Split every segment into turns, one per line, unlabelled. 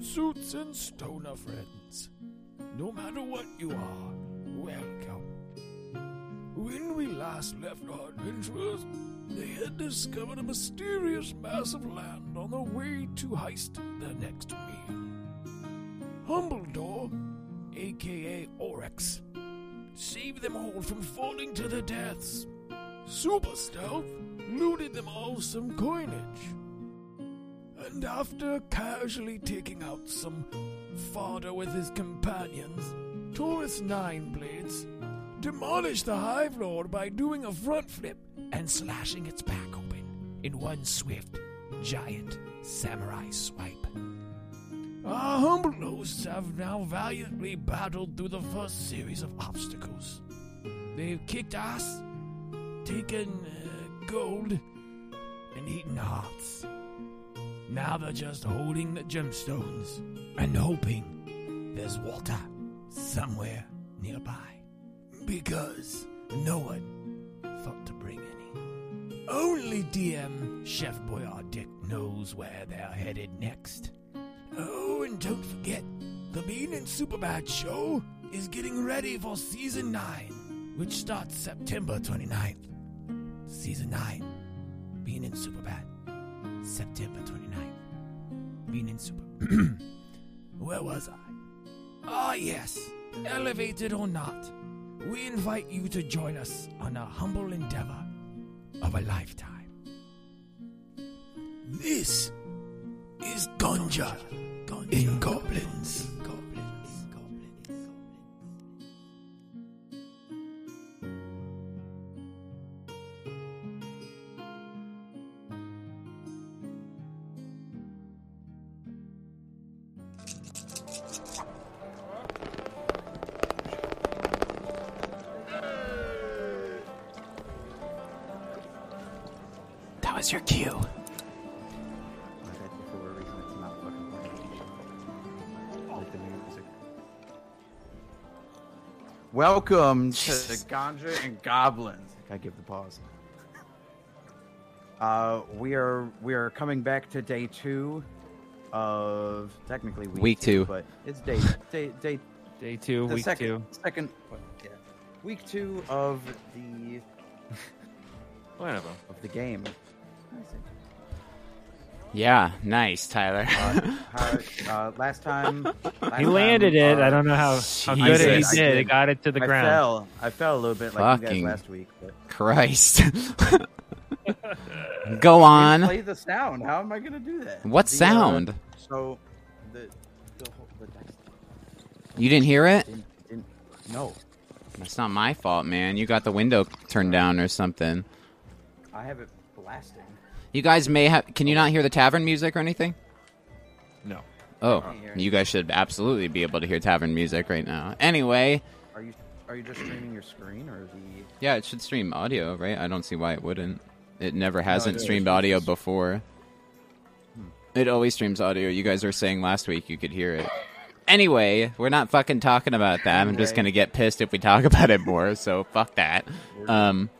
suits and stoner friends. No matter what you are, welcome. When we last left our adventurers, they had discovered a mysterious mass of land on their way to heist their next meal. Humbledore, aka Oryx, saved them all from falling to their deaths. Super Stealth looted them all some coinage. And after casually taking out some fodder with his companions, Taurus Nine Blades demolished the Hive Lord by doing a front flip and slashing its back open in one swift, giant samurai swipe. Our humble hosts have now valiantly battled through the first series of obstacles. They've kicked ass, taken uh, gold, and eaten hearts. Now they're just holding the gemstones and hoping there's water somewhere nearby. Because no one thought to bring any. Only DM Chef Boyardick knows where they're headed next. Oh, and don't forget, the Bean and Superbad show is getting ready for season 9, which starts September 29th. Season 9, Bean and Superbad. September 29th. Being in super. Where was I? Ah, yes. Elevated or not, we invite you to join us on a humble endeavor of a lifetime. This is Gonja in Goblins. That was your cue.
Like that for a reason it's not fucking playing. Like the new music. Welcome to Ganja and Goblins. I give the pause. Uh, we are we are coming back to day two of technically week,
Week two.
but it's day day day
Day two,
the
week
second
two.
second yeah, week two of the
Whatever.
of the game.
Yeah, nice, Tyler.
How- uh, last time last
He landed it. I
know.
don't know how, how good
Jesus.
it
I
he did.
did.
It got it to the
I
ground.
fell. I fell a little bit like you guys
Fucking
last week. But
Christ. Go on.
play the sound. How am I going to do that?
What
The, uh,
sound?
so the the, whole- the dice
You didn't hear it?
didn't, didn't no.
It's not my fault, man. You got the window turned down or something.
I have it blasting.
You guys may have. Can you not hear the tavern music or anything?
No.
Oh,
hear it.
you guys should absolutely be able to hear tavern music right now. Anyway,
Are you are you just streaming your screen or the?
yeah, it should stream audio, right? I don't see why it wouldn't. It never hasn't
it is.
streamed audio before. It always streams audio. You guys were saying last week you could hear it. Anyway, we're not fucking talking about that. I'm just
Anyway.
gonna get pissed if we talk about it more. So fuck that. Um,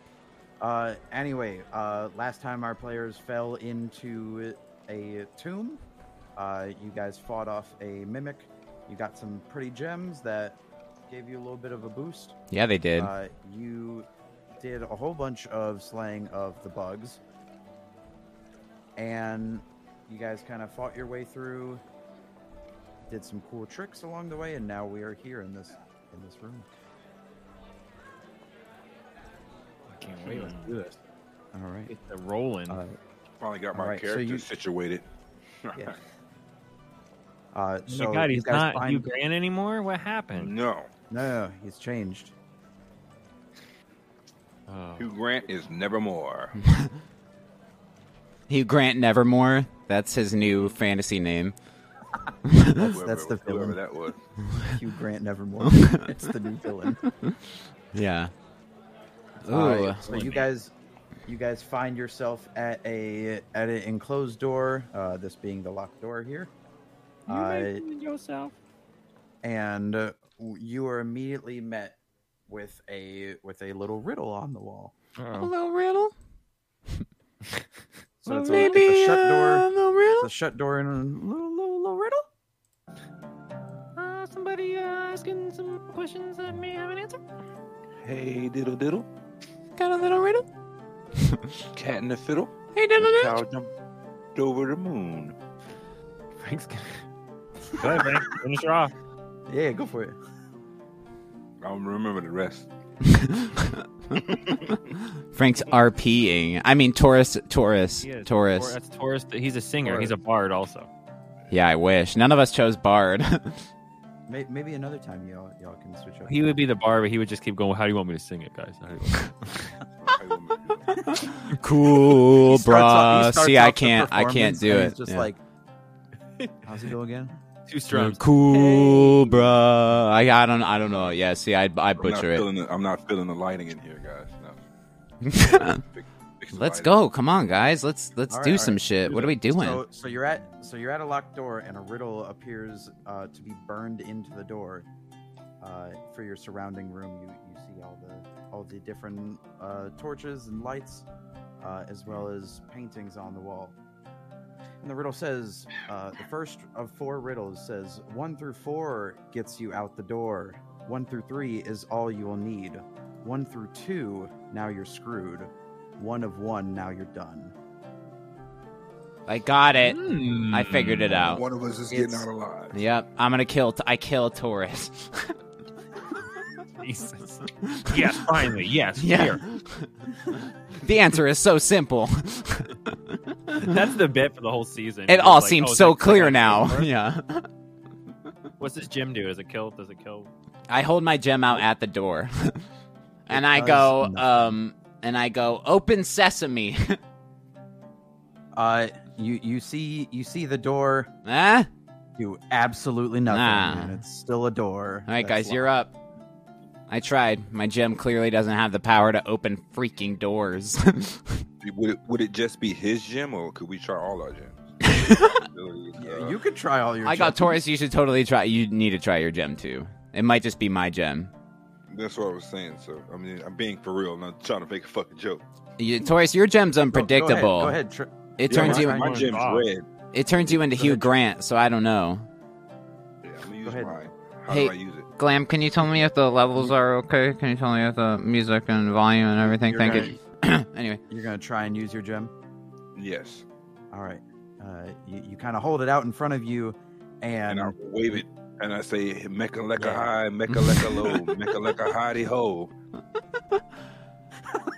Uh, anyway, uh, last time our players fell into a tomb. Uh, you guys fought off a mimic. You got some pretty gems that gave you a little bit of a boost.
yeah, they did.
Uh, you did a whole bunch of slaying of the bugs, and you guys kind of fought your way through, did some cool tricks along the way, and now we are here in this in this room.
I can't wait to do this.
All right.
Get the rolling.
Uh,
Finally got
All
my
right, so
character
you-
situated.
yeah. Uh,
oh
so
my god,
you
he's
guys
not
find-
you Grant anymore? What happened?
No,
No, no, he's changed.
Oh.
Hugh Grant is nevermore.
Hugh Grant Nevermore. That's his new fantasy name.
that's,
that's the
whoever
villain.
that was.
Hugh Grant Nevermore. it's the new villain.
Yeah. Ooh.
Uh, so you guys, you guys find yourself at a at an enclosed door. Uh, this being the locked door here. Uh,
yourself.
and uh, w- you are immediately met with a with a little riddle on the wall.
Oh,
Hello, Riddle.
So it's, a,
Maybe
it's a shut
uh,
door. It's
hello,
a
Riddle.
shut door and a little little, little riddle.
Hey, diddle diddle.
Got a little riddle?
Cat in the fiddle.
Hey,
The
diddle diddle.
cow jumped over the moon.
Frank's gonna. Go ahead, Frank. Finish her off.
Yeah, go for it.
I don't remember the rest.
Frank's RPing. I mean, Taurus, Taurus,
He is.
Taurus.
That's Taurus. but He's a singer. He's a bard also.
Yeah, I wish. None of us chose Bard.
May- Maybe another time y'all y'all can switch up.
He would be the bard, but he would just keep going. How do you want me to sing it, guys? How do you want me to-"
cool,
He starts off- he
bruh.
starts
See, I
off the
can't. I can't
performance
do
and
it.
He's just
Yeah.
like, how's it go again?
Two strums.
Cool, bruh. I, I don't. I don't know. Yeah. See, I I
I'm not,
butcher it.
feeling the, I'm not feeling the lighting in here, guys. No. Fix- fix the
Let's
lighting.
go. Come on, guys. Let's let's
All right,
do
all
some
right.
shit. What are we doing?
So, so you're at so you're at a locked door, and a riddle appears uh, to be burned into the door. Uh, for your surrounding room, you, you see all the all the different uh, torches and lights, uh, as well as paintings on the wall. And the riddle says, uh, the first of four riddles says, one through four gets you out the door. One through three is all you will need. One through two, now you're screwed. One of one, now you're done.
I got it. I figured it out.
One of us is
It's-
getting out alive.
Yep. I'm gonna kill. T- I kill Taurus.
Jesus. Yes, finally. Yes.
yeah.
Here.
the answer is so simple.
That's the bit for the whole season.
It
It's
all
like,
seems
oh, is
so
that-
clear
like,
now.
Taurus?
yeah.
What's this gym do? Does it kill? Does it kill?
I hold my gem out at the door. and
It
I
does
go,
nothing.
um, and I go, open sesame.
Uh, you you see you see the door
huh?
do absolutely nothing,
Nah.
and it's still a door.
All right, guys, you're up. I tried. My gem clearly doesn't have the power to open freaking doors.
Would it, would it just be his gym, or could we try all our gyms? uh,
Yeah, you could try all your.
I got
checks.
Taurus. You should totally try. You need to try your gem too. It might just be my gem.
That's what I was saying. So I mean, I'm being for real, not trying to make a fucking joke.
You, Taurus, your gem's
Go- go ahead,
unpredictable.
Go ahead. tr-
It
Yeah,
turns
my,
you.
in-
My gym's
Oh.
red.
It turns you into
Go
Hugh
ahead.
Grant. So I don't know.
Yeah, I'm gonna use
ahead.
mine. How
Hey.
do I use it?
Glam, can you tell me if the levels
Mm.
are okay? Can you tell me if the music and volume and everything?
You're
Thank you. anyway.
You're gonna try and use your gem.
Yes,
All right. Uh, you, you kind of hold it out in front of you, and
and I wave it, and I say, "Mecca lecca
Yeah.
high, mecca lecca low, mecca lecca hidey ho."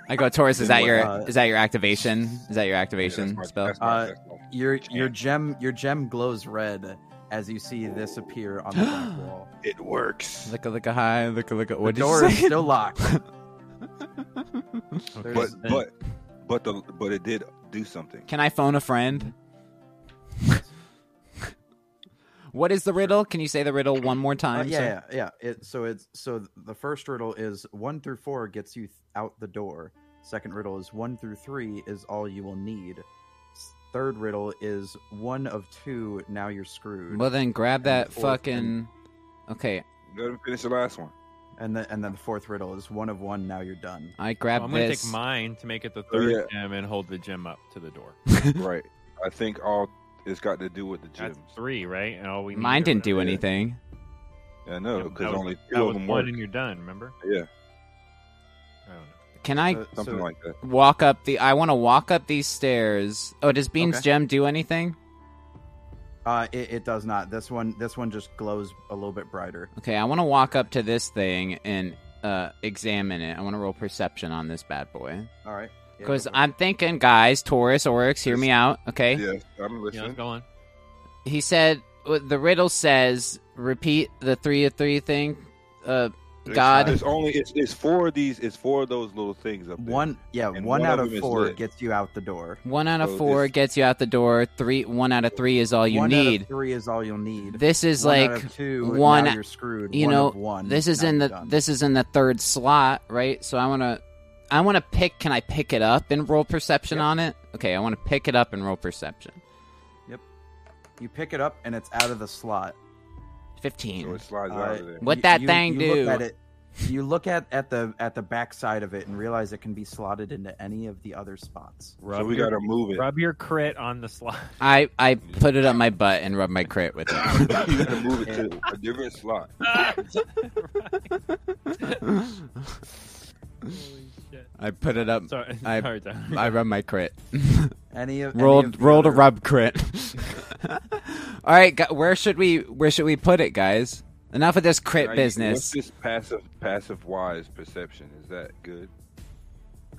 I go, Taurus, is that your
Uh,
is that your activation? Is that your
Yeah, that's
activation
my-
spell?
that's my-
Uh,
that's my-
your your gem your gem glows red as you see this appear on the back wall.
It works.
Look a look a high, look a look a.
The
What did
door
you
is
say?
still locked.
Okay.
But
There's-
but but the but it did do something.
Can I phone a friend? what is the riddle? Can you say the riddle one more
Uh,
time?
yeah,
sir?
yeah, yeah. It, so it's so th- the first riddle is one through four gets you th- out the door. Second riddle is one through three is all you will need. S- Third riddle is one of two. Now you're screwed.
Well, then grab that
Fourth and-
fucking. Okay,
Let him finish the last one.
and then and then the fourth riddle is one of one. Now you're done.
I grab
Well, I'm gonna
this.
take mine to make it the third
yeah.
gym and hold the gym up to the door.
right. I think all it's got to do with the
That's
gyms.
three, right? And all we need
Mine
are
didn't do
whatever-
anything.
I know
That
because
was-
only
that
two of
was
them
one,
work.
and you're done. Remember?
Yeah,
I don't know.
Can
Uh,
I
So-
something
so-
like that.
walk up the? I want to walk up these stairs. Oh, does Bean's
Okay.
gem do anything?
Uh, it, it does not. This one this one just glows a little bit brighter.
Okay, I want to walk up to this thing and uh examine it. I want to roll perception on this bad boy.
All right. Yeah,
Because
go for it.
I'm thinking, guys, Taurus, Oryx, hear me out, okay?
Yes, I'm
Yeah,
listening.
let's go on.
He said, uh, the riddle says, repeat the three of three thing. Uh, God.
It's only it's, it's four of these. It's four of those little things up there.
one yeah one,
And one
out
of
of,
them is
four
lit.
gets you out the door.
one out of
So
four
this-
gets you out the door. Three, one out of three is all you
one out
need.
of three is all you'll need.
This is
One out
like
of two,
one-
Now you're screwed.
you
one
know,
of one,
this is
now
in
you're
the
done.
this is in the third slot, right? So I want to, I want to pick. Can I pick it up and roll perception
Yep.
on it? Okay, I want to pick it up and roll perception.
You pick it up and it's out of the slot.
So
Fifteen.
it slides
Uh,
out of there.
What
you-
that
you-
thing
you
do?
Look at it, you look at, at the at the back side of it and realize it can be slotted into any of the other spots.
Rub,
So we
your,
gotta move it.
rub your crit on the slot.
I I put it up my butt and rub my crit with
you
it.
gotta move it to a different slot.
Holy shit.
I put it up.
Sorry,
I-
sorry, Tyler.
I rub my crit.
Any of any
rolled
of the
rolled a
other-
rub crit. All right, gu- where should we where should we put it, guys? Enough of this crit
Now, you- What's
business.
this passive passive wise perception? Is that good?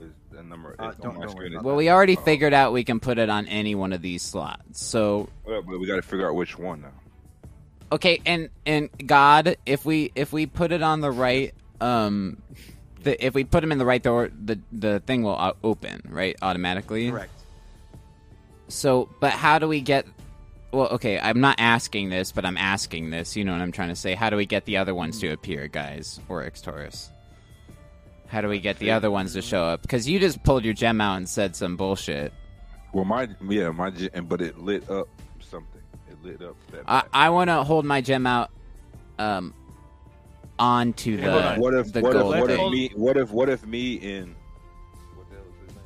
Is the number
Uh,
it's
don't-
on my
don't worry
screen.
about
Well, we already
Oh,
figured out we can put it on any one of these slots. So,
Well, but we got to figure out which one now.
okay, and and God, if we if we put it on the right um the, if we put them in the right door, the the thing will uh, open, right? Automatically.
Correct.
So, but how do we get? Well, okay, I'm not asking this, but I'm asking this. You know what I'm trying to say? How do we get the other ones to appear, guys? Oryx Taurus. How do we get the other ones to show up? Because you just pulled your gem out and said some bullshit.
Well, my yeah, my ge- and but it lit up something. It lit up that.
I
back.
I want to hold my gem out, um, onto
Hey,
the
hold on.
what if
the
what if
gold
what if
thing.
me what if what if me and what the hell is his name?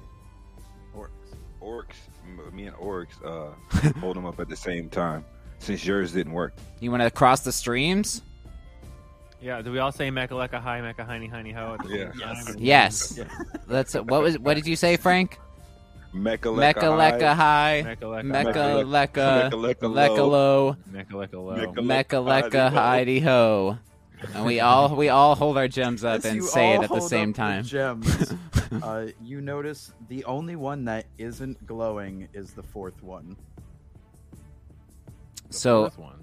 Orcs.
Oryx, m- me and Oryx, uh, hold them up at the same time since yours didn't work.
You want to cross the streams?
Yeah, do we all say Mechaleka hi, Mecha heiny heiny ho? At the
Yeah.
same time?
Yes. That's what was what did you say, Frank?
Mecha
Mecca lecca
Leca
high,
Mechaleka
Mecca
Mecca
lecca lecca
low.
low.
Mechaleka low.
Mechaleka-
Mecca Lecca
Lecca,
Heidi Ho. And we all we all hold our gems up
As
and
you
say
all
it at the
hold
same
up
time.
Gems. uh, you notice the only one that isn't glowing is the fourth one.
The
So
fourth one.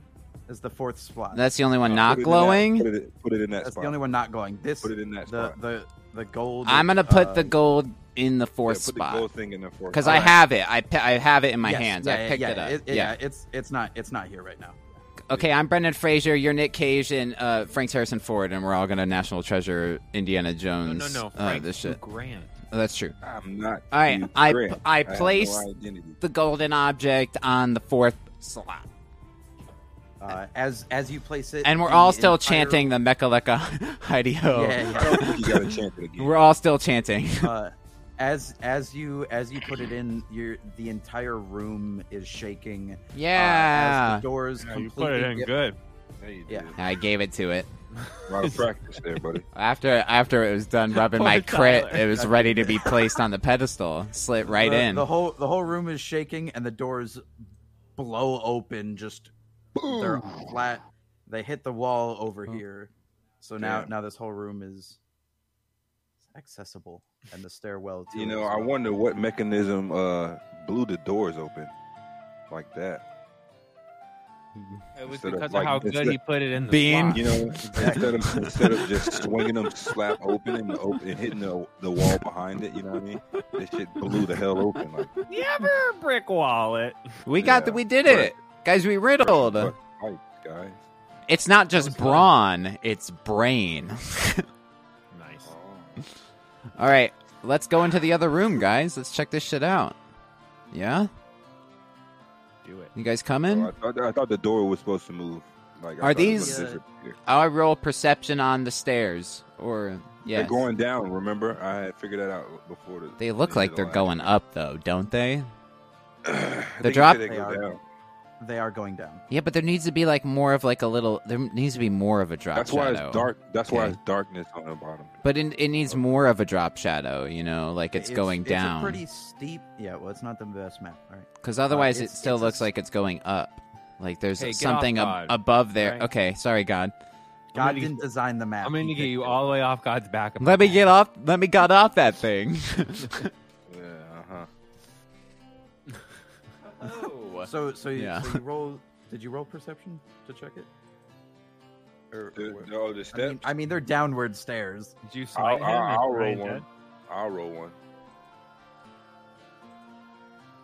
Is the fourth spot.
that's the only one
Uh,
not
put it in that-
glowing.
put, it, put it in that
That's
spot.
the only one not going. This
Put it in that
the,
spot.
the the gold.
I'm gonna put the
uh,
gold in the
Yeah,
fourth
put the gold
spot
thing in the fourth.
because I have it. I pi- I have it in my
yes,
hands.
Yeah,
I
yeah,
picked
yeah,
it up.
It,
yeah.
yeah, it's it's not it's not here right now.
Okay. I'm Brendan Fraser. You're Nick Cage and uh, Frank's Harrison Ford, and we're all gonna National Treasure Indiana
No,
Jones.
no, no.
Uh,
Frank
this shit.
Grant.
Oh, that's true.
I'm not.
All right,
Hugh
I-
Grant.
I
have no
placed-
identity.
The golden object on the fourth slot,
Uh, as as you place it,
and we're
the
all still
entire-
chanting the Mecca Lecca Heidi Ho.
Yeah,
I don't think you got a chance it again.
We're all still chanting.
uh, as as you as you put it in, your the entire room is shaking. uh,
Yeah.
as the doors
Yeah, you
completely
put it in
get-
good.
There you
Yeah.
did.
I gave it to it.
A lot of practice there, buddy.
After after it was done rubbing
Poor
my crit,
Tyler.
it was ready to be placed on the pedestal. Slid right
the,
in.
The whole the whole room is shaking, and the doors blow open. Just they're
Hmm.
flat. They hit the wall over
Oh.
here. So now
Damn.
now this whole room is accessible, and the stairwell. To
You
it
know,
as
I
well.
wonder what mechanism uh, blew the doors open like that.
It was
Instead of,
because of
like,
how
this-
good he put it in the
Bean.
slot.
You know, instead of instead of just swinging them slap open and, open, and hitting the, the wall behind it, you know what I mean? This shit blew the hell open. Like,
You ever brick wall it?
we got
yeah,
the, we did
correct.
it. Guys, we riddled.
fuck, fight, guys.
It's not just brawn, it's brain.
Nice.
All right, let's go into the other room, guys. Let's check this shit out. Yeah?
Do it.
You guys
Oh,
coming?
I, thought, I thought the door was supposed to move. Like, I
Are
thought it
these-
was disappear.
I'll roll perception on the stairs or yeah.
They're going down. Remember, I had figured that out before. The,
They look like they're going up though, don't they?
they're
drop-
They
They
go
are.
down.
they are going down.
Yeah, but there needs to be like more of like a little there needs to be more of a drop
That's why
shadow.
it's dark. That's why
Okay.
it's darkness on the bottom.
But it, it needs more of a drop shadow, you know, like it's, going
it's
down.
A pretty steep. Yeah, well, it's not the best map. All right.
Because otherwise,
uh,
it
it's-
still
it's a
looks
s-
like it's going up. Like there's
Hey, get
something
off
ab-
God.
above there.
Right.
Okay, sorry, God.
God
gonna-
didn't design the map.
I'm going
He
to get
did
you
it.
all the way off God's back. about
Let me
that.
get off. Let me God off that thing.
Yeah. Uh huh.
oh.
So so you,
Yeah.
so you roll. Did you roll perception to check it? Or, or
The,
what?
the, oh,
I
the
mean,
steps.
I mean, they're downward stairs.
Did you
I
smite
will
him? Is
I'll roll
Brian
one.
dead?
I'll roll one.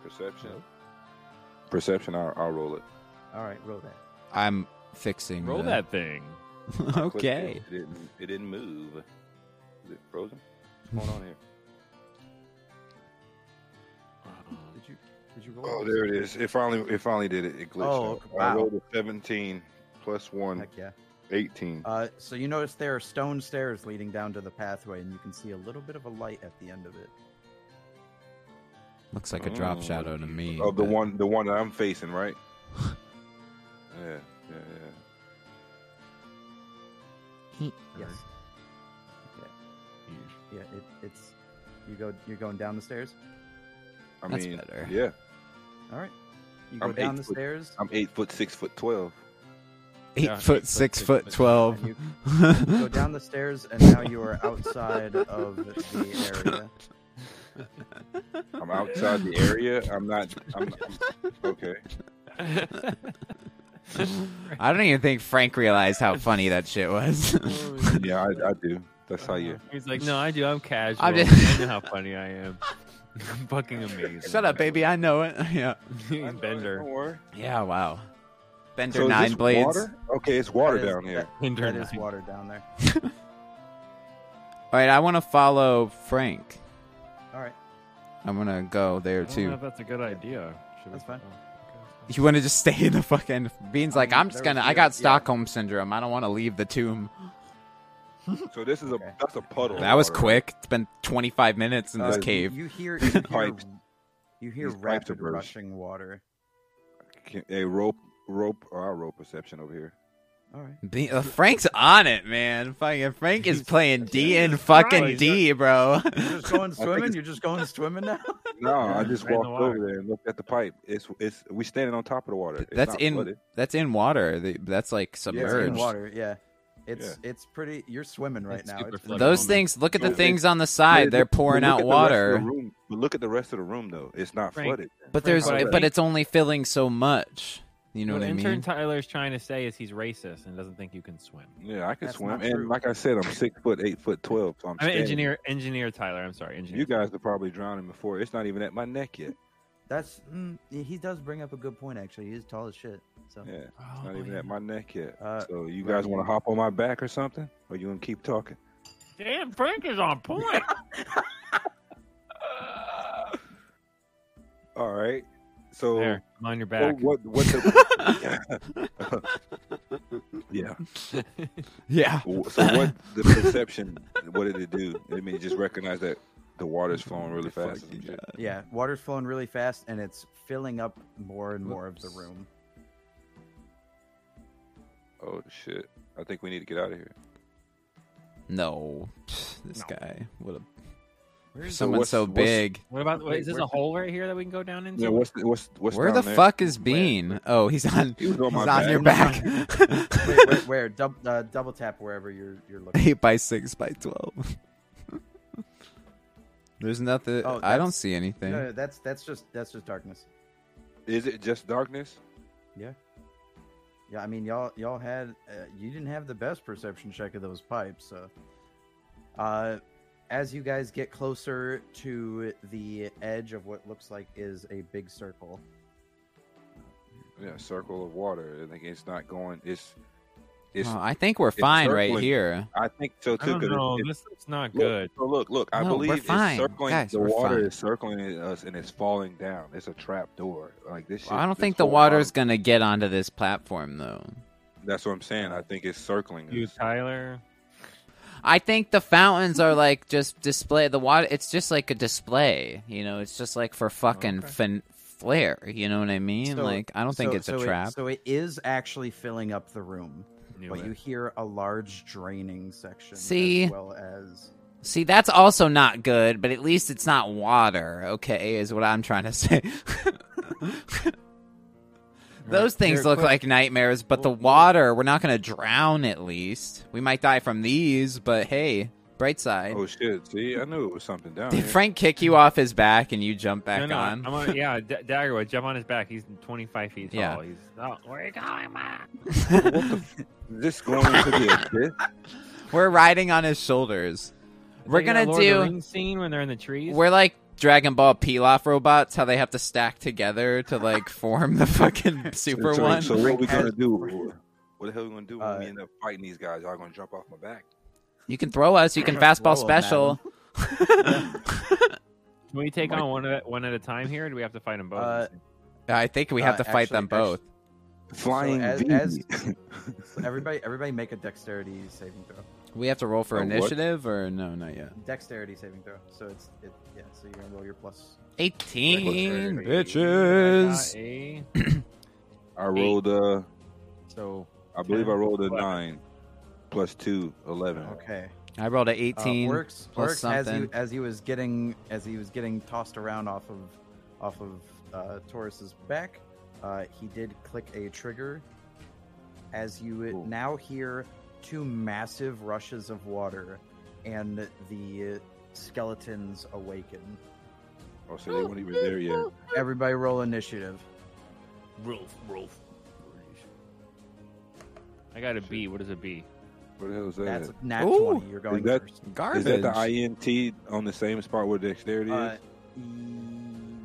Perception. Perception. I'll, I'll roll it.
All right, roll that.
I'm fixing.
Roll
the-
that thing.
Click
okay.
It, it, didn't, it didn't move. Is it frozen? What's going on here?
Did you did you roll?
Oh, there it is. It finally, it finally did it. It glitched.
Oh,
out.
wow.
I rolled a 17 plus 1,
Heck yeah.
18.
Uh, so you notice there are stone stairs leading down to the pathway, and you can see a little bit of a light at the end of it.
Looks like a drop
Oh.
shadow to me.
Of the
but-
one, the one that I'm facing, right? yeah, yeah, yeah.
Yes. yeah, it, it's you go you're going down the stairs.
I
That's
mean,
better.
yeah,
All right, you go
I'm
down
eight
the
foot.
stairs.
I'm eight foot six foot twelve.
Eight foot,
Yeah, eight foot,
six
six
foot,
foot,
twelve.
and you go down the stairs, and now you are outside of the area.
I'm outside the area. I'm not. I'm, I'm okay.
I don't even think Frank realized how funny that shit was.
Yeah, I, I do. That's how
Uh-huh.
you.
He's like, no, I do. I'm casual. i
I'm just-
know how funny I am. I'm fucking amazing.
Shut up, baby. I know it. yeah.
Bender.
Don't worry.
Yeah. Wow. Bender
So is
nine
this
blades.
Water? Okay, it's water
That is-
down here.
Bender
That is
nine.
water down there.
All right. I want to follow Frank.
All right,
I'm gonna go there
I don't know
too.
if that's a good idea. Should we-
That's fine.
Oh,
You want to just stay in the fucking? Beans like
Um,
I'm just
there was
gonna. I
you,
got
yeah.
Stockholm syndrome. I don't want to leave the tomb.
So this is a
Okay.
that's a puddle. of
That was
water.
quick. It's been 25 minutes in this
Uh,
cave.
you hear you hear,
Pipes.
you hear
These pipes are
rapid
burst.
rushing water.
Can- Hey, rope, rope, or our rope perception over here.
All right,
Be- uh, Frank's on it, man. Fucking Frank is playing D and
Christ.
fucking D, bro.
you're just going
think
swimming.
it's-
You're just going swimming now.
No, I just
Right in the
walked
water.
over there and looked at the pipe. It's it's we standing on top of the water. It's
That's
not
in
flooded.
that's in water. The- That's like
Yeah, it's in
submerged.
water. Yeah, it's it's pretty. You're swimming right
It's
now.
super
It's
flooded.
pretty-
Those things. Look at the
Those
things on the
But
side.
it-
They're
but
pouring
look
out
at the rest of the
water,
room- But look at the rest of the room though. It's not
Frank,
flooded.
but there's
Frank, what I
but
think-
it's only filling so much. You know what, I
intern
mean?
Tyler's trying to say is he's racist and doesn't think you can swim.
Yeah, I can
That's
swim,
not
and
true.
like I said, I'm six foot, eight foot twelve. So I'm
I mean,
standing.
engineer, engineer Tyler. I'm sorry, engineer.
You guys are probably drowning before. It's not even at my neck yet.
That's mm, he does bring up a good point. Actually, he is tall as shit. So
Yeah, it's
Oh,
not even
yeah.
at my neck yet.
Uh,
so you
right
guys want
here.
to hop on my back or something, or you want to keep talking?
Damn, Frank is on point.
All right. So
there, I'm on your
so
back.
what? What? The, yeah.
Yeah.
W- So what the perception? What did it do? I mean, just recognize that the water's flowing really fast. or some shit.
yeah, water's flowing really fast, and it's filling up more and more of the room.
Oh shit! I think we need to get out of here.
No, Pfft, this guy. What a
So
someone
what's-
so
what's-
big.
What about?
Wait,
is this
where's
a
the-
hole right here that we can go down into?
Yeah, what's the, what's what's
Where the
down there?
fuck is Bean? Oh, he's on.
He was on
He's
my
on
back.
your back.
Wait, where, where? Dub, uh, double tap wherever you're you're looking.
eight by six by twelve. There's nothing.
Oh,
I don't
that's-
see anything.
No, no, that's that's just that's just darkness.
Is it just darkness?
Yeah, I mean y'all y'all had uh, you didn't have the best perception check of those pipes. So, uh, as you guys get closer to the edge of what looks like is a big circle,
Yeah, circle of water. I think it's not going. It's it's.
Oh, I think we're
it's
fine right
circling.
here.
I think so
I
too.
don't
'cause
know.
it's-
This looks not
Look,
good.
so look, look. I
No, we're
believe it's
fine.
circling.
Guys,
the
we're
water
fine.
is circling us, and it's falling down. It's a trap door. Like this. Shit,
I don't
this
think the
whole
water's
bottom-
gonna get onto this platform though.
That's what I'm saying. I think it's circling.
You,
us.
Tyler.
I think the fountains are like just display. The water, it's just like a display. You know, it's just like for fucking
Okay.
fin- flair. You know what I mean?
So-
like, I don't think
so-
it's
so
a
it-
trap.
so it is actually filling up the room.
Knew
but
it.
you hear a large draining section
See?
as well as
See, that's also not good. But at least it's not water. Okay, is what I'm trying to say. Those things
Here,
look
quick.
like nightmares, but the
Well-
water, we're not going to drown at least. We might die from these, but hey, bright side.
Oh shit! See, I knew it was something down.
Did
here.
Frank kick you off his back and you jump back
no, no,
on?
I'm on. Yeah, D- Daggerwood, jump on his back. He's 25 feet tall.
Yeah.
He's. Oh, where are you going, man?
This going into the abyss.
we're riding on his shoulders. We're
Is that
going
Lord
to
of the
do.
Rings scene when they're in the trees.
We're like Dragon Ball Pilaf robots, how they have to stack together to like form the fucking super
so,
one.
So what are we
Frank
gonna
has-
do? What the hell are we gonna do when
Uh,
we end up fighting these guys? Y'all gonna jump off my back?
You can throw us, you can fastball
Throw 'em at
special.
Can we take
Mike-
on one at, one at a time here? Or do we have to fight them both?
Uh,
I think we have
Uh,
to fight
actually-
them both.
Flying
as-
V.
as- so everybody everybody make a dexterity saving throw
we have to roll for
Oh, what?
initiative or no, not yet.
dexterity saving throw so it's it yeah so you're gonna roll your plus
18
Regular.
I got
bitches.
a-
I rolled uh,
so
I believe I rolled a
Eleven.
nine, plus two, eleven.
okay
I rolled a
Uh,
18
Oryx, Oryx,
plus
as
something.
he as he was getting as he was getting tossed around off of off of uh, Taurus's back, uh, he did click a trigger. As you
Cool.
now hear two massive rushes of water, and the skeletons awaken.
Oh, so they weren't even there yet.
Everybody, roll initiative.
Rolf, Rolf.
I got a B. What is a B?
What the hell is that?
That's nat
Ooh.
twenty. You're going
Is that-
first.
Garbage.
Is that the INT on the same spot where dexterity
Uh,
is?
e-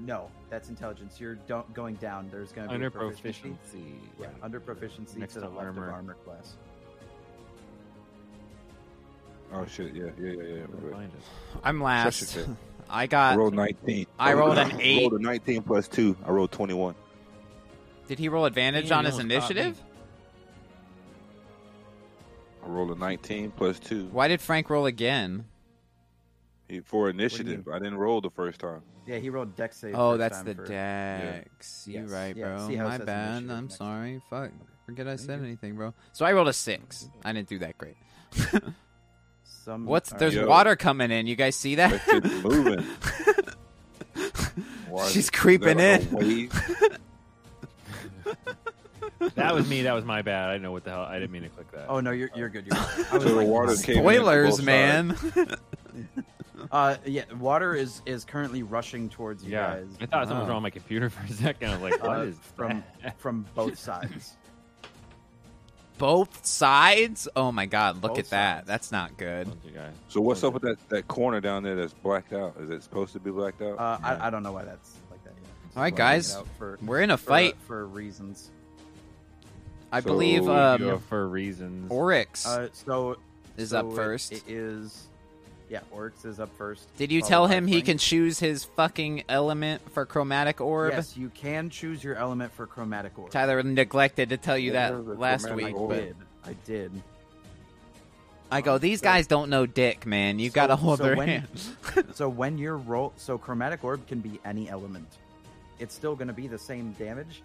no, that's intelligence. You're do- going down. There's going to be
Under
a proficiency.
proficiency.
Yeah, under proficiency
Next
to the
to
left
armor.
of armor class.
Oh shit! Yeah, yeah, yeah, yeah.
Gotta find it.
I'm
Such
last.
a shit.
I
I
got.
rolled nineteen.
I rolled an
I
eight.
rolled a nineteen plus two. I rolled twenty-one.
Did he roll advantage
Damn,
on
you
his
almost got me.
initiative?
I rolled a nineteen plus two
Why did Frank roll again?
He- for initiative. I didn't roll the first time.
Yeah, he rolled dex save.
oh,
first
that's
time
the
for-
dex. You
Yes,
right,
yeah,
bro.
see how it
My
says
bad.
initiative
I'm
next.
sorry. Fuck. Forget I
Thank
said
you.
anything, bro. So I rolled a six. I didn't do that great.
Some,
What's
all
there's
Yo.
water coming in? You guys see that?
That shit's moving. Why is-
She's
is
creeping
that
in.
like a wave?
That was me. That was my bad. I didn't know what the hell. I didn't mean to click that.
Oh no, you're you're good. You're good. I was
So the
like,
water came in from both
Spoilers,
sides.
man.
uh, yeah, water is is currently rushing towards you
yeah.
guys.
I thought something was
Wow.
wrong with my computer for a second. I was like, what
uh,
is
from
that?
from both sides.
Both sides? Oh my god, look
Both
at that.
sides.
That's not good.
Bunch of guys.
So what's up with that, that corner down there that's blacked out? Is it supposed to be blacked out?
Uh, I, I don't know why that's like that. Yet.
All
Just wanted
right,
to
guys.
get out for,
We're in a
for-
fight.
for reasons.
I
So
believe
you
um,
You have for reasons.
Oryx
Uh, so
is
so
up
it-
first.
It Oh, is. Yeah, Oryx is up first.
Did you
followed
tell
by
him he
Frank.
can choose his fucking element for chromatic orb?
Yes, you can choose your element for chromatic orb.
Tyler neglected to tell you
Yeah,
that
the
last
chromatic
week,
I
orb.
but
did. I did.
I go, these
So-
guys don't know dick, man. You
So-
gotta hold
so
their
when-
hand.
so when you're roll, so chromatic orb can be any element. It's still going to be the same damage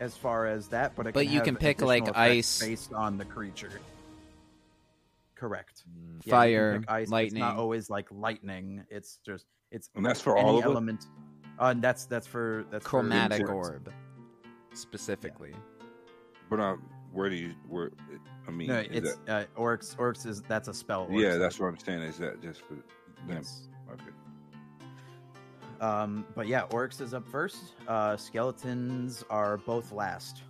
as far as that, but it
But
can
you
have
can pick,
additional
like,
effects
ice.
based on the creature. Correct. Yeah, you can
Fire,
pick ice, but
lightning.
It's not always like lightning. It's just it's
and that's for
any
all of them.
element. Uh, and that's that's for that's for-
chromatic
Correct.
orb. Specifically.
But um, where do you where? I mean,
No,
is
it's
that-
uh, oryx. Oryx is that's a spell. Oryx
yeah,
is.
that's what I'm saying. Is that just for them?
Yes.
Okay.
Um, but yeah, Oryx is up first. Uh, skeletons are both last.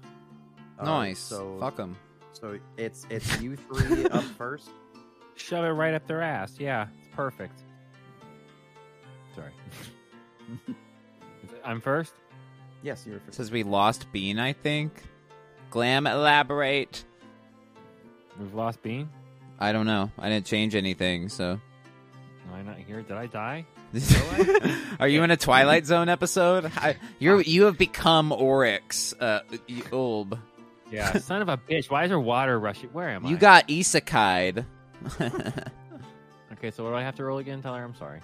Uh,
nice.
So
Fuck them.
so it's it's you three up first.
Shove it right up their ass. Yeah, it's perfect. Sorry. I'm first.
Yes, you're first.
Says we lost Bean, I think. Glam, elaborate.
We've lost Bean.
I don't know. I didn't change anything, so.
Am I not here? Did I die?
Are you in a Twilight Zone episode? I, you're you have become Oryx, uh, y- Ulb.
Yeah. Son of a bitch. Why is there water rushing? Where am I?
You got isekai'd.
Okay, so what do I have to roll again, Tyler? I'm sorry.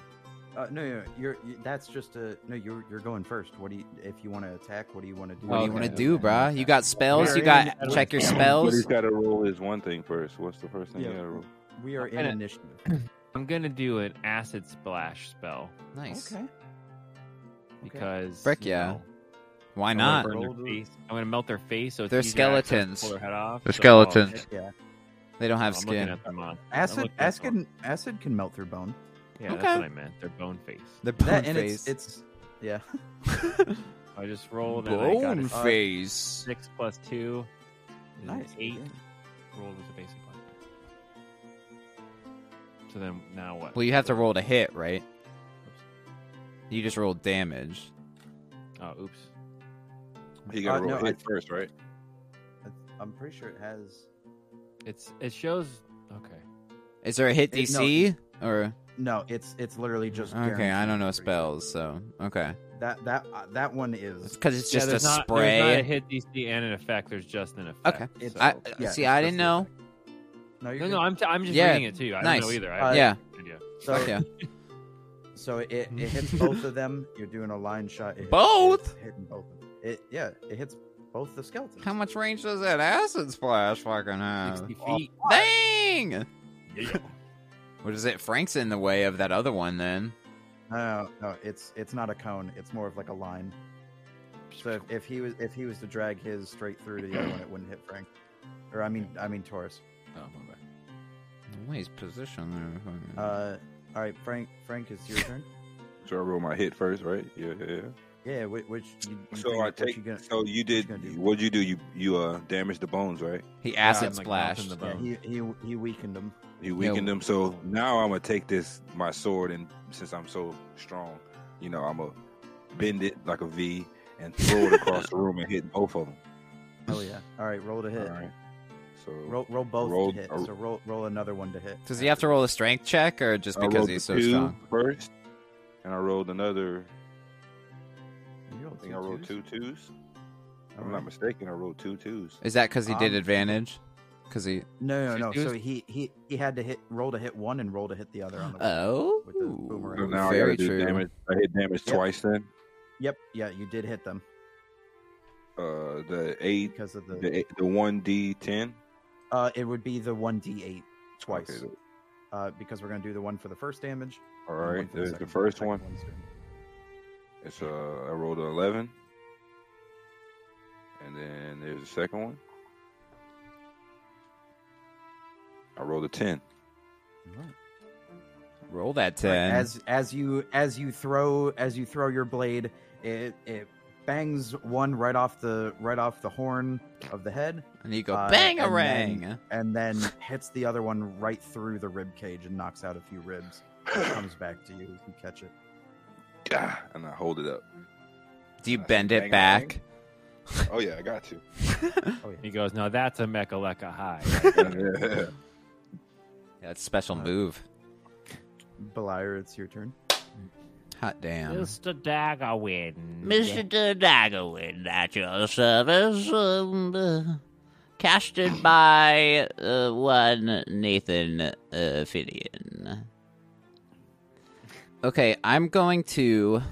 Uh, no, no, you're you, that's just a no. You're you're going first. What do you if you want to attack? What do you want to do?
what do you
Okay.
want to do, bruh? You got spells. You
We're
got
in-
check your
But he's
spells.
got to roll is one thing first. What's the first thing
Yeah.
you got to roll?
We are in
And it-
initiative.
I'm gonna do an acid splash spell
Nice.
Okay.
because
Frick
you
yeah.
know,
Why
I'm
not?
Gonna burn
Roll
their
the-
face. I'm gonna melt their face, so it's
They're
easier access to
skeletons.
Pull their head off.
They're
so-
skeletons.
Oh,
Yeah.
They don't have
I'm looking
skin.
at them on- I'm
Acid
looking at them.
acid acid can melt through bone.
Yeah,
Okay.
that's what I meant. They're bone face.
The
That and it's it's yeah.
I just rolled and I got
bone
a
face.
six plus two. is an
Nice.
Eight
yeah.
rolled with a basic one. So then now what?
Well, you have to roll to hit, right? You just roll damage.
Oh, oops.
He got to
Uh,
roll
no,
hit
I-
first, right?
I'm pretty sure it has
It's it shows. Okay.
Is there a hit
It- no,
DC or
no. It's it's literally just
okay? I
guaranteed
don't know
for you.
spells, so okay.
That that uh, that one is
Because it's
Yeah,
just a
there's not,
spray.
There's not a hit DC and an effect. There's just an effect.
Okay.
It's-
so-
I, uh,
Yeah,
see,
it's
I
just
didn't
the
know.
effect. No, you're
no,
good.
no, I'm, t- I'm just
Yeah,
reading it too. I
nice.
don't know either. I
Uh,
have
yeah.
no idea.
So,
Fuck yeah.
so it, it hits both of them. You're doing a line shot. It,
Both?
it's hitting both. Of them. It yeah, it hits both the skeletons.
How Uh, much range does that acid splash fucking have?
60 feet.
Dang!
Yeah.
What is it? Frank's in the way of that other one then.
No, no, no, it's it's not a cone. It's more of like a line. So if, if he was if he was to drag his straight through to the other one, it wouldn't hit Frank. Or I mean I mean Taurus.
Oh, my bad. The way he's positioned there.
Uh, all right, Frank. Frank, it's your turn.
So I roll my hit first, right? Yeah, yeah. yeah.
Yeah, which, which you, you
So
think-
I
what you
take.
gonna-
so you
you
did.
gonna do?
What'd you do? You you uh damaged the bones, right?
he acid
I'm, like,
splashed.
melting the
yeah,
bone.
he, he he weakened him.
You weakened them. So now I'm gonna take this my sword, and since I'm so strong, you know I'm gonna bend it like a V and throw it across the room and hit both of them.
Oh yeah. All right, roll to hit.
All right. So
Roll roll both
Roll-
to hit.
uh,
So roll roll another one to hit.
Does he have to roll a strength check or just
I
because
rolled
he's
the
so
two
strong?
first, and I rolled another.
You rolled
I think
two
I rolled
twos?
two twos. If
All
I'm
right.
not mistaken. I rolled two twos.
Is that because he did
Um,
advantage? Because he.
No, no, no.
Two twos?
So he he he had to hit roll to hit one and roll to hit the other on the.
Uh,
Oh.
With the boomerang.
So now I
Very
gotta
true.
do damage. I hit damage
Yep.
twice. Then
Yep. Yeah, you did hit them
uh, the eight,
because of the.
the eight, the one d ten
Uh, it would be the one d eight twice. Uh, because we're gonna do the one for the first damage.
All
and one
right,
for
there's the
second-
first
second
one.
one's doing-
It's uh, I rolled an eleven, and then there's the second one. I rolled a ten.
All right.
Roll that
Right,
ten.
As as you as you throw as you throw your blade, it it bangs one right off the right off the horn of the head,
and you go
uh,
bang a
and
ring.
then- and then hits the other one right through the rib cage and knocks out a few ribs. It comes back to you. You can catch it.
Ah, and I hold it up.
Do you
I said
bend
bang
it
a
back?
Oh yeah, I got you.
Oh yeah.
He goes, no, that's a Mechaleka high.
Yeah.
That's special
Uh,
move.
Belier, it's your turn.
Hot damn.
Mr. Daggerwin.
Daggerwin at your service. Um, uh, casted by uh, one Nathan uh, Fillion. Okay, I'm going to.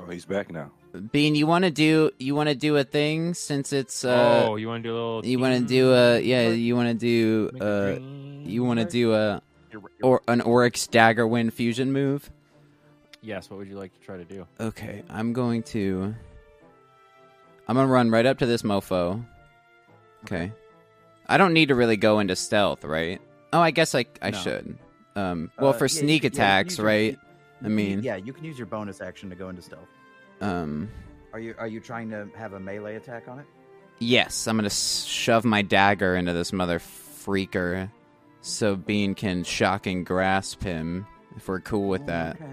oh, he's back now.
Bean, you want to do you want to do a thing since it's uh
oh, you want to do a little.
you want to do a yeah you want to do uh you want to do a or an Oryx Dagger Wind fusion move.
Yes, what would you like to try to do?
Okay, I'm going to. I'm gonna run right up to this mofo. Okay, I don't need to really go into stealth, right? Oh, I guess I I
No.
should. Um, well,
Uh,
for
yeah, you
sneak
can- yeah, you can
attacks,
use your-
right? I
you-
mean-
yeah, you can use your bonus action to go into stealth.
Um,
Are you are you trying to have a melee attack on it?
yes, I'm gonna s- shove my dagger into this mother freaker, so Bean can shock and grasp him. If we're cool with
Oh,
that,
Okay.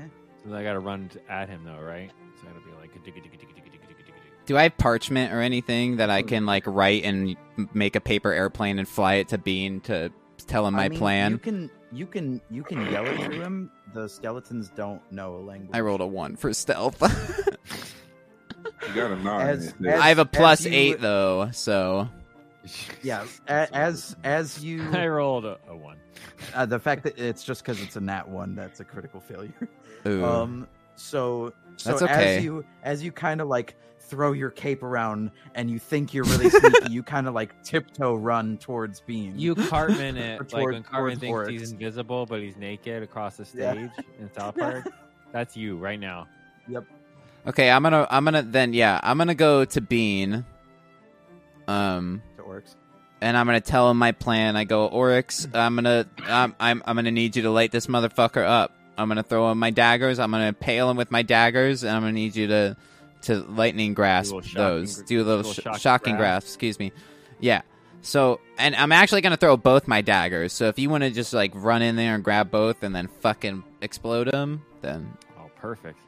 So then I got to run t- at him, though, right? So I got to be like. digga, digga, digga, digga, digga, digga, digga.
do I have parchment or anything that I can like write and m- make a paper airplane and fly it to Bean to tell him
I
my
mean,
plan?
You can you can you can yell it to him. The skeletons don't know a language.
I rolled a one for stealth.
You got a nine.
As-
It's there.
I have a
as
plus
you-
eight though, so
Yeah, a- as as you,
I rolled a, a one.
uh, the fact that it's just because it's a nat one, that's a critical failure.
ooh.
Um, so so
That's okay.
as you as you kind of like throw your cape around and you think you're really sneaky, you kind of like tiptoe run towards Bean.
You Cartman it
Or
like when
toward-
Cartman
towards
thinks
Oryx.
he's invisible, but he's naked across the
Yeah.
stage in South Park. That's you right now.
okay, I'm gonna I'm gonna then yeah, I'm gonna go to Bean. Um
to orcs.
and I'm gonna tell him my plan. I go, Oryx, I'm gonna I'm I'm I'm gonna need you to light this motherfucker up. I'm gonna throw him my daggers, I'm gonna pale him with my daggers, and I'm gonna need you to to lightning grasp
little shock and
those.
gr-
Do a little,
little
sh-
shock and
shocking grasp.
grasp.
excuse me. Yeah. So and I'm actually gonna throw both my daggers. So if you wanna just like run in there and grab both and then fucking explode them, then
Oh, perfect.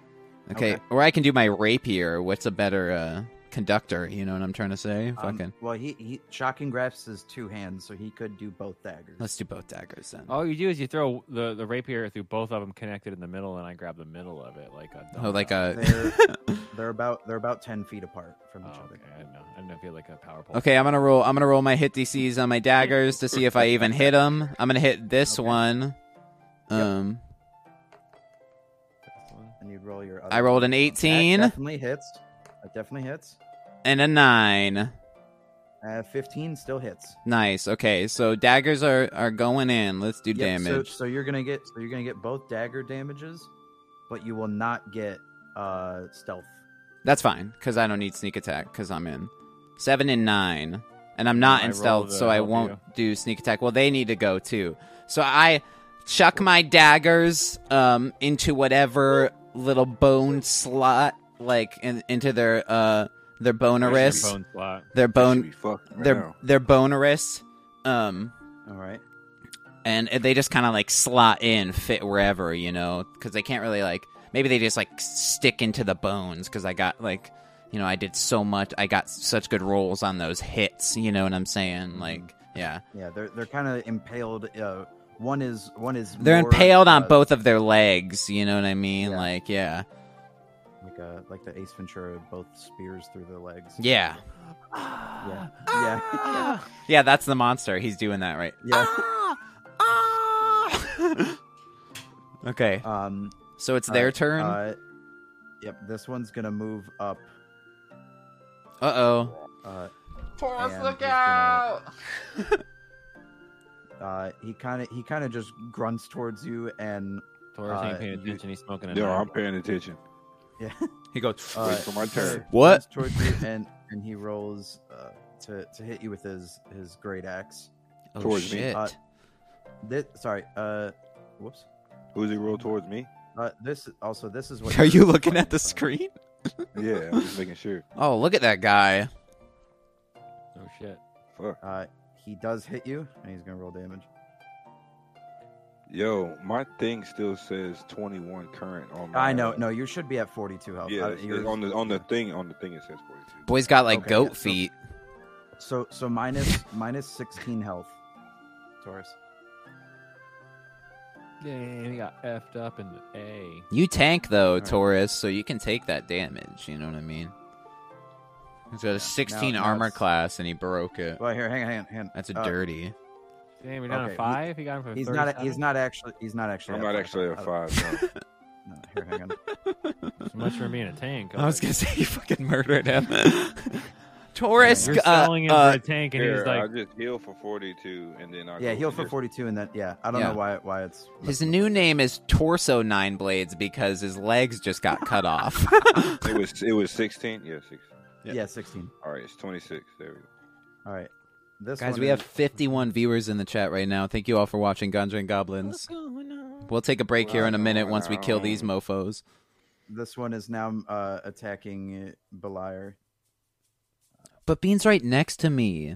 Okay.
Okay.
Or I can do my rapier. What's a better uh, conductor? You know what I'm trying to say?
Um,
Fucking.
well, he he shocking grasps his two hands, so he could do both daggers.
Let's do both daggers then.
All you do is you throw the, the rapier through both of them, connected in the middle, and I grab the middle of it like a.
oh, like
dumbbell.
a.
They're they're about they're about ten feet apart from
Oh,
each other.
okay. I don't know. I don't feel like a power pole.
okay, I'm gonna roll. I'm gonna roll my hit DCs on my daggers to see if I even hit them. I'm gonna hit this
Okay.
one. Um,
This one.
And you'd roll your. Other
I rolled an
That
18
definitely hits. That definitely hits.
and a nine.
Uh, 15 still hits.
Nice. Okay, so daggers are are going in. Let's do
Yep, so-
damage.
So, you're gonna get so you're gonna get both dagger damages, but you will not get uh stealth.
That's fine because I don't need sneak attack because I'm in seven and nine, and I'm not
I
in
rolled
stealth,
a
so I
help
won't
you.
do sneak attack. Well, they need to go too, so I chuck my daggers um into whatever little bone slot, like in, into their uh their bonerus,
Bone slot.
their
Should be
bone,
fucked right
their
now.
their bonerus, um,
All right.
and they just kind of like slot in, fit wherever, you know, because they can't really like. Maybe they just like stick into the bones because I got like, you know, I did so much. I got such good rolls on those hits. You know what I'm saying? Like, yeah,
Yeah, they're they're kind of impaled. Uh, one is one is
they're
more,
impaled on
uh,
both of their legs. You know what I mean?
Yeah.
Like, yeah,
like uh like the Ace Ventura, both spears through their legs.
yeah, Ah!
yeah, yeah,
yeah. That's the monster. He's doing that right.
yeah.
Ah! Okay,
Um,
so it's
all
their
right,
turn. Uh
Uh, yep, this one's gonna move up.
oh.
Uh,
Taurus,
And
look
he's gonna-
out!
uh, he kind of he kind of just grunts towards you and
Taurus
Uh,
ain't paying
you-
attention. He's smoking a
Yo,
nut.
I'm paying attention.
He goes.
uh,
Wait for my turn.
What?
comes towards you and and he rolls uh, to to hit you with his his great axe.
Oh
towards me.
shit!
Uh, This sorry, uh, whoops.
Who's he roll towards me?
Uh, this also this is what.
Are
you're-
you looking at the screen?
Yeah, I'm just making sure.
Oh, look at that guy.
Oh shit.
Fuck.
Uh, he does hit you, and he's gonna roll damage.
Yo, my thing still says 21 current on my.
I know. No, you should be at forty-two health.
Yeah,
Uh,
it's- it's
yours-
on the on the thing on the thing it says 42.
Boy's got like
Okay,
goat
yeah, so-
feet.
So so minus minus sixteen health. Taurus.
Damn, he got effed up in the A.
You tank though,
Alright.
Taurus, so you can take that damage. You know what I mean? He's got a 16
now
armor
it's-
class, and he broke it.
Well, here, hang on, hang on, hang on.
That's a
Uh,
dirty.
Damn, we down
Okay,
to
he-
five. He got him for
He's not. He's
37?
not actually. He's not actually.
I'm
at
not
five.
actually at
Uh,
five. No.
no, here, hang on.
It's much for me in a tank.
I was
like,
gonna say you fucking murdered him. Taurus,
You're
uh,
selling him
uh,
for a tank, and
Here,
he's like,
I just heal for 42, and then I
Yeah,
go
heal
to
for
this.
forty-two, and then yeah, I don't
Yeah.
know why why it's
his new name is Torso Nine Blades because his legs just got cut off.
It was it was 16. Yeah, 16.
yeah. sixteen.
All right, it's 26. There we go.
All right, this
Guys,
one
we
is-
have 51 viewers in the chat right now. Thank you all for watching Guns and Goblins. We'll take a break here in a minute once we kill these mofos.
This one is now uh, attacking uh, Beliar.
But Bean's right next to me.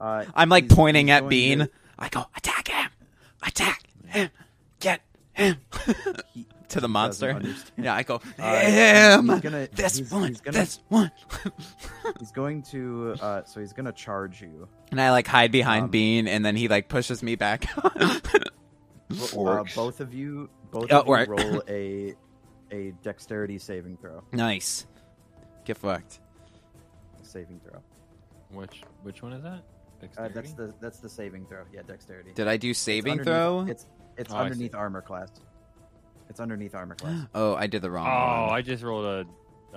Uh,
I'm like
he's-
pointing
he's
at
going
Bean.
to-
I go, attack him! Attack him! Get him! to the monster.
understand.
Yeah, I go,
Uh,
him!
he's gonna-
this
he's-
one!
he's gonna-
this one!
He's going to. Uh, so he's going to charge you.
and I like hide behind
Um,
Bean and then he like pushes me back.
Ro- Uh,
Orcs.
both of you, both
Yeah,
of you
orc.
roll a a dexterity saving throw.
nice. Get fucked.
Saving throw.
which which one is that?
Uh,
Dexterity?
that's the that's the saving throw. Yeah, dexterity.
Did I do
It's
saving
underneath-
throw?
It's it's
Oh, I see.
underneath armor class. It's underneath armor class.
Oh, I did the wrong
oh,
one.
I just rolled a,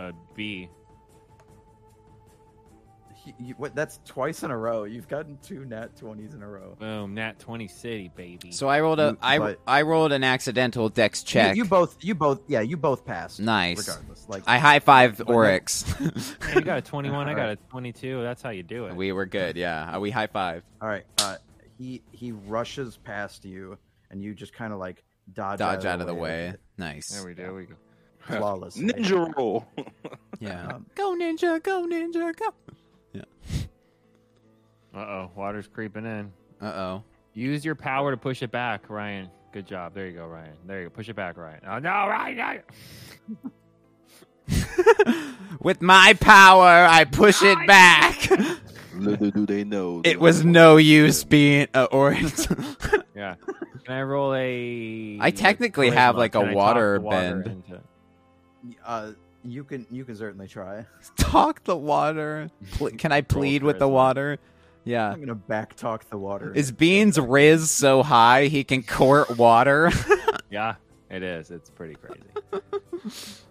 a B.
He- you- what? That's twice in a row. You've gotten two nat twenties in a row.
Boom, nat 20 city, baby.
So I rolled a
You-
I
Mm, but-
I rolled an accidental dex
You-
check.
You, both. You both. Yeah, you both passed.
Nice.
Regardless, like
I high fived
no-
Oryx.
Man, you got a 21, I got a
Alright.
22. That's how you do it.
we were good. Yeah, Uh, we high five.
All right. Uh, he he rushes past you, and you just kind of like dodge
Dodge out of the way.
there
Nice.
we do. We go.
flawless.
Ninja roll.
Yeah.
Um,
Go ninja. Go ninja. Go.
Uh oh, water's creeping in.
Uh oh.
Use your power to push it back, Ryan. Good job. There you go, Ryan. There you go. Push it back, Ryan. Oh, no, Ryan. no.
With my power, I push it back.
Little do they know.
it was no use being a orange.
Yeah. Can I roll a.
I technically
charisma?
have, like, a
Can I talk
water
the
bend.
into-
Uh, you can you can certainly
Uh,
try.
Talk the water. Pl- Can I plead with the
charisma.
water? Yeah.
I'm gonna backtalk the water.
Is Bean's riz so high he can court water?
Yeah, it is. It's pretty crazy. Pretty crazy.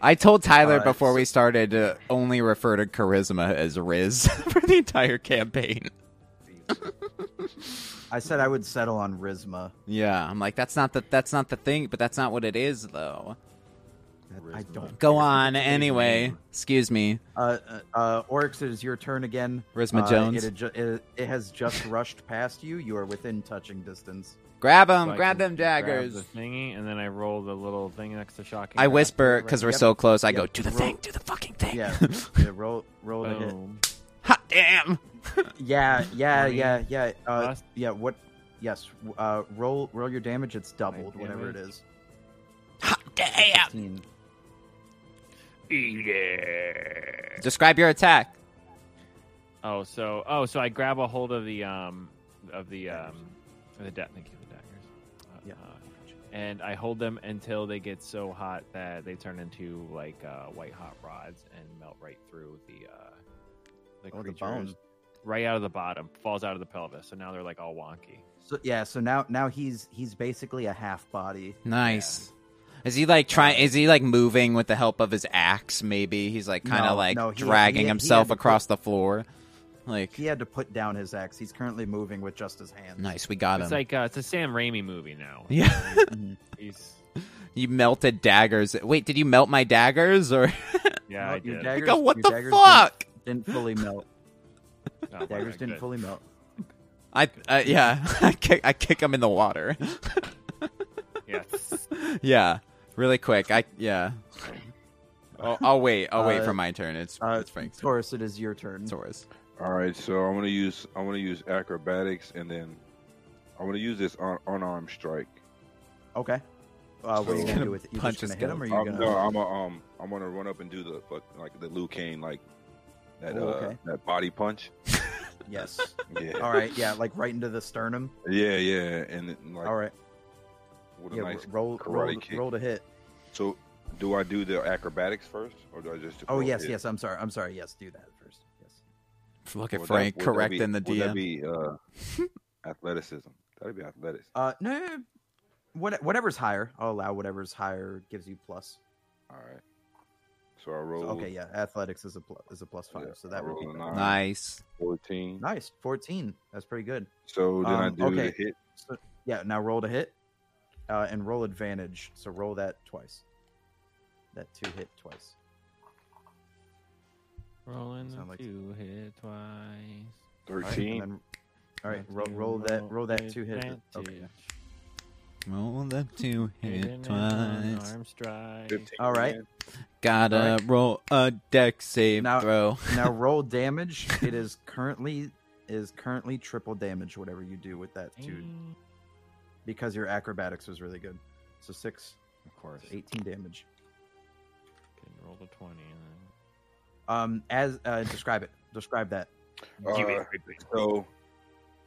I told Tyler
Uh,
before we started to only refer to charisma as Riz for the entire campaign.
I said I would settle on Rizma.
Yeah, I'm like that's not the that's not the thing, but that's not what it is though.
I
Rizma.
don't.
Go on anyway. Excuse me.
Uh, uh, uh, Oryx, it is your turn again.
Rizma
Uh,
Jones.
It, had ju- it, it has just rushed past you. You are within touching distance.
Grab them,
So I
grab
can
them
grab
daggers.
the thingy, and then I roll the little thing next to shocking.
I
grasp.
whisper because we're
Yep.
so close. I
Yep.
go, do the
Roll.
thing, do the fucking thing.
Yeah. yeah roll, roll to hit.
Boom.
Hot damn.
Yeah, yeah,
Twenty
yeah, yeah. Uh,
plus.
yeah. What? Yes. w- Uh, roll, roll your damage. It's doubled,
My
whatever it
damage.
is.
Hot damn.
15.
Describe your attack.
Oh, so oh, so I grab a hold of the um of the um of the da- thank you, the daggers.
Yeah.
Uh, and I hold them until they get so hot that they turn into like uh, white hot rods and melt right through the uh, the
Oh, the
creature's-
bone.
right out of the bottom, falls out of the pelvis. So now they're like all wonky.
So yeah. So now, now he's he's basically a half body.
Nice. Is he like trying? Is he like moving with the help of his axe? Maybe he's like kind of
No,
like
no, he-
dragging
he- he
himself
had to
across the floor. Like
He had to put down his axe. He's currently moving with just his hands.
nice, we got him.
It's like uh, it's a Sam Raimi movie now.
yeah,
He's,
you melted daggers. Wait, did you melt my daggers or?
yeah, I
Well, your
did.
I
daggers-
go, what
your
the
daggers
fuck?
Didn't, didn't fully melt.
Oh, my
Daggers
God,
didn't
good.
fully melt.
I uh, yeah, I kick I kick him in the water.
Yes.
yeah, really quick. I yeah.
Oh,
I'll, I'll wait. I'll wait
Uh,
for my turn. It's
Uh,
it's Frank's turn.
Taurus, it is your turn.
Taurus.
All right, so I'm gonna use I'm gonna use acrobatics, and then I'm gonna use this un- unarmed strike.
Okay. Uh, what are you
He's
gonna
gonna
do with it? You
punch
just gonna
his
hit him, or
skeleton.
you
Um,
gonna?
no, I'm a, um I'm gonna run up and do the fuck like the Liu Kane like that
Oh,
uh,
okay.
that body punch.
Yes.
Yeah,
All right. Yeah, like right into the sternum.
yeah, yeah, and then, like
All right.
with a
Yeah.
nice.
roll, roll,
karate kick.
roll to hit.
So, do I do the acrobatics first, or do I just?
Oh
roll
yes,
hit?
yes. I'm sorry. I'm sorry. Yes, do that first. Yes.
Look at
Would that-
Frank
would that be-
correcting the
Would
DM.
that be uh, athleticism? That'd be athletics.
Uh, no, no, no. What, whatever's higher, I'll allow whatever's higher gives you plus.
All right. So I
So,
rolled.
okay, yeah, athletics is a plus, is a plus
Yeah,
five, so
I
that would be
rolled a
better.
nine.
nice.
Fourteen.
nice. Fourteen, that's pretty good.
So then I
Um,
do
okay.
the hit.
So, yeah, now roll to hit, uh, and roll advantage. So roll that twice. That two hit twice.
Rolling the
Sound like-
two hit twice.
All right,
Thirteen.
all right
Got
roll,
to
roll that, roll that two hit. Okay.
advantage.
Roll the two hit
Hit an
twice.
Arm strike.
15
All right.
man.
Gotta
All
roll a deck save
Now-
throw.
Now roll damage. It is currently is currently triple damage. Whatever you do with that two,
Dang.
because your acrobatics was really good. So six,
Of course.
so eighteen damage.
Couldn't roll the 20. And
Um, as uh, describe it. Describe that.
Uh, so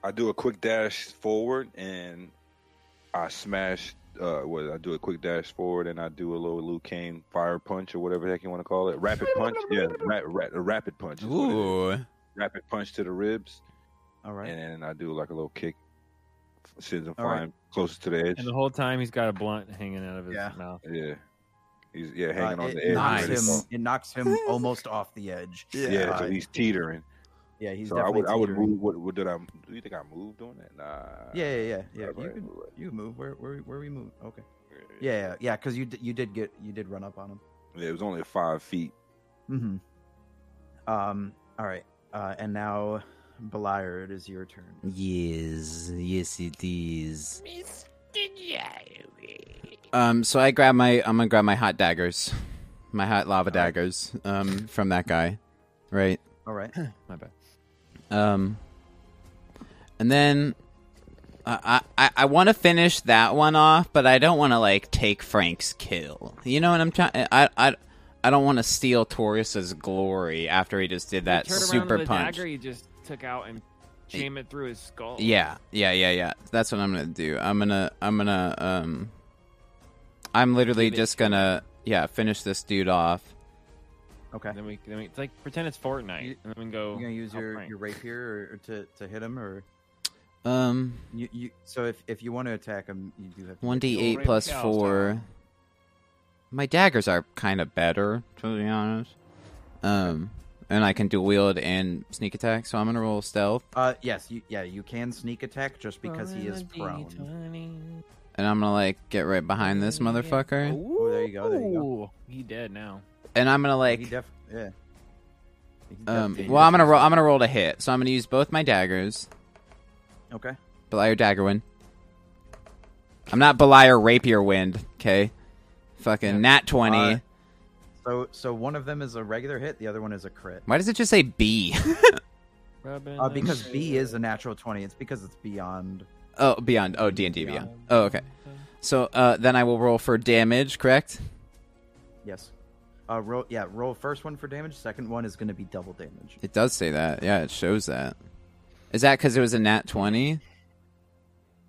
I do a quick dash forward and I smash. Uh, what I do a quick dash forward and I do a little Liu Kane fire punch or whatever the heck you want to call it. Rapid punch, yeah, ra- ra- a rapid punch. is what it is.
Ooh.
Rapid punch to the ribs,
All right.
and then I do like a little kick, sends him
All right.
flying closer to the edge.
then- And the whole time he's got a blunt hanging out of his
Yeah.
mouth.
yeah, he's yeah
Uh,
hanging on
it
the edge.
knocks
already,
Nice.
so-
him. It knocks him almost off the edge.
Yeah,
Uh,
so he's teetering.
yeah, he's
so I
definitely.
would, I would
teetering.
move. What, what did I? Do you think I moved on that? Nah.
Yeah, yeah, yeah, yeah.
I
You
probably
can,
moved
you move where where where we move. Okay.
it.
Yeah, yeah, yeah. Because you d- you did get you did run up on him.
Yeah, it was only five feet.
Mm-hmm. Um. All right. Uh. And now, Beliar, it is your turn.
Yes, yes it is. Um, so I grab my I'm gonna grab my hot daggers. My hot lava daggers. Um from that guy. Right.
All right.
My bad.
Um, and then I I, I want to finish that one off, but I don't want to like take Frank's kill. You know what I'm trying? I I I don't want to steal Taurus's glory after he just did that super punch.
you just took out and jam it through his skull.
Yeah, yeah, yeah, yeah. That's what I'm gonna do. I'm gonna I'm gonna um, I'm literally
Give it
just gonna yeah finish this dude off.
Okay.
Then we, then we, it's like pretend it's Fortnite,
You-
and then we can go.
You're gonna use
help
your,
Frank.
your rapier or, or to, to hit him, or
Um,
you, you so if, if you want to attack him, you do have to
one
hit
d
him.
eight plus four. My daggers are kind of better, to be honest. Um, and I can do wield and sneak attack, so I'm gonna roll stealth,
Uh, yes, you, yeah, you can sneak attack just because he is prone.
and I'm gonna like get right behind this motherfucker,
Oh, there you go, there you go.
Ooh, he dead now.
and I'm gonna
he
like,
def- yeah. He
um,
definitely-
well, I'm gonna roll, I'm gonna roll to hit, so I'm gonna use both my daggers,
Okay.
Belier dagger wind. I'm not Belier rapier wind, okay? Fucking nat twenty.
Uh, So, so one of them is a regular hit, the other one is a crit.
Why does it just say B?
Rubbing
Uh,
the
because
shit
B is a natural twenty. It's because it's beyond.
oh, beyond. Oh, D and D beyond.
out
Oh, okay.
of the-
So uh, then I will roll for damage, correct?
Yes. Uh, roll. Yeah, roll first one for damage. Second one is going to be double damage.
It does say that. Yeah, it shows that. Is that because it was a nat 20?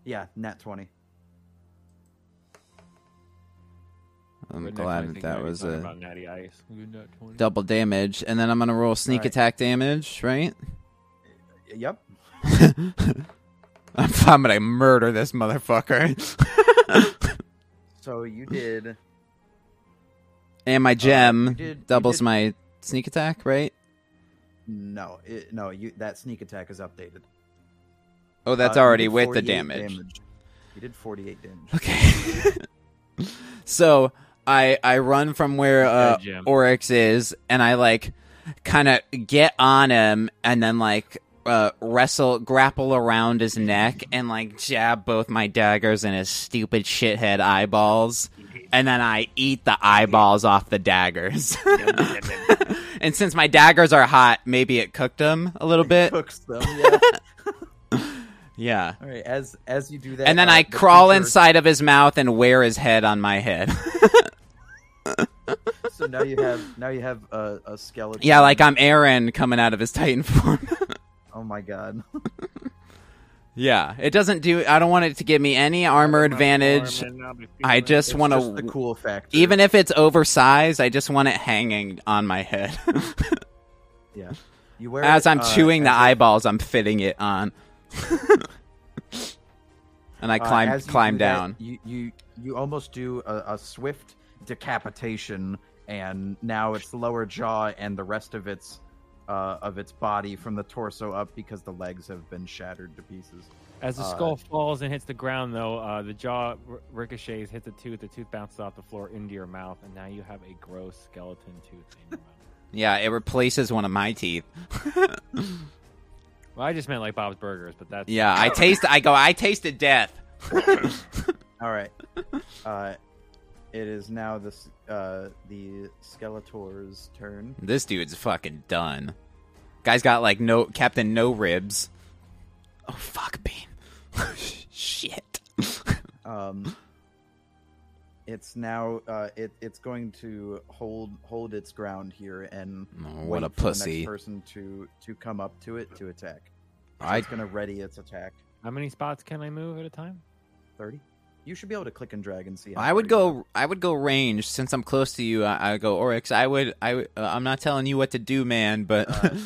Yeah, nat twenty.
I'm
Redneck might
glad that
think
that
maybe
was
talking
a
about natty ice. Good nut 20.
double damage. And then I'm going to roll sneak
Right.
attack damage, right?
Yep.
I'm, I'm going to murder this motherfucker.
So you did.
and my gem
you did- you
doubles
did-
my sneak attack, right?
No, it, no. You that sneak attack is updated.
Oh, that's
Uh, you
already
did
with the
48
damage.
You did forty-eight damage.
Okay. so I I run from where uh,
Jim.
Oryx is, and I like kind of get on him, and then like uh, wrestle, grapple around his neck, and like jab both my daggers in his stupid shithead eyeballs, and then I eat the eyeballs off the daggers. and since my daggers are hot, maybe it cooked them a little bit.
Cooks them. Yeah.
Yeah.
All right. As as you do that,
And then
uh,
I
the
crawl
creature-
inside of his mouth and wear his head on my head.
So now you have now you have a, a skeleton.
Yeah, like I'm Aaron coming out of his Titan form.
Oh my god.
yeah, it doesn't do. I don't want it to give me any armor advantage. I just
It's
want
just the
to,
cool factor.
even if it's oversized, I just want it hanging on my head.
yeah. You wear
as
it,
I'm
uh,
chewing the
as a-
eyeballs, I'm fitting it on. and I
uh,
climb,
as you
climb
do that,
down.
you you you almost do a, a swift decapitation, and now its lower jaw and the rest of its uh, of its body from the torso up because the legs have been shattered to pieces.
As the
Uh,
skull falls and hits the ground, though, uh, the jaw r- ricochets, hits the tooth, the tooth bounces off the floor into your mouth, and now you have a gross skeleton tooth in your mouth.
Yeah, it replaces one of my teeth.
Well, I just meant like Bob's Burgers, but that's
Yeah, I taste. I go. I tasted death.
All right. uh, it is now this uh, the Skeletor's turn.
This dude's fucking done. Guy's got like no Captain No Ribs. Oh fuck, Bean. Shit.
Um, it's now uh, it it's going to hold hold its ground here and
Oh, what
wait
a
for the
pussy.
next person to to come up to it to attack. So
I-
it's going to ready its attack.
How many spots can I move at a time?
Thirty. You should be able to click and drag and see. How
I would
30 you are.
go. I would go range since I'm close to you. I, I would go Oryx. I would. I. would- Uh, I'm not telling you what to do, man. But
Uh,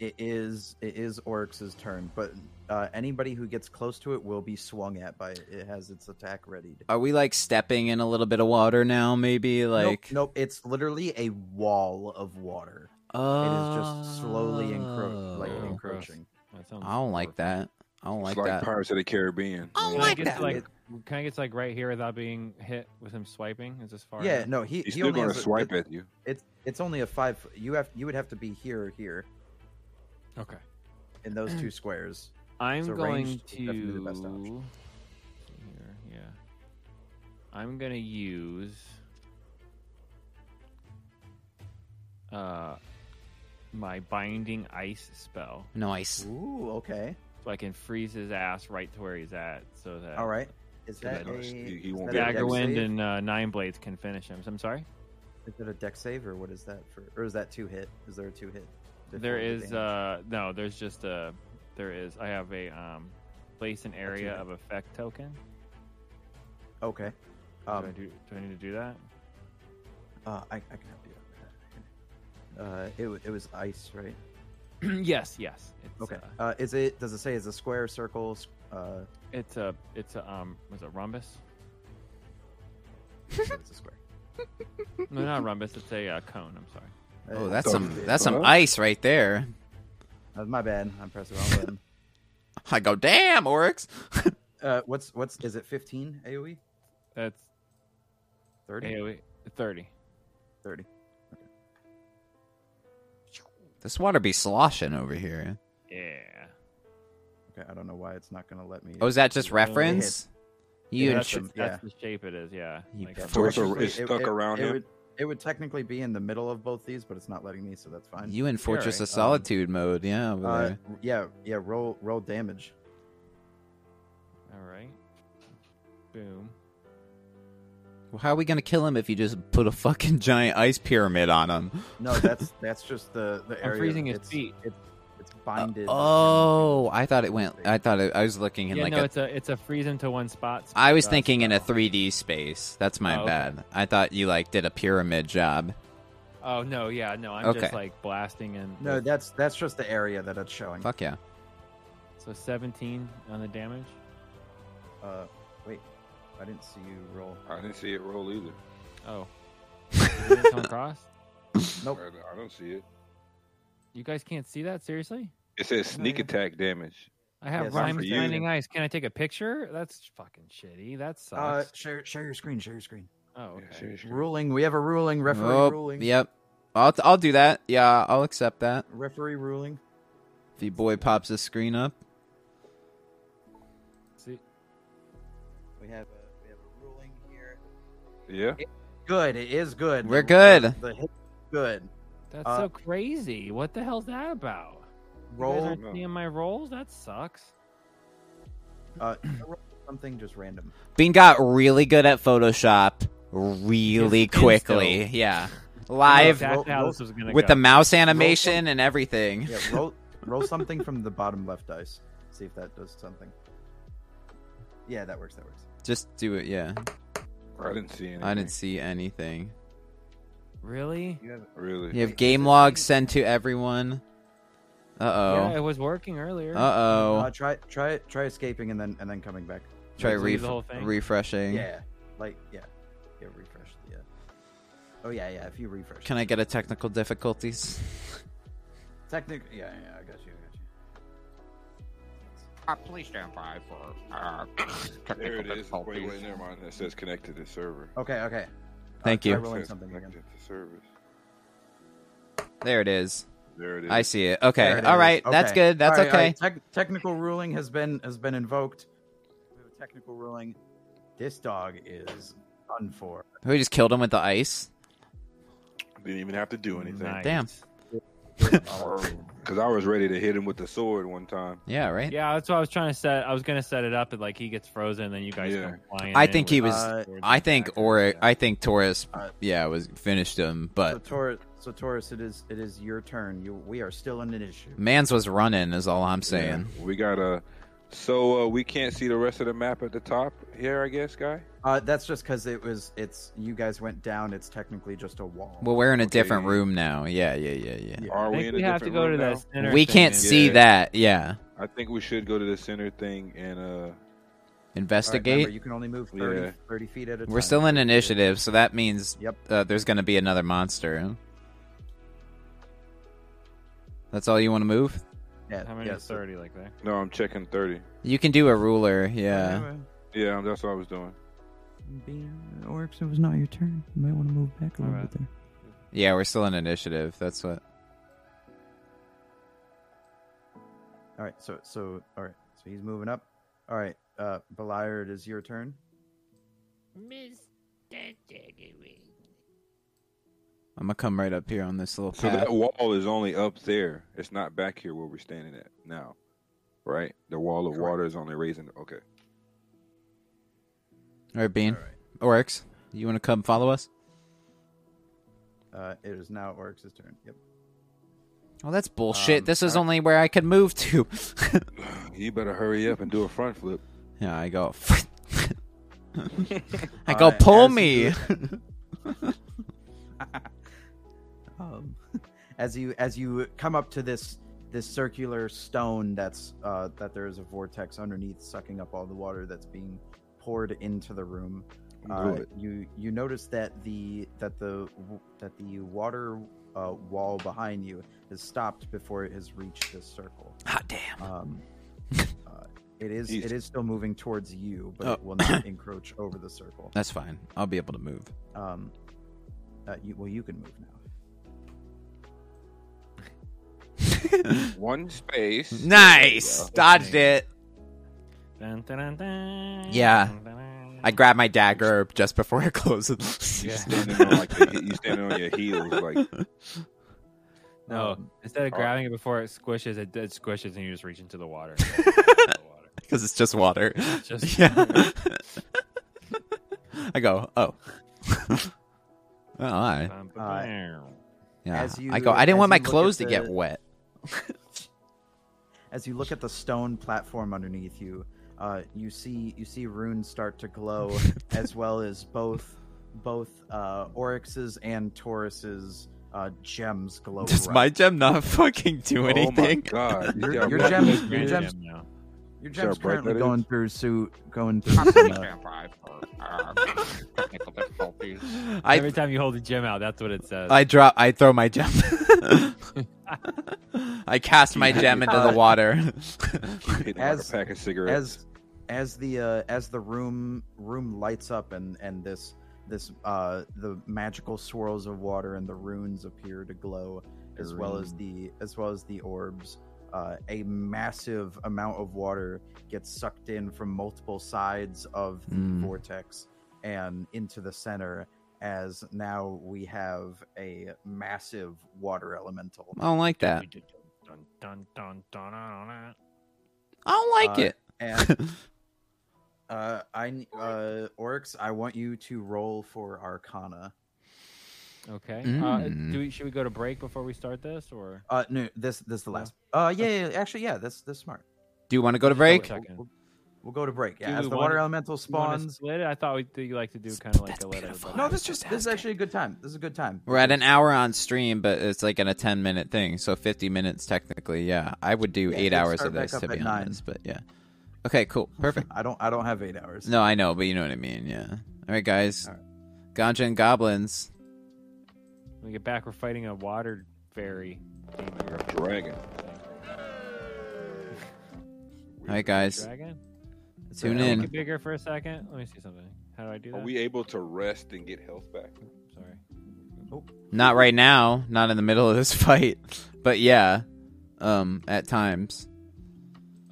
It is it is Oryx's turn, but uh, anybody who gets close to it will be swung at by it. It has its attack readied.
are we like stepping in a little bit of water now? Maybe like.
nope, nope, it's literally a wall of water. It is just slowly encro- like
Oh.
encroaching.
That sounds
I don't like
horrible.
that. I don't
It's
like
like
that.
Pirates of the Caribbean.
I don't like
Yeah.
can I get
that.
to, like, can I get to, like right here without being hit with him swiping? Is this far?
Yeah, no,
enough?
he,
He's
he
still
only
going
has a-
to swipe
it-
at you.
It's it's only a five. foot- You have you would have to be here or here
Okay.
in those two squares.
I'm
So
going
ranged is
to.
definitely the best option.
Here, yeah. I'm gonna use. Uh, my binding ice spell,
Nice.
Ooh, okay,
so I can freeze his ass right to where he's at, so that
all right. Is
Yeah,
that
no,
a,
he- he
is
won't
that a
be able to
dex
Daggerwind
save?
and uh, Nine Blades can finish him. So I'm sorry.
Is that a deck save or what is that for? Or is that two hit? Is there a two hit? to
There
fold the
is
damage?
uh no, there's just a there is I have a um place and area
right.
of effect token.
okay.
uh, do, I
Um,
do, do I need to do that?
uh, I, I can help you. out with that. Uh, it wa- it was ice, right?
yes, yes. It's,
Okay.
uh,
Uh, is it? Does it say is a square, circle? s- Uh,
it's a it's a um was it rhombus?
it's a square.
No, not a rhombus. It's a uh, cone. I'm sorry.
Oh,
Uh,
that's
thought
some
it was
that's some
above.
ice right there.
uh, my bad. I pressed the wrong button.
I go, damn, Oryx.
Uh, what's what's is it? Fifteen E? AOE?
That's E,
Thirty?
AOE 30.
Thirty.
This water be sloshing over here.
Yeah.
Okay, I don't know why it's not gonna let me.
Oh, is that just reference? You
Yeah,
and
that's
sh-
them,
That's the shape it is. Yeah.
You
Like,
f-
So it's, a,
Fortunately,
it's stuck around
it
him.
Would, it would technically be in the middle of both these, but it's not letting me, so that's fine.
you in Fortress
right, um,
of Solitude mode, yeah. Over
uh,
there.
yeah, yeah. Roll, roll damage.
all right. Boom.
Well, How are we gonna kill him if you just put a fucking giant ice pyramid on him?
No, that's that's just the the area.
I'm freezing his
it's,
feet.
It's it's binded.
Uh, oh, I thought it went. I thought it, I was looking in
yeah,
like
no,
a.
it's a it's a freeze into one spot.
I was
uh,
thinking in a
spell.
3D space. That's my
Oh, okay.
bad. I thought you like did a pyramid job.
Oh no, yeah, no, I'm
Okay.
just like blasting and
No, that's that's just the area that it's showing.
Fuck yeah.
so 17 on the damage.
Uh, wait, I didn't see you roll.
I didn't see it roll either.
Oh, Did it come across?
Nope.
I, I don't see it.
You guys can't see that seriously?
It says sneak
yeah.
attack damage.
I
Yeah,
have
it's not
rhymes
for you.
finding ice. Can I take a picture? That's fucking shitty. That
Uh,
sucks.
share share your screen. Share your screen.
oh, okay.
Yeah, seriously.
Ruling. We have a ruling. Referee
Oh,
ruling.
Yep. I'll I'll do that. Yeah, I'll accept that.
Referee ruling.
The boy pops his screen up.
See,
We have a, we have a ruling here.
Yeah.
Good. It is good.
We're
The-
good.
The hit good.
that's
Uh,
so crazy. What the hell's that about? You guys
Roll
aren't seeing my rolls? That sucks.
uh, roll something just random.
Bean got really good at Photoshop really
Just
quickly.
insta.
Yeah.
I know
Live
exactly how
roll-
this was gonna
with
go.
the mouse animation and everything.
Yeah. Roll roll something from the bottom left dice. See if that does something. Yeah, that works. That works.
Just do it, yeah.
I didn't see anything.
I didn't see anything.
really.
Really.
You have game logs sent to everyone.
Yeah,
Uh
it was working earlier.
oh. Uh
Uh, try try try escaping and then and then coming back.
oh. Try
let's leave
ref-
the whole thing.
refreshing.
Yeah, like yeah, yeah. Refresh. Yeah. Oh yeah, yeah. If you refresh,
Can I get a technical difficulties?
technically? Yeah, yeah. I got you. I got you.
Uh, please stand by for uh,
There
technical
it is. Wait, wait,
difficulties.
never mind. It says connected to server.
Okay, okay. Uh,
Thank
try
you.
It
rolling
says
something again.
connected to service.
There it is.
There it is.
I see it. Okay.
There it
all
is.
right. That's
Okay.
good. That's
All right, all
okay.
right. Tec- technical ruling has been has been invoked. We have a technical ruling. This dog is done for.
We just killed him with the ice.
Didn't even have to do anything.
Nice.
Damn.
Because I was ready to hit him with the sword one time.
Yeah, right?
Yeah, that's what I was trying to set. I was gonna set it up, and like he gets frozen, and then you guys
Yeah.
come flying.
I
in
think
with
he was-
Uh,
swords
I
and
think
daggers.
or
Yeah.
I think Taurus
Uh,
yeah, was finished him,
so
but
Taurus, so Taurus, it is it is your turn. You we are still in an issue.
Mans was running is all I'm saying.
Yeah. We got a. So uh, we can't see the rest of the map at the top here, I guess, guy.
Uh, that's just because it was it's you guys went down. It's technically just a wall.
Well, we're in a
Okay.
different room now. Yeah, yeah, yeah,
Yeah.
Are
I
we
think
in
we
a
have to
different
go to
room
the
now?
center.
yeah. We
thing
can't
and-
see
Yeah.
that. Yeah.
I think we should go to the center thing and uh,
All right,
Investigate.
remember, you can only move 30,
Yeah.
30 feet at a time.
we're still in initiative, so that means
Yep.
uh, there's going to be another monster. That's all you want to move?
Yeah,
How many
yeah,
is
so-
thirty like there?
no, I'm checking thirty.
You can do a ruler. Yeah.
Yeah, um, that's what I was doing.
Orcs, it was not your turn. You might want to move back a little
Alright.
bit there.
Yeah, we're still in initiative. That's what.
All right, so so all right, so he's moving up. All right, uh, Beliard, is your turn.
Mr. Diggory.
I'm going to come right up here on this little
So
path.
that wall is only up there. It's not back here where we're standing at now, right? The wall of water is only raising. Okay.
All right, Bean. Oryx, you want to come follow us?
Uh, it is now Oryx's turn. Yep.
Oh, that's bullshit.
Um,
this is
alright.
only where I could move to.
You better hurry up and do a front flip.
yeah, I go. I go,
Uh,
oh, pull
as
me.
you- Um, as you as you come up to this this circular stone that's uh, that there is a vortex underneath, sucking up all the water that's being poured into the room. Uh,
Do it.
you you notice that the that the w- that the water uh, wall behind you has stopped before it has reached this circle.
Hot damn.
Um, uh, it is
Jeez.
it is still moving towards you, but it
Oh.
will not encroach over the circle.
That's fine. I'll be able to move.
Um, uh, you, well, you can move now.
One space.
Nice. Dodged it.
Dun, dun, dun, dun,
Yeah.
dun, dun, dun.
I grabbed my dagger just before it closes.
You standing on like the, you standing on your heels like
No,
Um,
instead of
uh,
grabbing it before it squishes, it, it squishes and you just reach into the water. and grab it out of the water.
Because it's just water.
Just-
yeah. I go, oh. oh, I.
Bum, bum,
Uh,
bum.
Yeah.
As you-
I go, I
as
didn't want my
you look
clothes
at
to get
the-
wet.
as you look at the stone platform underneath you, uh, you see you see runes start to glow, as well as both both uh, Oryx's and Taurus's uh, gems glow.
Does
red.
my gem not fucking do anything?
Oh my god!
Your-
Yeah,
your
right.
gems-
Just
your
random
gems-
now.
Your
Is there a
gem's
bright
currently
light in?
going through suit, going through some.
Properly
Uh,
stand by for uh, technical difficulties.
I
Every time you hold the gem out, that's what it says.
I drop. I throw my gem. I cast my gem into the water.
Hitting like
As-
a pack of cigarettes.
as as the uh, as the room room lights up and and this this uh the magical swirls of water and the runes appear to glow as well as the as well as the orbs uh, a massive amount of water gets sucked in from multiple sides of the
Mm.
vortex and into the center as now we have a massive water elemental
I don't like that.
Dun, dun, dun, dun, dun, dun, dun.
I don't like
Uh,
it.
And uh, I n- uh, Oryx, I want you to roll for Arcana.
Okay.
Mm.
Uh, do we, should we go to break before we start this, or
Uh, no, this this is the last.
Oh.
Uh, yeah, yeah, yeah, actually, yeah, that's that's smart.
Do you want to go to
Double
break?
check.
We'll,
Second.
we'll- we'll go to break.
Do
Yeah, as
we
the
wanna-
water elemental
You wanna
spawns.
split it? I thought we do you like to do kind of like
That's
a let
beautiful.
everybody.
No,
I
this
was
just
just
this is
asking.
actually a good time. This is a good time.
We're at an hour on stream, but it's like in a ten minute thing, so fifty minutes technically. Yeah, I would do
Yeah,
eight
we'll
hours
start
of
back
this
up
to be
at nine.
honest. But yeah. Okay. Cool. Perfect.
I don't I don't have eight hours.
No, I know, but you know what I mean. Yeah. All right, guys.
All
Ganja and goblins.
When we get back, we're fighting a water fairy.
Dragon.
All right, guys.
Dragon.
It's
Tune
an
in.
Make
elemental.
it bigger for a second. Let me see something. How do I do that?
Are we able to rest and get health back?
Sorry.
Not right now. Not in the middle of this fight. But yeah. Um. At times.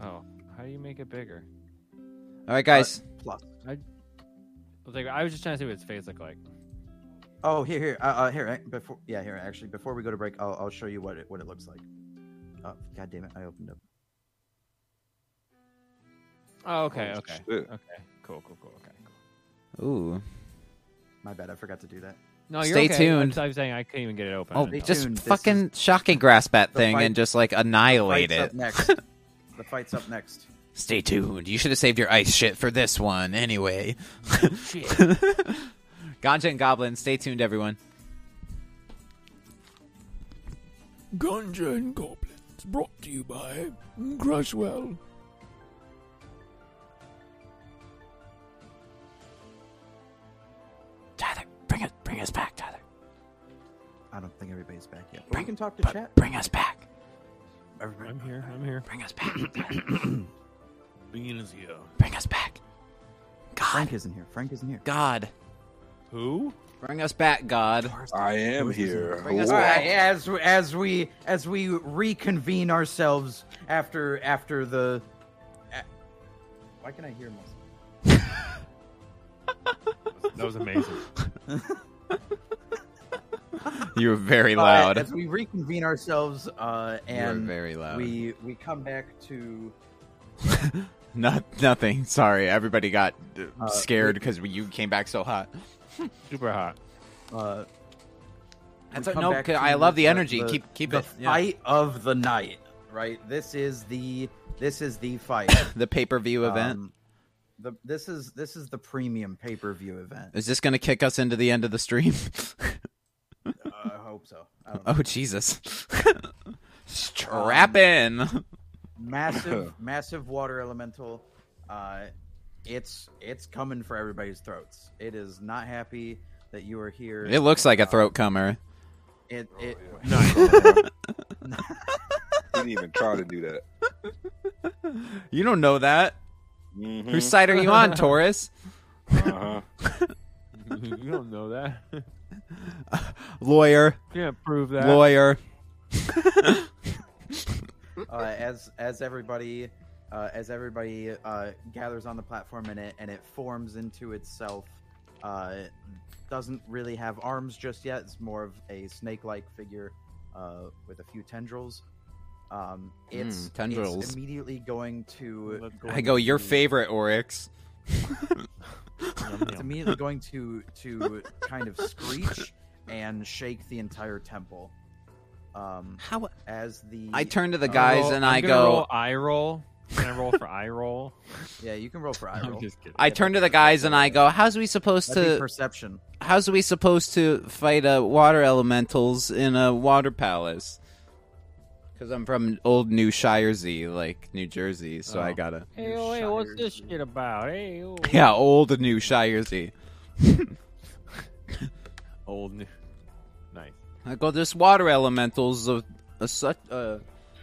Oh, how do you make it bigger?
All right, guys.
Plus.
I was like, I was just trying to see what its face looked like.
Oh, here, here, uh, uh, here. eh, Before, yeah, here. Actually, before we go to break, I'll, I'll show you what it what it looks like. Oh, God damn it! I opened up.
Oh, okay,
Oh,
okay,
shit.
okay. Cool, cool, cool. Okay. Cool.
Ooh.
My bad. I forgot to do that.
No, you're
Stay
okay. I'm,
tuned.
I'm saying I couldn't even get it open.
Oh,
I know.
just
tuned. This
fucking shocking grasp that
The
thing
fight-
and just like
Fight's
annihilate
up
it.
next. the fight's up next.
Stay tuned. You should have saved your ice shit for this one anyway. Ganja and goblins. Stay tuned, everyone.
Ganja and Goblins, brought to you by Crushwell.
Tyler, bring us, bring us back, Tyler.
I don't think everybody's back yet. But we
Bring-
can talk to
but
chat.
Bring us back.
Everybody-
I'm here. I'm here.
Bring us back. Tyler.
Bean is here.
bring us back. God,
Frank isn't here. Frank isn't here.
God,
Who?
bring us back, God.
I am here.
Bring us
Wow.
back.
As as we as we reconvene ourselves after after the. a- Why can I hear myself?
That was amazing.
You were very
Uh,
loud.
as we reconvene ourselves, uh,
you were
and
very loud.
we we come back to
Not nothing. Sorry, everybody got uh,
Uh,
scared because you came back so hot.
Super hot.
uh,
That's
we
a,
come
no.
back
'cause
to
I love the
the-
energy.
the-
keep keep
the
it. Yeah.
fight of the night. Right. This is the this is the fight
The pay per view event.
Um, the this is this is the premium pay per view event.
Is this going to kick us into the end of the stream?
Uh, I hope so. I don't know.
oh Jesus! Strap in.
Massive, massive water elemental. Uh, it's it's coming for everybody's throats. It is not happy that you are here.
It looks like a throat comer.
It it
didn't even try to do that.
You don't know that.
Mm-hmm.
Whose side are you on, Taurus?
Uh-huh.
you don't know that. you
Lawyer,
can't prove that.
lawyer.
uh, as as everybody uh, as everybody uh, gathers on the platform and it and it forms into itself. Uh, doesn't really have arms just yet. It's more of a snake-like figure uh, with a few tendrils. Um, it's, it's
Hmm, tendrils.
immediately going to.
I go, your
favorite.
favorite Oryx.
it's immediately going to to kind of screech and shake the entire temple. Um,
How?
as the
I turn to the
Uh,
guys
Roll-
and
I'm
I
gonna
go.
roll eye roll. Can I roll for eye roll?
yeah, you can roll for eye
I'm
roll.
just kidding.
I turn to the guys and I go, "How's we supposed
That'd be
to?
perception.
How's we supposed to fight uh, water elementals in a water palace?" Because I'm from old New Shirezy, like New Jersey, so I
Oh.
gotta.
Hey, oh, hey, what's this shit about? Hey, oh.
Yeah, old New Shirezy.
Old new. Nice.
I go, "This water elementals of a such uh, a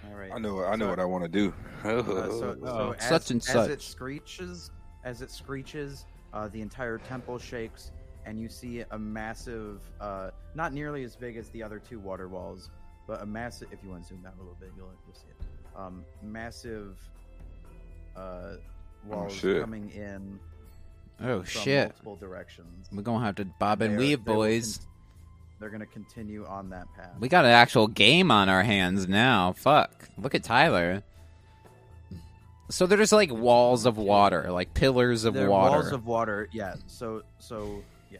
All right.
I know. I know what I want to do.
Uh, so, so as,
Such and
as it
such.
screeches, as it screeches, uh, the entire temple shakes, and you see a massive, uh, not nearly as big as the other two water walls, but a massive. If you want to zoom out a little bit, you'll, you'll see it. Um, massive uh, walls
shit.
coming in
oh
from
shit."
multiple directions.
We're gonna have to bob and
They're-
weave,
they will
boys.
con- they're gonna continue on that path.
We got an actual game on our hands now. Fuck. Look at Tyler. So they're just like walls of water, like pillars of
They're
water.
walls of water. Yeah. So so yeah.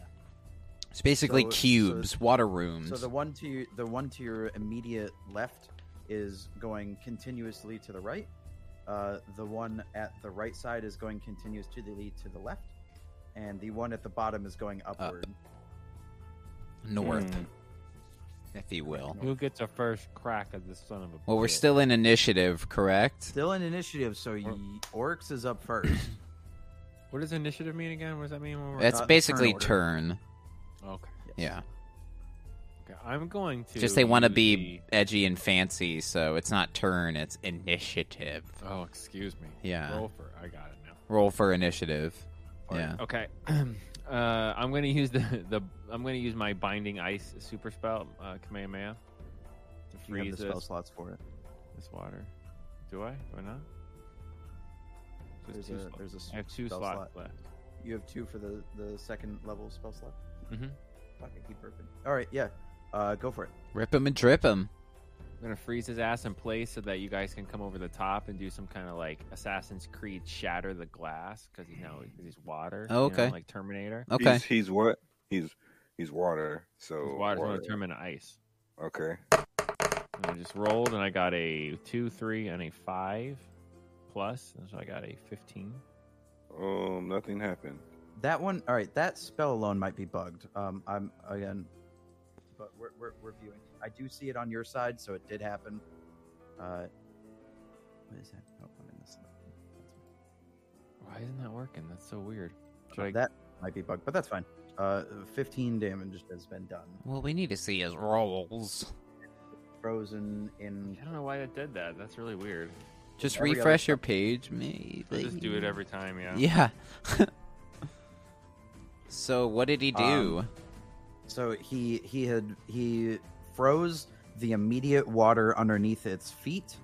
It's basically
So- so-
cubes, water rooms.
So the one to your, the one to your immediate left is going continuously to the right. Uh, the one at the right side is going continuously to the left, and the one at the bottom is going upward.
North,
Hmm.
if you will.
Who gets a first crack at this son of a?
Well, we're
bitch?
still in initiative, correct?
Still an initiative, so ye- Oryx is up first.
What does initiative mean again? What does that mean? When we're...
It's
not in
basically
turn
turn.
Okay.
Yeah.
okay. I'm going to.
Just they want to
use
be edgy and fancy, so it's not turn, it's initiative.
the- Oh, excuse me.
Yeah.
Roll for. I got it now.
Roll for initiative. Yeah.
Okay. uh, I'm gonna use the, the I'm gonna use my binding ice super spell, uh, Kamehameha, to
You have
freeze
the spell
this,
slots for it.
this water. Do I? Do I not?
There's
Just
a,
two slots.
there's a s-
I have two
spell
slots
slot.
left.
You have two for the, the second level spell slot.
Mhm.
Fuck, I keep burping. All right, yeah, uh, go for it.
Rip him and drip him.
I'm gonna freeze his ass in place so that you guys can come over the top and do some kind of like Assassin's Creed shatter the glass because he's now because he's water.
Oh,
you know,
okay.
like Terminator.
Okay.
He's, he's what? He's he's Oh, water. So
His water's gonna turn into ice.
Okay.
And I just rolled and I got a two, three, and a five plus, and so I got a fifteen.
Um, nothing happened.
That one, all right. That spell alone might be bugged. Um, I'm again, but we're, we're, we're viewing. I do see it on your side, so it did happen. Uh, what is that? Oh, I'm in this.
Why isn't that working? That's so weird. Should
Uh,
I-
That might be bugged, but that's fine. Uh, 15 damage has been done.
Well, we need to see his rolls.
Frozen in.
I don't know why it did that. That's really weird.
Just
Every other
refresh your page, maybe.
I just do it every time, yeah.
Yeah. so what did he do?
So he he had he froze the immediate water underneath its feet.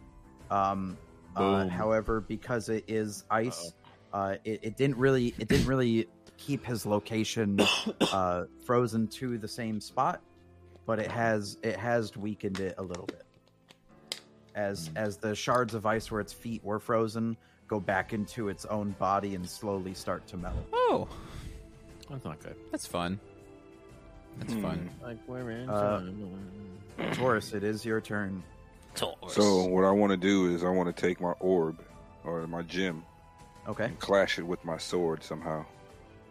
Um, uh,
Boom.
however, because it is ice, uh, it, it didn't really it didn't really keep his location uh, frozen to the same spot, but it has it has weakened it a little bit. As as the shards of ice where its feet were frozen go back into its own body and slowly start to melt.
oh,
That's not good.
that's fun. That's fun.
Like, we're in.
Uh, Taurus, it is your turn.
So what I want to do is I want to take my orb or my gem
Okay.
and clash it with my sword somehow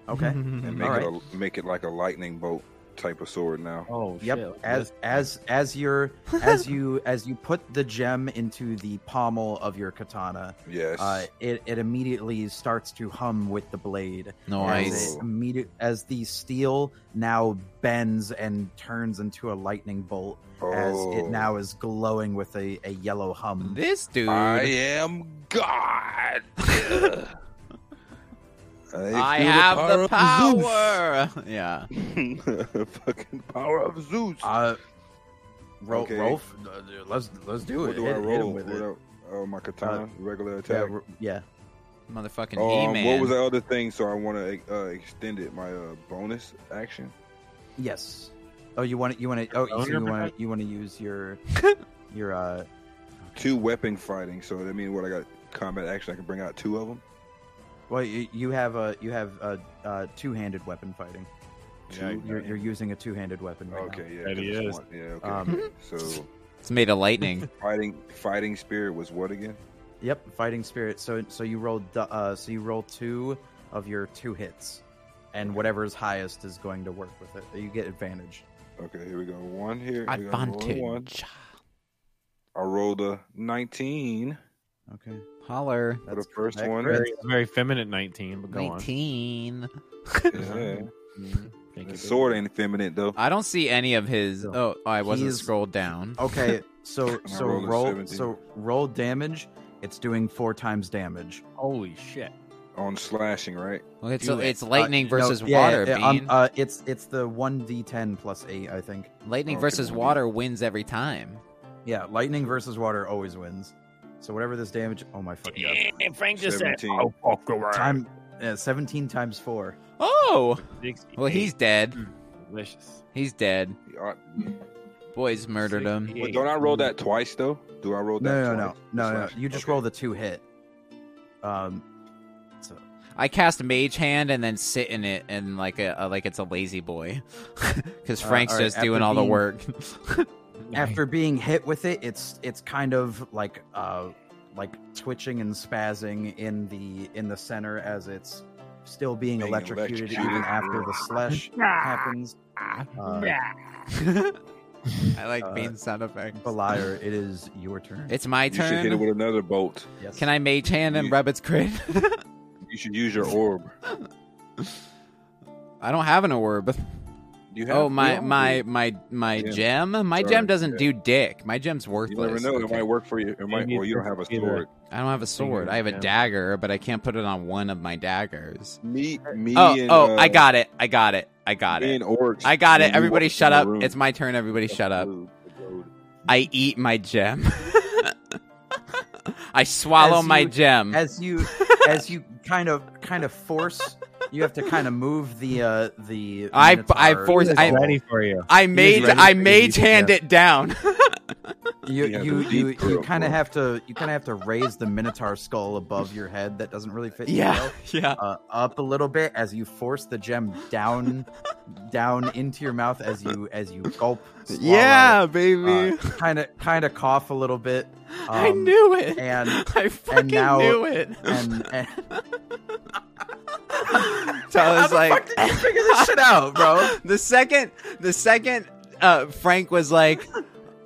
Okay.
and
All
make it a, make it like a lightning bolt. type of sword now.
Oh,
Yep.
shit.
As as as you as you as you put the gem into the pommel of your katana,
Yes.
uh, it it immediately starts to hum with the blade.
Nice.
As, it immediate, as the steel now bends and turns into a lightning bolt, as
Oh.
it now is glowing with a, a yellow hum.
This dude.
I am God. I,
I
feel
have the
of
power. yeah.
Zeus. Fucking power of Zeus.
Uh, Ro-
Okay.
Rolf, uh, let's let's do it.
what do
Hit-
I
hit him
roll?
with
What
it.
do I- oh, my katana,
Uh,
regular
Yeah,
attack.
ro- yeah.
Motherfucking
Oh, um,
E-Man.
what was that other thing? So I want to uh, extend it. My uh, bonus action.
Yes. Oh, you want to you want to oh so
Owner
you want to you want to use your your uh
Two weapon fighting. So that means what I got combat action. I can bring out two of them.
well you, you have a you have a, uh two-handed weapon fighting.
Yeah,
Two- you're, you're using a two-handed weapon right
Okay, yeah,
That
'cause
he
it's
is.
one- Yeah, okay.
Um,
so
It's made of lightning.
fighting, fighting spirit was what again?
now. Yep, fighting spirit. So so you roll du- uh so you roll two of your two hits and whatever is highest is going to work with it. You get advantage.
Okay, here we go. One here. here we go. Roll a One.
Advantage.
I rolled a 19
Okay.
Holler.
for the first
that
one.
crits.
Very, very feminine 19, but go on.
19.
Yeah.
Mhm. Thank
The
you.
sword ain't feminine though.
I don't see any of his.
No.
Oh, I wasn't
He's-
scrolled down.
Okay, so
I
so
rolled a
roll
17.
so roll damage. It's doing 4 times damage.
Holy shit.
On slashing, right?
Okay, so
do it.
it's lightning
Uh, no,
versus
yeah,
water,
yeah,
Bean.
um, uh, it's it's the one d10 plus eight, I think.
lightning
okay,
versus
maybe.
water wins every time.
Yeah, lightning versus water always wins. So whatever this damage, oh my fucking god,
Frank just 17.
"Oh,
time yeah, seventeen times four.
Oh! Well,
68.
he's dead.
delicious.
He's dead.
Uh,
Boys murdered him.
Wait, don't I roll that twice though? Do I roll that?
No, no, no,
twice?
no,
The
no.
slash?
You just
Okay.
roll the two hit. Um, so
I cast Mage Hand and then sit in it and like a, like it's a lazy boy, because
Uh,
Frank's
all right,
just doing
after
all the
Bean-
work.
after being hit with it, it's it's kind of like uh like twitching and spazzing in the in the center as it's still being
Being
electrocuted even
electrocuted.
after the slash happens. Uh,
I like
Uh,
Bean's sound effects.
Beliar, it is your turn.
It's my
You should hit it
turn.
with another bolt.
yes.
Can I Mage Hand and
You-
rub its crit?
You should use your orb.
I don't have an orb.
You have,
Oh
we
my
all
my
do.
my my
Yeah.
gem. My
Sorry,
gem doesn't
yeah.
do dick. My gem's
You
worthless.
never know. It
Okay.
might work for you. It might.
need
Well, you don't have a
to-
sword.
I don't have a sword. I have a
Yeah.
dagger, but I can't put it on one of my daggers.
Me, me.
Oh
and,
oh! I
uh,
got it! I got it! I got
me
it!
and orcs.
I got
when
it!
we
Everybody
walked
shut
in the
up!
room.
It's my turn. Everybody shut up!
Road, the road.
I eat my gem. I swallow
As
my
you-
gem.
as you as you kind of kind of force you have to kind of move the uh the
I-
Minotaur.
I force- I-
Oh,
ready for you.
I mage
ready
I
for you,
mage hand
yeah.
it down.
you
Yeah,
you
the
you,
deep
you
throat,
kind of
bro.
have to you kind of have to raise the minotaur skull above your head that doesn't really fit you
yeah,
well,
yeah.
uh, up a little bit as you force the gem down down into your mouth as you as you gulp
Yeah, baby.
kind of kind of cough a little bit
I
um,
knew it.
and-
I fucking
now-
knew it.
and, and
so I was like,
you figure this shit out bro
the second, the second, uh, Frank was like,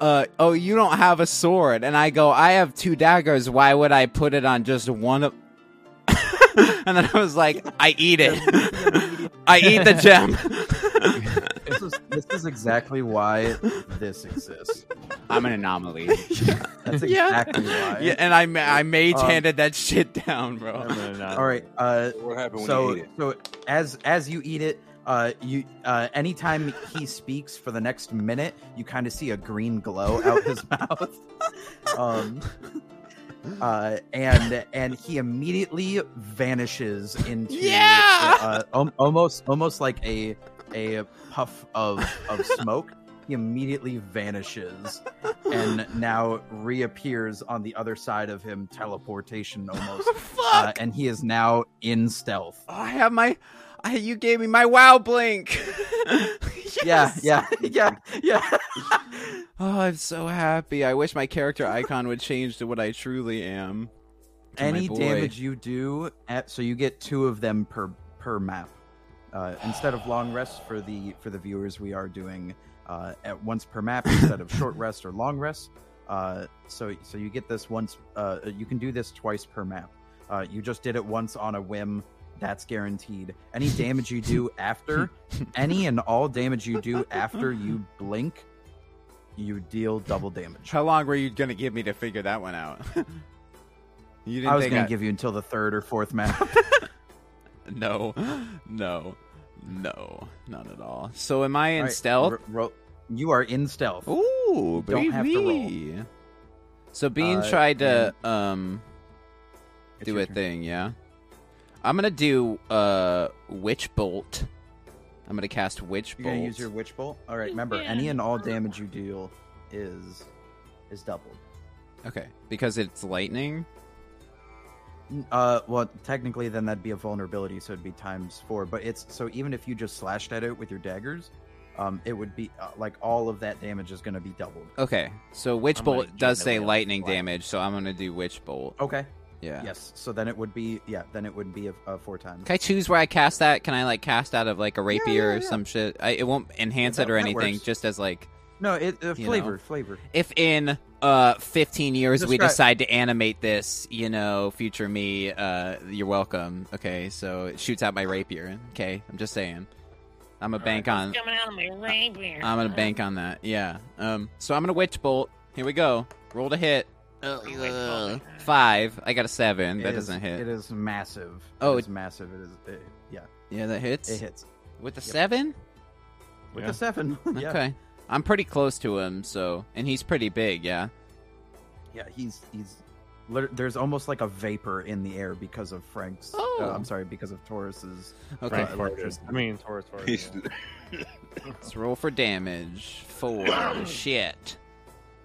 uh, "Oh, you don't have a sword," and I go, "I have two daggers. Why would I put it on just one of?" and then I was like, "I eat it. I eat the gem.
this is this is exactly why this exists
I'm an anomaly."
That's
Yeah.
exactly why.
Yeah, and I ma- I mage
Um,
handed that shit down, bro.
All right. Uh,
What happened when you
so
hit it?
so as as you eat it, uh, you uh, anytime he speaks for the next minute, you kind of see a green glow out his mouth. Um, uh, and and he immediately vanishes into
Yeah!
uh, al- almost almost like a a puff of of smoke. He immediately vanishes and now reappears on the other side of him, teleportation almost.
Fuck!
uh, and he is now in stealth.
Oh, I have my. I, you gave me my wow blink. Yes!
Yeah, yeah, yeah, yeah.
Oh, I'm so happy. I wish my character icon would change to what I truly am. To my
Any
boy.
eh, damage you do, at, so you get two of them per per map. Uh, instead of long rests for the for the viewers, we are doing uh, at once per map instead of short rest or long rest. Uh, so so you get this once. Uh, you can do this twice per map. Uh, you just did it once on a whim. That's guaranteed. Any damage you do after, any and all damage you do after you blink, you deal double damage.
How long were you gonna give me to figure that one out? you didn't
I was
think
going
I-
to give you until the third or fourth map.
No, no, no, not at all. So am I in
All right,
stealth?
ro- ro- you are in stealth.
Ooh,
don't have to roll.
baby. So Bean
Uh,
tried to um
It's
do
your
a
turn.
thing, yeah. I'm gonna do uh witch bolt. I'm gonna cast witch
You're
bolt.
gonna use your witch bolt. All right.
You
Remember,
can.
any and all damage you deal is is doubled.
Okay, because it's lightning.
N- Uh, well, technically, then that'd be a vulnerability, so it'd be times four. But it's so even if you just slashed at it with your daggers, um, it would be uh, like all of that damage is gonna be doubled.
Okay, so witch
I'm
bolt
gonna
does
generally
say
have
lightning
flat.
damage, so I'm gonna do witch bolt.
Okay.
Yeah.
Yes. So then it would be yeah. Then it would be a, a four times.
Can I choose where I cast that? Can I like cast out of like a rapier
yeah,
or
yeah.
some shit? I, it won't enhance
Yeah,
it or
that- that
anything.
works.
Just as like,
No, it uh,
You know.
flavor, flavor.
if in uh 15 years we
Describe-
decide to animate this, you know, future me, uh, you're welcome. Okay, so it shoots out my rapier. Okay, I'm just saying. I'm a bank on.
Coming out of my rapier.
I'm gonna bank on that. Yeah. Um. So I'm gonna witch bolt. Here we go. Roll to hit. Ugh. Five. I got a seven.
It
that
is-
doesn't
It
hit.
is massive. it
Oh, it-
is massive. It is. It, yeah,
Yeah, that hits.
it hits
With the
Yep.
seven.
with
Yeah.
the seven. yeah.
Okay. I'm pretty close to him, so and he's pretty big, yeah.
Yeah, he's he's. lit- There's almost like a vapor in the air because of Frank's.
Oh.
uh, I'm sorry, because of Taurus's.
Okay.
Frank
Uh,
Fortress. I mean, Taurus Fortress.
He's-
yeah.
Let's roll for damage. Four shit.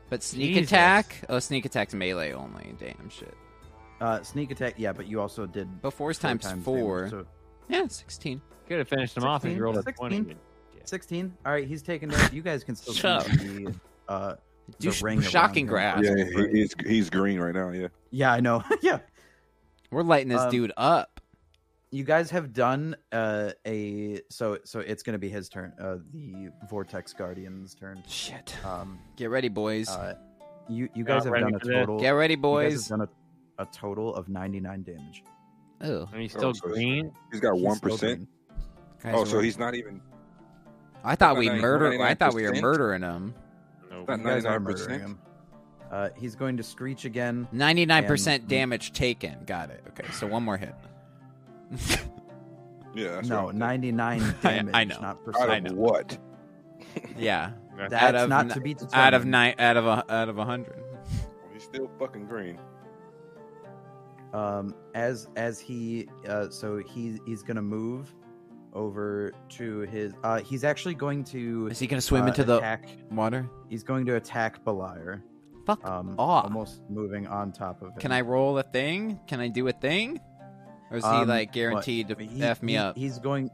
But sneak
Jesus.
attack? Oh sneak attack's melee only. Damn shit.
Uh, sneak attack, yeah, but you also did
But four's
four
Oh, times, four.
damage, so
Yeah, sixteen.
Could have finished him off if
16?
you rolled a 20.
16? sixteen. All right, he's taking that. You guys can still
Shut
see the, uh,
Do
the
sh-
ring
shocking
around
grasp.
him.
yeah, he- he's he's green right now. Yeah,
Yeah, I know. yeah,
We're lighting this
Um,
dude up.
you guys have done uh, a so so. It's gonna be his turn. Uh, the Vortex Guardian's turn.
Shit.
Um,
Get ready, boys.
uh, you you
Not
guys have
ready
done a
for this.
total.
Get ready,
boys
boys.
done a, a total of 99 damage
Oh.
And he's still
Oh, so-
green.
he's got
He's
one
still
percent.
green.
guys,
Oh, so
we're-
he's not even
I thought we
About
murder I thought we were
99%?
murdering him.
not
you guys are
ninety-nine
murdering
percent.
him uh, he's going to screech again
Ninety nine percent
And-
damage taken. Got it. Okay, so one more hit.
Yeah, that's
no
what I'm
99
I- I
damage
know.
not
thinking.
percent
I
Out of what?
Yeah.
that's
Out of
not
ni-
to be determined
Out of nine out of a out of a hundred.
He's still fucking green.
um as as he uh so he he's gonna move over to his uh he's actually going to
Is he gonna swim
uh,
into the
attack
water?
he's going to attack Beliar.
Fuck
um
off.
almost moving on top of him
Can I roll a thing? Can I do a thing? Or is he
Um,
like
what-
guaranteed to
he-
f me
he-
up?
he's going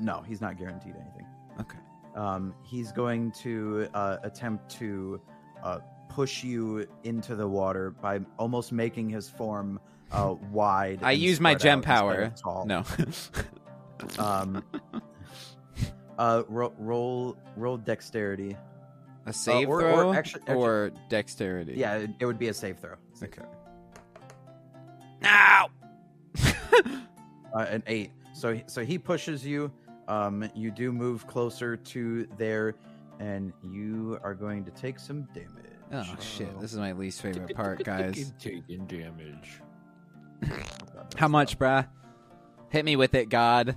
no he's not guaranteed anything
okay.
um, he's going to uh, attempt to uh, push you into the water by almost making his form uh, wide.
I
and
use my
spread
gem
out instead
power.
of tall.
No.
Um, uh, ro- roll roll dexterity.
a save
or- or
throw Uh, or,
actu- actu-
dexterity.
Yeah, it, it would be a save throw.
Okay. Ow!
Uh, an eight. So he- so he pushes you. Um, you do move closer to there, and you are going to take some damage.
Oh shit! This is my least favorite part, guys.
Taking damage.
Oh,
How much, bruh? Hit me with it, God.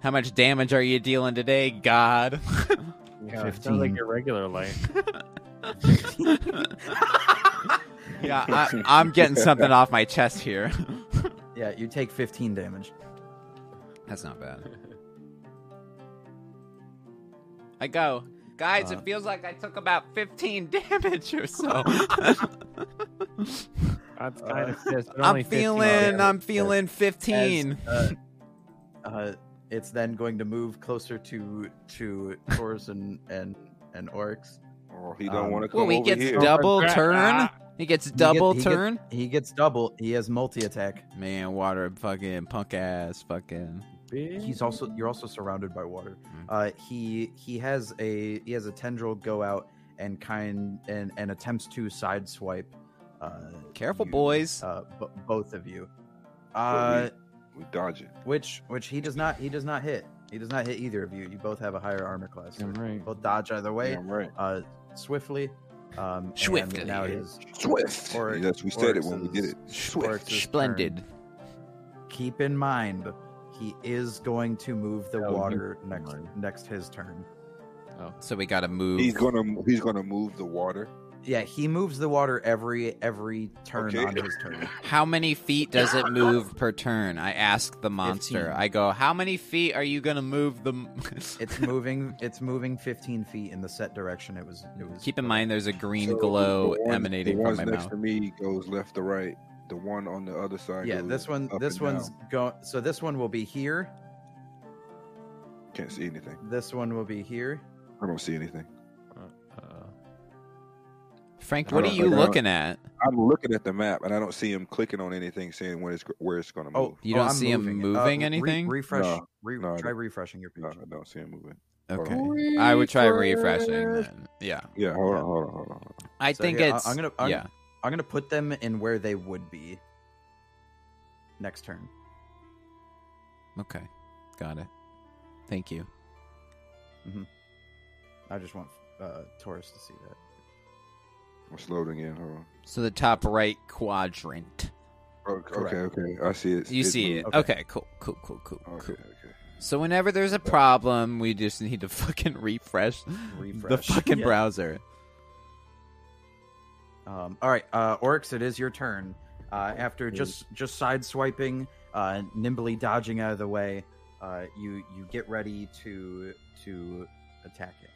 How much damage are you dealing today, God?
Yeah, it sounds like
15.
your regular life.
yeah, I, I'm getting something off my chest here.
Yeah, you take fifteen damage.
That's not bad. I go. Guys,
Uh,
it feels like I took about 15 damage or so.
That's kind of pissed, but only
I'm
15
feeling,
damage.
I'm feeling 15.
As, uh, uh, it's then going to move closer to to Taurus and and and Oryx.
Oh, he don't
Um,
want to come
Well, he
over
gets
here.
double
Crap.
turn.
Ah.
He gets
He get-
double
he get-
turn.
he gets double. He has multi attack.
Man, water fucking punk ass fucking
he's also you're also surrounded by water.
Mm.
Uh, he he has a he has a tendril go out and kind and and attempts to sideswipe. Uh,
Careful,
you,
boys.
Uh, b- both of you. Uh,
We dodge it.
which which he does not he does not hit. He does not hit either of you. You both have a higher armor class. So
Damn right.
Both dodge either way.
Damn right.
Uh, swiftly. Um, and
Swiftly.
Now it is
Swift.
Or-
yes, we said it when we
Oryx's-
did it.
Oryx's turn.
Splendid.
Keep in mind, he is going to move the
Oh, you-
water next next his turn.
Oh, so we gotta move.
He's gonna he's gonna move the water.
Yeah, he moves the water every every turn
Okay.
on his turn.
How many feet does it move per turn? I ask the monster.
15.
I go, how many feet are you gonna move the? m-"
It's moving. it's moving 15 feet in the set direction. It was. It was.
Keep in mind, there's a green
So
glow
the ones-
emanating
the
from
ones
my
next
mouth.
to me goes left to right. The one on the other side.
Yeah,
goes
this one.
up
This
and
one's
down.
going. So this one will be here.
can't see anything.
This one will be here.
I don't see anything.
uh,
Frank,
I
what are
don't
you
know.
looking at?
I'm looking at the map and I don't see him clicking on anything saying when it's where it's gonna move.
Oh,
You
oh,
don't
I'm
see him
it. Uh,
moving
re-
anything?
refresh.
No,
re-
no, I
try
don't.
refreshing your page.
No, I don't see him moving.
Okay,
Hold
I would try refreshing. Then. Yeah,
Yeah, hold on, hold on, hold on.
I
So
think
here, I-
it's.
I'm gonna- I'm-
yeah,
I'm gonna put them in where they would be. Next turn.
okay, got it. Thank you.
I just want uh, Taurus to see that.
It's loading in. Hold on.
So the top right quadrant.
Okay,
Correct.
okay, okay. I see it.
You
It's
see it.
moving.
Okay. cool, cool, cool, cool,
Okay,
cool.
okay.
So whenever there's a problem, we just need to fucking refresh, the
Refresh.
fucking
Yeah.
browser.
Um, all right, uh, Oryx, it is your turn. Uh, after just just side swiping, uh, nimbly dodging out of the way, uh, you you get ready to to attack it.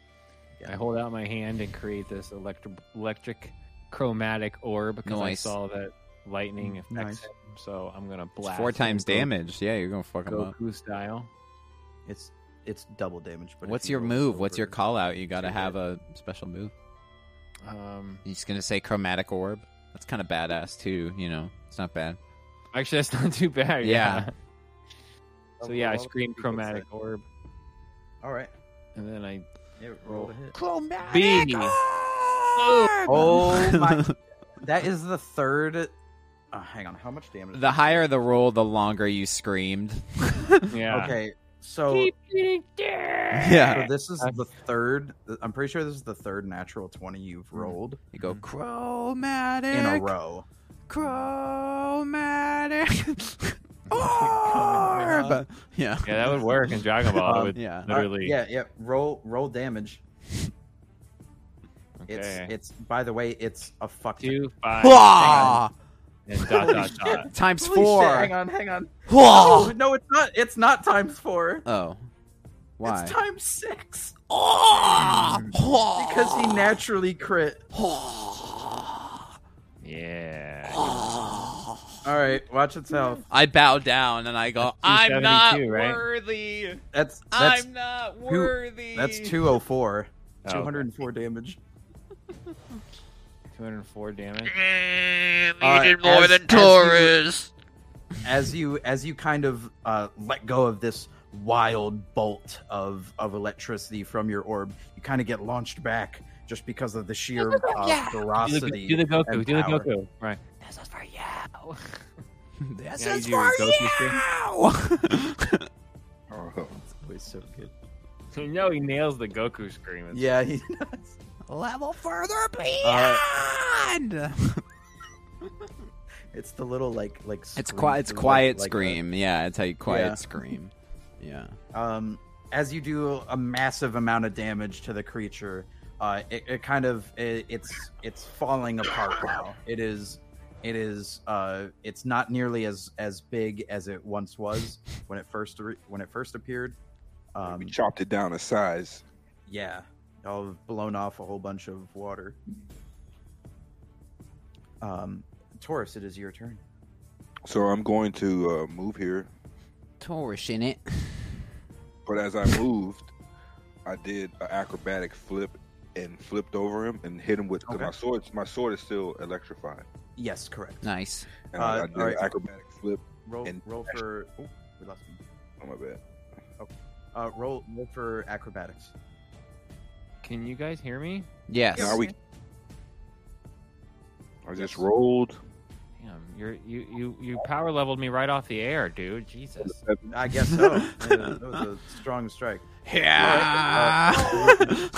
I hold out my hand and create this electric, electric chromatic orb because I
Nice.
saw that lightning
Mm,
affects
nice.
him. So I'm gonna
It's
blast
four
him
times
Go-
damage. Yeah, you're gonna fuck him up.
Goku style.
It's it's double damage. But if
What's
you
your
roll
move? What's
over-
your call out? You gotta
to
have a special move.
Um,
He's gonna say chromatic orb. That's kind of badass too. You know, it's not bad.
actually, that's not too bad.
Yeah.
Yeah. So yeah,
Roll-
I
roll
scream
to see what's
chromatic orb,
that. All right,
and then I
yeah, roll to hit.
Chromatic
Beanie.
Oh my! that is the third. Uh, hang on, how much damage?
The higher the roll, the longer you screamed.
yeah.
Okay, so
Oh. yeah,
So this is
I-
the third. I'm pretty sure this is the third natural twenty you've
Mm.
rolled
you go chromatic
in a row.
Chromatic
Coming
orb.
up.
Yeah, Um,
Yeah, that would work in Dragon Ball. It
Um,
would
yeah.
All right,
literally.
Uh, yeah, yeah. Roll, roll damage.
Okay.
It's, it's. By the way, it's a fuck. ton.
two, five,
Wah!
and dot dot dot.
Times
Holy shit,
four.
hang on, hang on.
Wah!
Oh Uh, no, it's not. It's not times four.
Oh, why?
It's times six
Oh,
because he naturally crit.
Yeah.
All right, watch itself.
I bow down and I go, I'm not
272, right?
worthy.
That's that's
I'm not
two-
worthy.
that's two oh four.
Oh.
Two hundred and four damage.
204 damage.
Uh, as- as you- As you as you kind of uh, let go of this wild bolt of of electricity from your orb, you kind of get launched back just because of the sheer uh,
Do the,
ferocity.
do the Goku.
and
Do the
power.
Goku. Right.
This
Yeah,
is
you do
for
your
you.
Oh,
Always so good.
You know he nails the Goku scream. It's-
Yeah, he
Level further beyond.
it's the little like like
it's
scream
quiet. It's
thing, like-
quiet
like a-
scream. yeah, it's how you quiet
Yeah.
scream. Yeah.
um, as you do a massive amount of damage to the creature, uh, it, it kind of it, it's it's falling apart now. It is it is uh, it's not nearly as as big as it once was when it first re- when it first appeared.
we
Um,
chopped it down to size.
yeah, all blown off a whole bunch of water. Um, Taurus, it is your turn.
So I'm going to uh, move here.
Taurus in it.
But as I moved, I did an acrobatic flip and flipped over him and hit him with 'cause
Okay.
my sword. My sword is still electrified,
Yes, correct.
Nice.
and I-
Uh,
I did
alright.
an acrobatic flip.
Roll
And-
roll for. Oh, we lost me.
Oh my bad.
Uh, roll, roll for acrobatics.
Can you guys hear me?
Yes.
Now we. I just
Yes.
rolled.
Damn, you're you you you power leveled me right off the air, dude. Jesus.
I guess so. Uh, that was a strong strike. uh,
Yeah.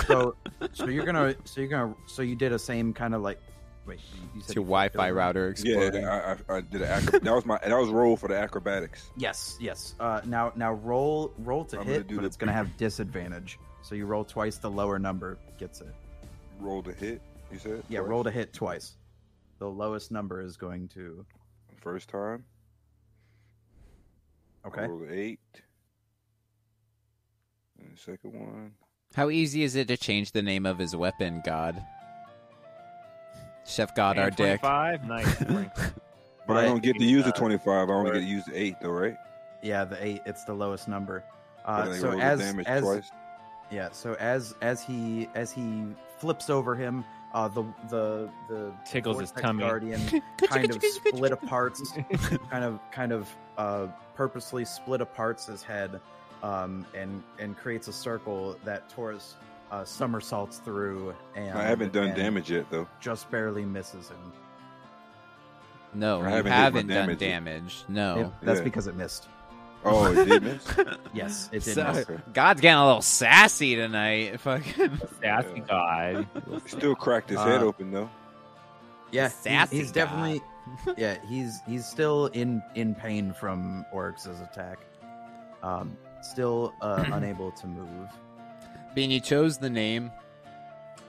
So, so you're gonna, so you're gonna, so you did a same kind of like. Wait, you said
Your Wi-Fi router
Yeah,
exploding.
I, I, I did. An acro- that was my. That was roll for the acrobatics.
Yes, yes. Uh, now, now roll, roll to
I'm gonna
hit,
do
but
the-
it's gonna have disadvantage. So you roll twice, the lower number gets it.
Roll to hit. You said.
Yeah,
Twice.
roll to hit twice. The lowest number is going to.
First time.
Okay.
Roll an eight. And the second one.
How easy is it to change the name of his weapon, God? Chef God, our dick.
Five. Nice. Franklin.
But I
Right.
don't get to use the
Uh,
25. I only
or-
get to use the 8, though, right?
Yeah, the eight. It's the lowest number.
But
Uh,
then I
so
roll the
as
damage
as
twice.
yeah, so as as he as he flips over him, uh, the the the
Tickles his
vortex
tummy.
Guardian kind of split apart, kind of kind of uh, purposely split apart his head, um, and and creates a circle that Taurus uh, somersaults through. And
I haven't done
and
damage yet, though.
Just barely misses him.
No,
I
you
haven't hit my
haven't done
damage yet.
damage.
Oh.
No.
It- that's
Yeah.
because it missed.
Oh, it did miss?
Yes, it did
So-
miss.
Okay.
God's getting a little sassy tonight. Fucking
Sassy
Yeah.
God.
Still cracked his head
Uh,
open, though.
Yeah, he's,
Sassy
he's
guy.
definitely. yeah, he's he's still in in pain from Oryx's attack. Um, still uh, unable to move.
Bean, you chose the name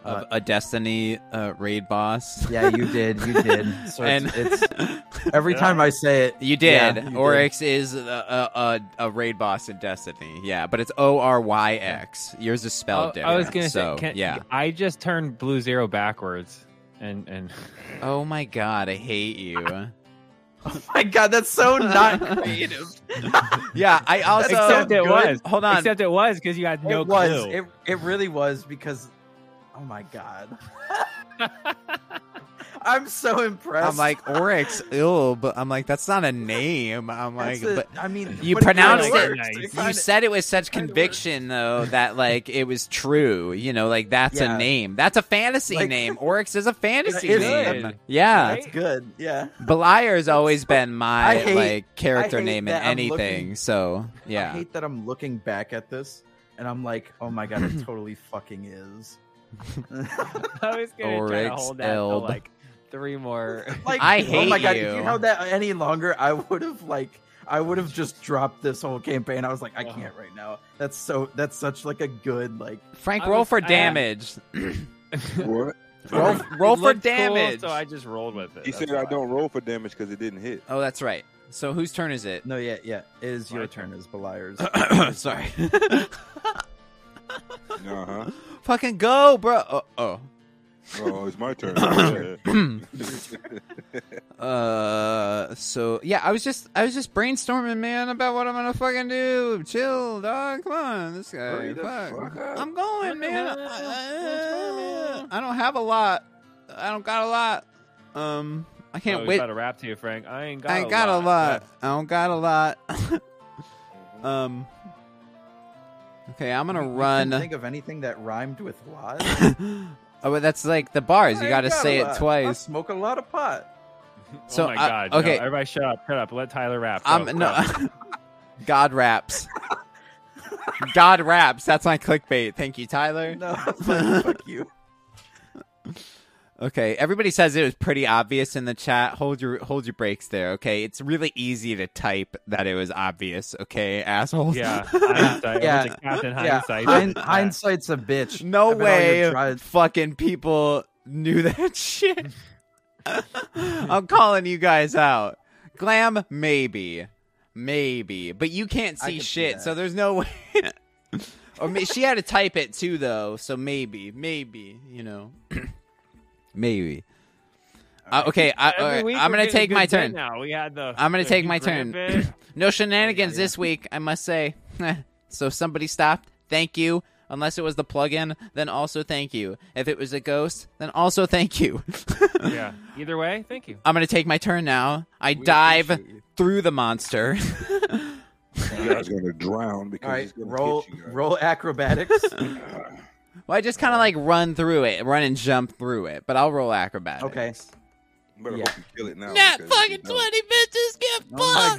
of
Uh,
a Destiny uh, raid boss.
Yeah, you did, you did. So
and
it's, it's every time I say it,
you did.
Yeah, you
Oryx is a, a, a, a raid boss in Destiny. Yeah, but it's O R Y X. Yours is spelled
Oh,
different.
I was gonna
so,
say, can,
yeah.
I just turned blue zero backwards, and and
Oh my god, I hate you.
Oh my god, that's so not creative.
yeah, I also
except it
good.
was,
hold on.
except it was because you had no
it was.
clue.
It it really was because. Oh my god. I'm so impressed.
I'm like Oryx, ill, but I'm like that's not a name. I'm like,
That's a-
oh but
I mean,
you
but
pronounced
kinda
it.
works.
Nice.
you
kinda-
said it with such
kinda
conviction though that like it was true you know like that's
Yeah.
a name that's a fantasy
Like-
name oryx is a fantasy
It is.
name
Good.
yeah
That's good. Yeah.
Belier's always been my
I hate-
like character
I hate
name in
that I'm
anything
looking-
so
I
yeah
hate that I'm looking back at this and I'm like, oh my god, it totally fucking is.
I was gonna try to
Oryx
hold that till
Eld.
like three more.
like,
I
oh my
hate
god, if
you.
you held that any longer, I would have like, I would have just dropped this whole campaign. I was like, I
Wow.
can't right now. That's so. That's such like a good like.
frank
I
roll
was-
for
I, uh,
damage
What?
roll, roll
It
for
looked cool,
damage
so I just rolled with it.
He
That's
said I
why.
don't roll for damage because it didn't hit.
oh that's right so whose turn is it
No, yeah, yeah. It is your
My
turn as Beliars.
sorry
Uh huh.
fucking go bro oh, oh.
Oh, it's my turn. Yeah.
Uh, so yeah, I was just I was just brainstorming, man, about what I'm gonna fucking do. Chill, dog. Come on, this guy.
Hurry the
Fuck.
fuck up.
I'm going, man. I, I- I don't have a lot. I don't got a lot. Um, I
Oh,
can't
we
wait.
About to rap to you, Frank. I ain't got.
I ain't got a lot. I don't got a lot. um. Okay, I'm gonna
Couldn't
run.
Think of anything that rhymed with lot.
oh, but that's like the bars. You
I
gotta
got a
say
lot.
it
I
twice.
smoke a lot of pot.
So,
oh my
uh,
god. no.
okay.
everybody, shut up. Shut up. Let Tyler rap.
Um,
Go,
no.
go.
God raps. God raps. That's my clickbait. Thank you, Tyler.
No, fuck, fuck you.
Okay, everybody says it was pretty obvious in the chat. Hold your hold your breaks there. Okay, it's really easy to type that it was obvious. Okay, assholes.
Yeah, hindsight.
Yeah.
Yeah, Captain
Yeah,
hindsight.
hind- hindsight's a bitch.
No
I've been all your
way.
dry-
Fucking people knew that shit. I'm calling you guys out. Glam, maybe, maybe, but you can't
I
see
can see
shit,
that.
so there's no way. or ma- she had to type it too, though, so maybe, maybe, you know, maybe. Uh, okay, I,
Every
alright,
week
I'm
we're
gonna
getting
take
good
my
bit
turn.
Now we had the.
I'm gonna
the
take
Hugh
my
Grant
turn.
bit.
No shenanigans this week, I must say. so somebody stopped. Thank you. Unless it was the plug-in, then also thank you. If it was a ghost, then also thank you.
yeah. Either way, thank you.
I'm gonna take my turn now. I dive through the monster.
You guys gonna drown because
All right,
it's gonna
roll
hit you guys.
roll acrobatics.
Well, I just kind of like run through it, run and jump through it, but I'll roll acrobatics.
Okay.
You Better
Yeah.
hope you kill it now.
Nat
because
fucking
you know.
twenty bitches get fucked.
Oh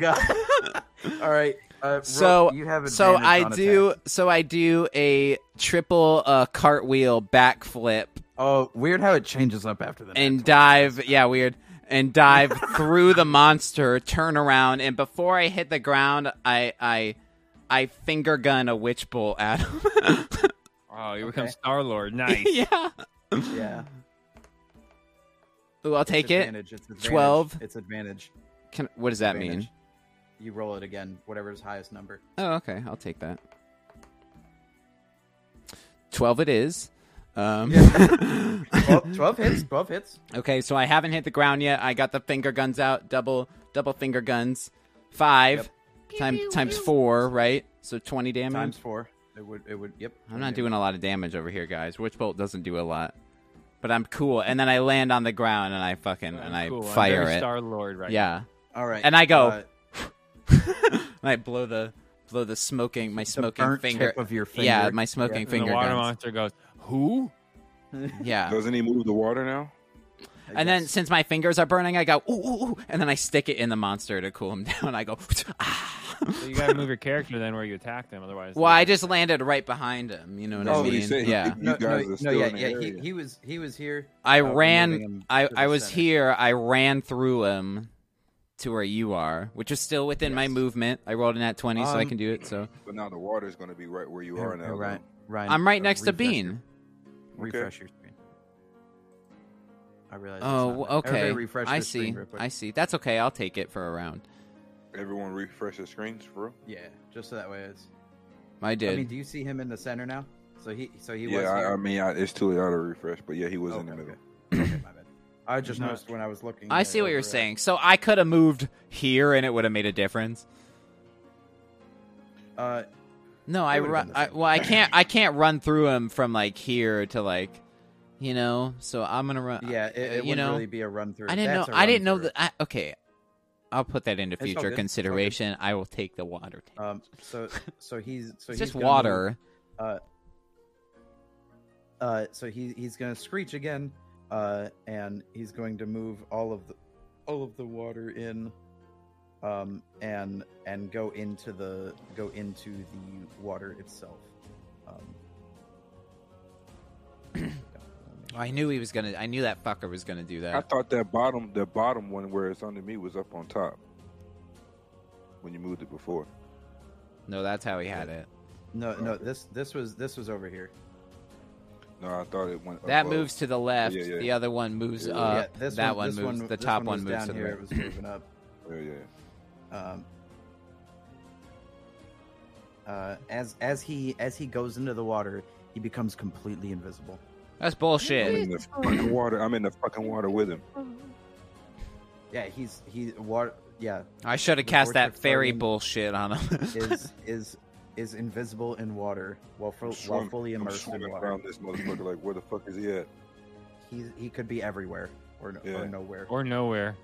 my god! All right. Uh, roll-
So-
you have
So
advantage
I
on
do.
attack.
So I do a triple uh, cartwheel backflip
Oh, weird how it changes up after the
and
next
dive. Yeah, weird. And dive through the monster, turn around, and before I hit the ground, I I I finger gun a witch bolt at him.
Oh, here comes Star Lord. Nice.
yeah.
one. Yeah.
Ooh, I'll
It's
take it.
advantage, it's advantage,
12.
It's advantage.
Can, what does that mean?
advantage. You roll it again, whatever's highest number.
Oh, okay. I'll take that. 12 it is. Um,
Twelve, 12 hits. Twelve hits.
okay, so I haven't hit the ground yet. I got the finger guns out, double double finger guns. 5 time, times 4, right? So 20 damage.
Times four. It would. It would. Yep.
I'm not doing a lot of damage over here, guys. Witch bolt doesn't do a lot. But I'm cool. And then I land on the ground and I fucking and I
Cool, I'm
fire
very
it.
Star Lord, right?
yeah.
All right.
And I go,
Uh,
and I blow the blow the smoking my
the
smoking
burnt
finger.
tip of your finger.
Yeah, my smoking
And
finger
the water
guns.
monster goes, "Who?"
Yeah.
Doesn't he move the water now?
And then since my fingers are burning, I go ooh, ooh, ooh, and then I stick it in the monster to cool him down. I go, ah.
So you gotta move your character then where you attacked him, otherwise.
well, I just landed right behind him. You know what
That's
I
what he
mean?
said.
Yeah,
Oh, You
no, no,
guys are
no,
still
yeah,
in the
yeah. He,
area.
he was he was here.
I
uh, we're moving
ran.
him
I
to the
I was
center.
here. I ran through him to where you are, which is still within my movement. I rolled an at twenty, so I
Um,
can do it. So
But now the water is gonna be right where you are
Right,
now.
right, Ryan,
I'm right
uh,
next to
refresh your-
Bean.
Refresh your screen. I realize. it's
Oh,
not- everybody
okay.
Refresh
I
their screen
see.
real quick.
I see. That's okay. I'll take it for a round.
though. Everyone refresh their screens, bro.
Yeah, just so that way it's.
I did.
I mean, do you see him in the center now? So he, so he was.
yeah, I, I
here.
mean, I, it's too late to refresh, but yeah, he was in the
Okay,
middle.
okay. Okay, my bad. I just
No.
noticed when I was looking.
I
at
see what
over
you're
at-
saying. So I could have moved here, and it would have made a difference.
Uh,
No, I
would've
run.
done the
I,
same.
well, I can't. I can't run through him from like here to like, you know. So I'm gonna run.
yeah, it, it
you
wouldn't
know,
really be a run through.
I didn't know. I didn't know that. I, okay, I'll put that into
all good.
future
It's all good.
consideration. I will take the water. damage.
Um, so, so he's so
it's
he's
just
gonna
water.
Uh, so he he's gonna screech again, uh, and he's going to move all of the all of the water in, um, and and go into the go into the water itself. Um,
Oh, I knew he was gonna. I knew that fucker was gonna do
I
that.
thought that bottom, the bottom one where it's under me, was up on top when you moved it before.
No, that's how he had it.
no, no, this this was this was over here.
No, I thought it went.
That
above.
moves to the left.
yeah.
The other one moves
Yeah,
up.
this
Uh, that one,
this
moves. the
this
top
one,
one,
was
moves
down
to the
here.
right.
It was moving up.
Yeah, yeah.
Um, uh, as as he as he goes into the water, he becomes completely invisible.
That's
I'm
bullshit.
in the fucking water. I'm in the fucking water with him.
Yeah, he's he water. Yeah,
I should have
The
cast that
vortex
fairy
guardian
bullshit on him.
is is is invisible in water while,
I'm
full, while
swimming-
fully
I'm
immersed in
swimming
water.
around this motherfucker. Like, where the fuck is he at?
He he could be everywhere or, no-
Yeah.
or nowhere.
Oh,
Or nowhere.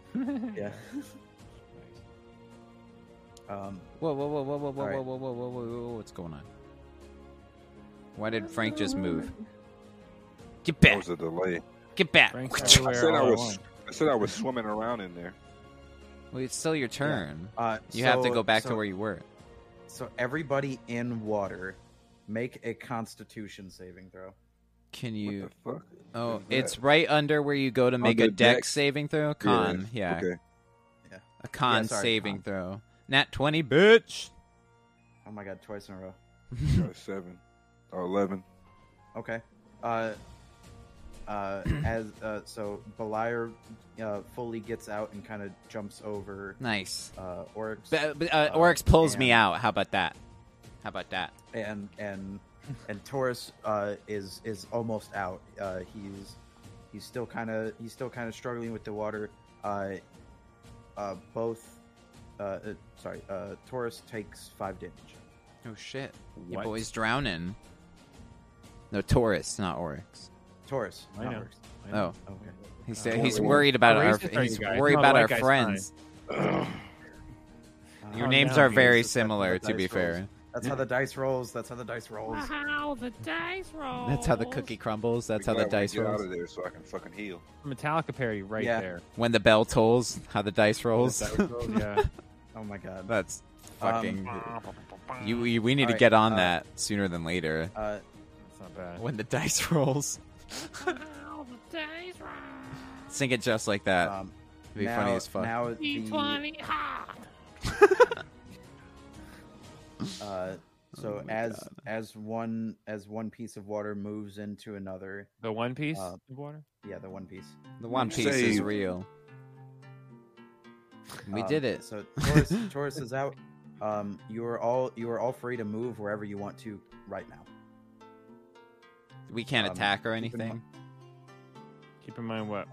yeah. um.
Whoa, whoa, whoa, whoa, whoa, whoa,
All right.
whoa, whoa, whoa, whoa, whoa, whoa, what's going on? Why did Frank just move? Get
That
back!
was a delay.
Get back!
Frank's
I
everywhere
said I
all at
was.
once.
I said I was swimming around in there.
Well, it's still your turn.
Uh,
You have to
so-
go back
so,
to where you were.
So everybody in water, make a Constitution saving throw.
Can
What
you?
the fuck?
Oh,
is that?
it's right under where you go to make a
Under
deck
dex?
saving throw. Con, yeah,
Okay.
a con
Yeah, sorry,
saving
con.
throw. Nat twenty, bitch.
Oh my god, twice in a row.
Got a seven or eleven.
Okay. Uh, uh, as uh, so Beliar uh, fully gets out and kind of jumps over
Nice.
uh, Oryx
B- b- uh,
Uh,
Oryx pulls me
and-
out. How about that? How about that?
and and and Taurus uh, is is almost out. Uh, he's he's still kind of he's still kind of struggling with the water. Uh, uh, both, uh, uh, sorry, uh, Taurus takes five damage.
Oh shit! Your
What?
boy's drowning. No, Taurus, not Oryx.
Taurus,
I
not
know.
Oryx.
Oh.
Okay.
He said
Uh,
he's
we're-
worried about
we're
our
racist, are you
he's
guys?
worried
No,
about
the
our
white guy's
friends. Your
Oh,
names
no.
are very
That's how the
similar, to
dice
be
rolls.
fair.
Uh, That's how the dice rolls. That's how the dice rolls.
Wow, the dice roll.
That's how the cookie crumbles. That's how the
Glad when I
dice
get out
rolls.
of there so I can fucking heal.
Metallica parody right
Yeah.
there.
When the bell tolls, how the dice rolls.
Yeah.
Oh my god.
That's
Um,
fucking. you, you, we need to
alright,
get on
uh,
that sooner than later.
Uh,
That's not bad.
When the dice rolls,
Wow, the dice roll.
sing it just like that.
um,
It'd be
now,
funny as fuck.
Now the,
D20. E Ha!
uh,
Oh
so as as one as one piece of water moves into another,
The One Piece
Uh,
of water.
yeah, the one piece.
the One Piece is
Save.
real. We
Um,
did it.
So Taurus, Taurus is out. Um, you are all you are all free to move wherever you want to right now.
we can't
um,
attack or
keep in
anything.
mind-
Keep in mind what?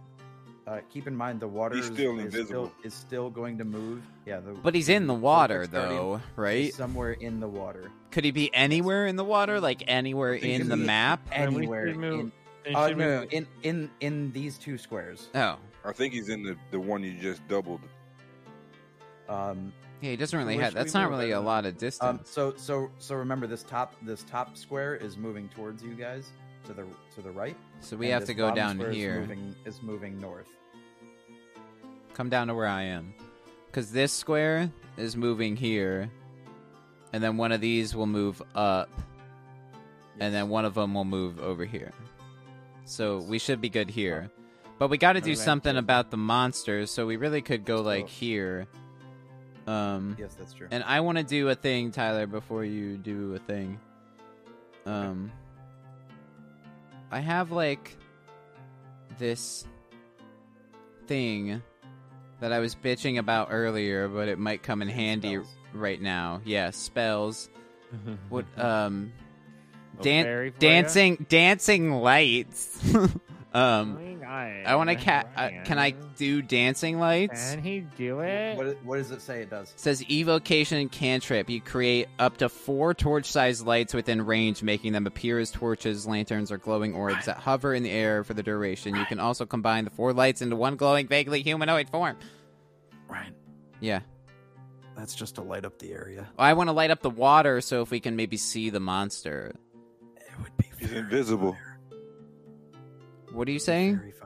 Uh, keep in mind the water
He's
is
still
is
invisible.
still, is still going to move. Yeah, the,
But he's in the water,
Vortex Guardian
though,
is
right?
somewhere in the water,
Could he be anywhere in the water? Like anywhere
think
in
it's
the
in the-
map?
Then we
anywhere.
should move-
in,
Then
uh,
should we-
no, no, in in in these two squares.
Oh,
I think he's in the, the one you just doubled.
Um,
yeah. He doesn't really
Where
have.
should we
That's not
move
really a
it?
lot of
um,
distance.
so so so remember this top this top square is moving towards you guys to the to the right.
so we
and
have
this
to go
bottom
down
square is
here.
moving- Is moving north.
Come down to where I am, because this square is moving here, and then one of these will move up, and then one of them will move over here. So we should be good here, but we got to do
Alright,
something
yes.
about the monsters. So we really could go
Let's
like
go.
here. Um.
Yes, that's true.
And I want to do a thing, Tyler, before you do a thing. Um, I have like this thing that I was bitching about earlier, but it might come in handy
Spells.
right now. Yeah, spells. What? Um,
A
dan-
fairy for ya?
dancing, dancing lights. um, I want to cat. Uh, can I do dancing lights?
Can he do it?
What, what does it say it does?
says evocation cantrip. You create up to four torch-sized lights within range, making them appear as torches, lanterns, or glowing orbs that hover in the air for the duration. You can also combine the four lights into one glowing, vaguely humanoid form.
Ryan,
Yeah,
that's just to light up the area.
I want to light up the water, so if we can maybe see the monster.
It would be
He's
fairy
invisible.
fire.
What are you saying?
Fairy fire.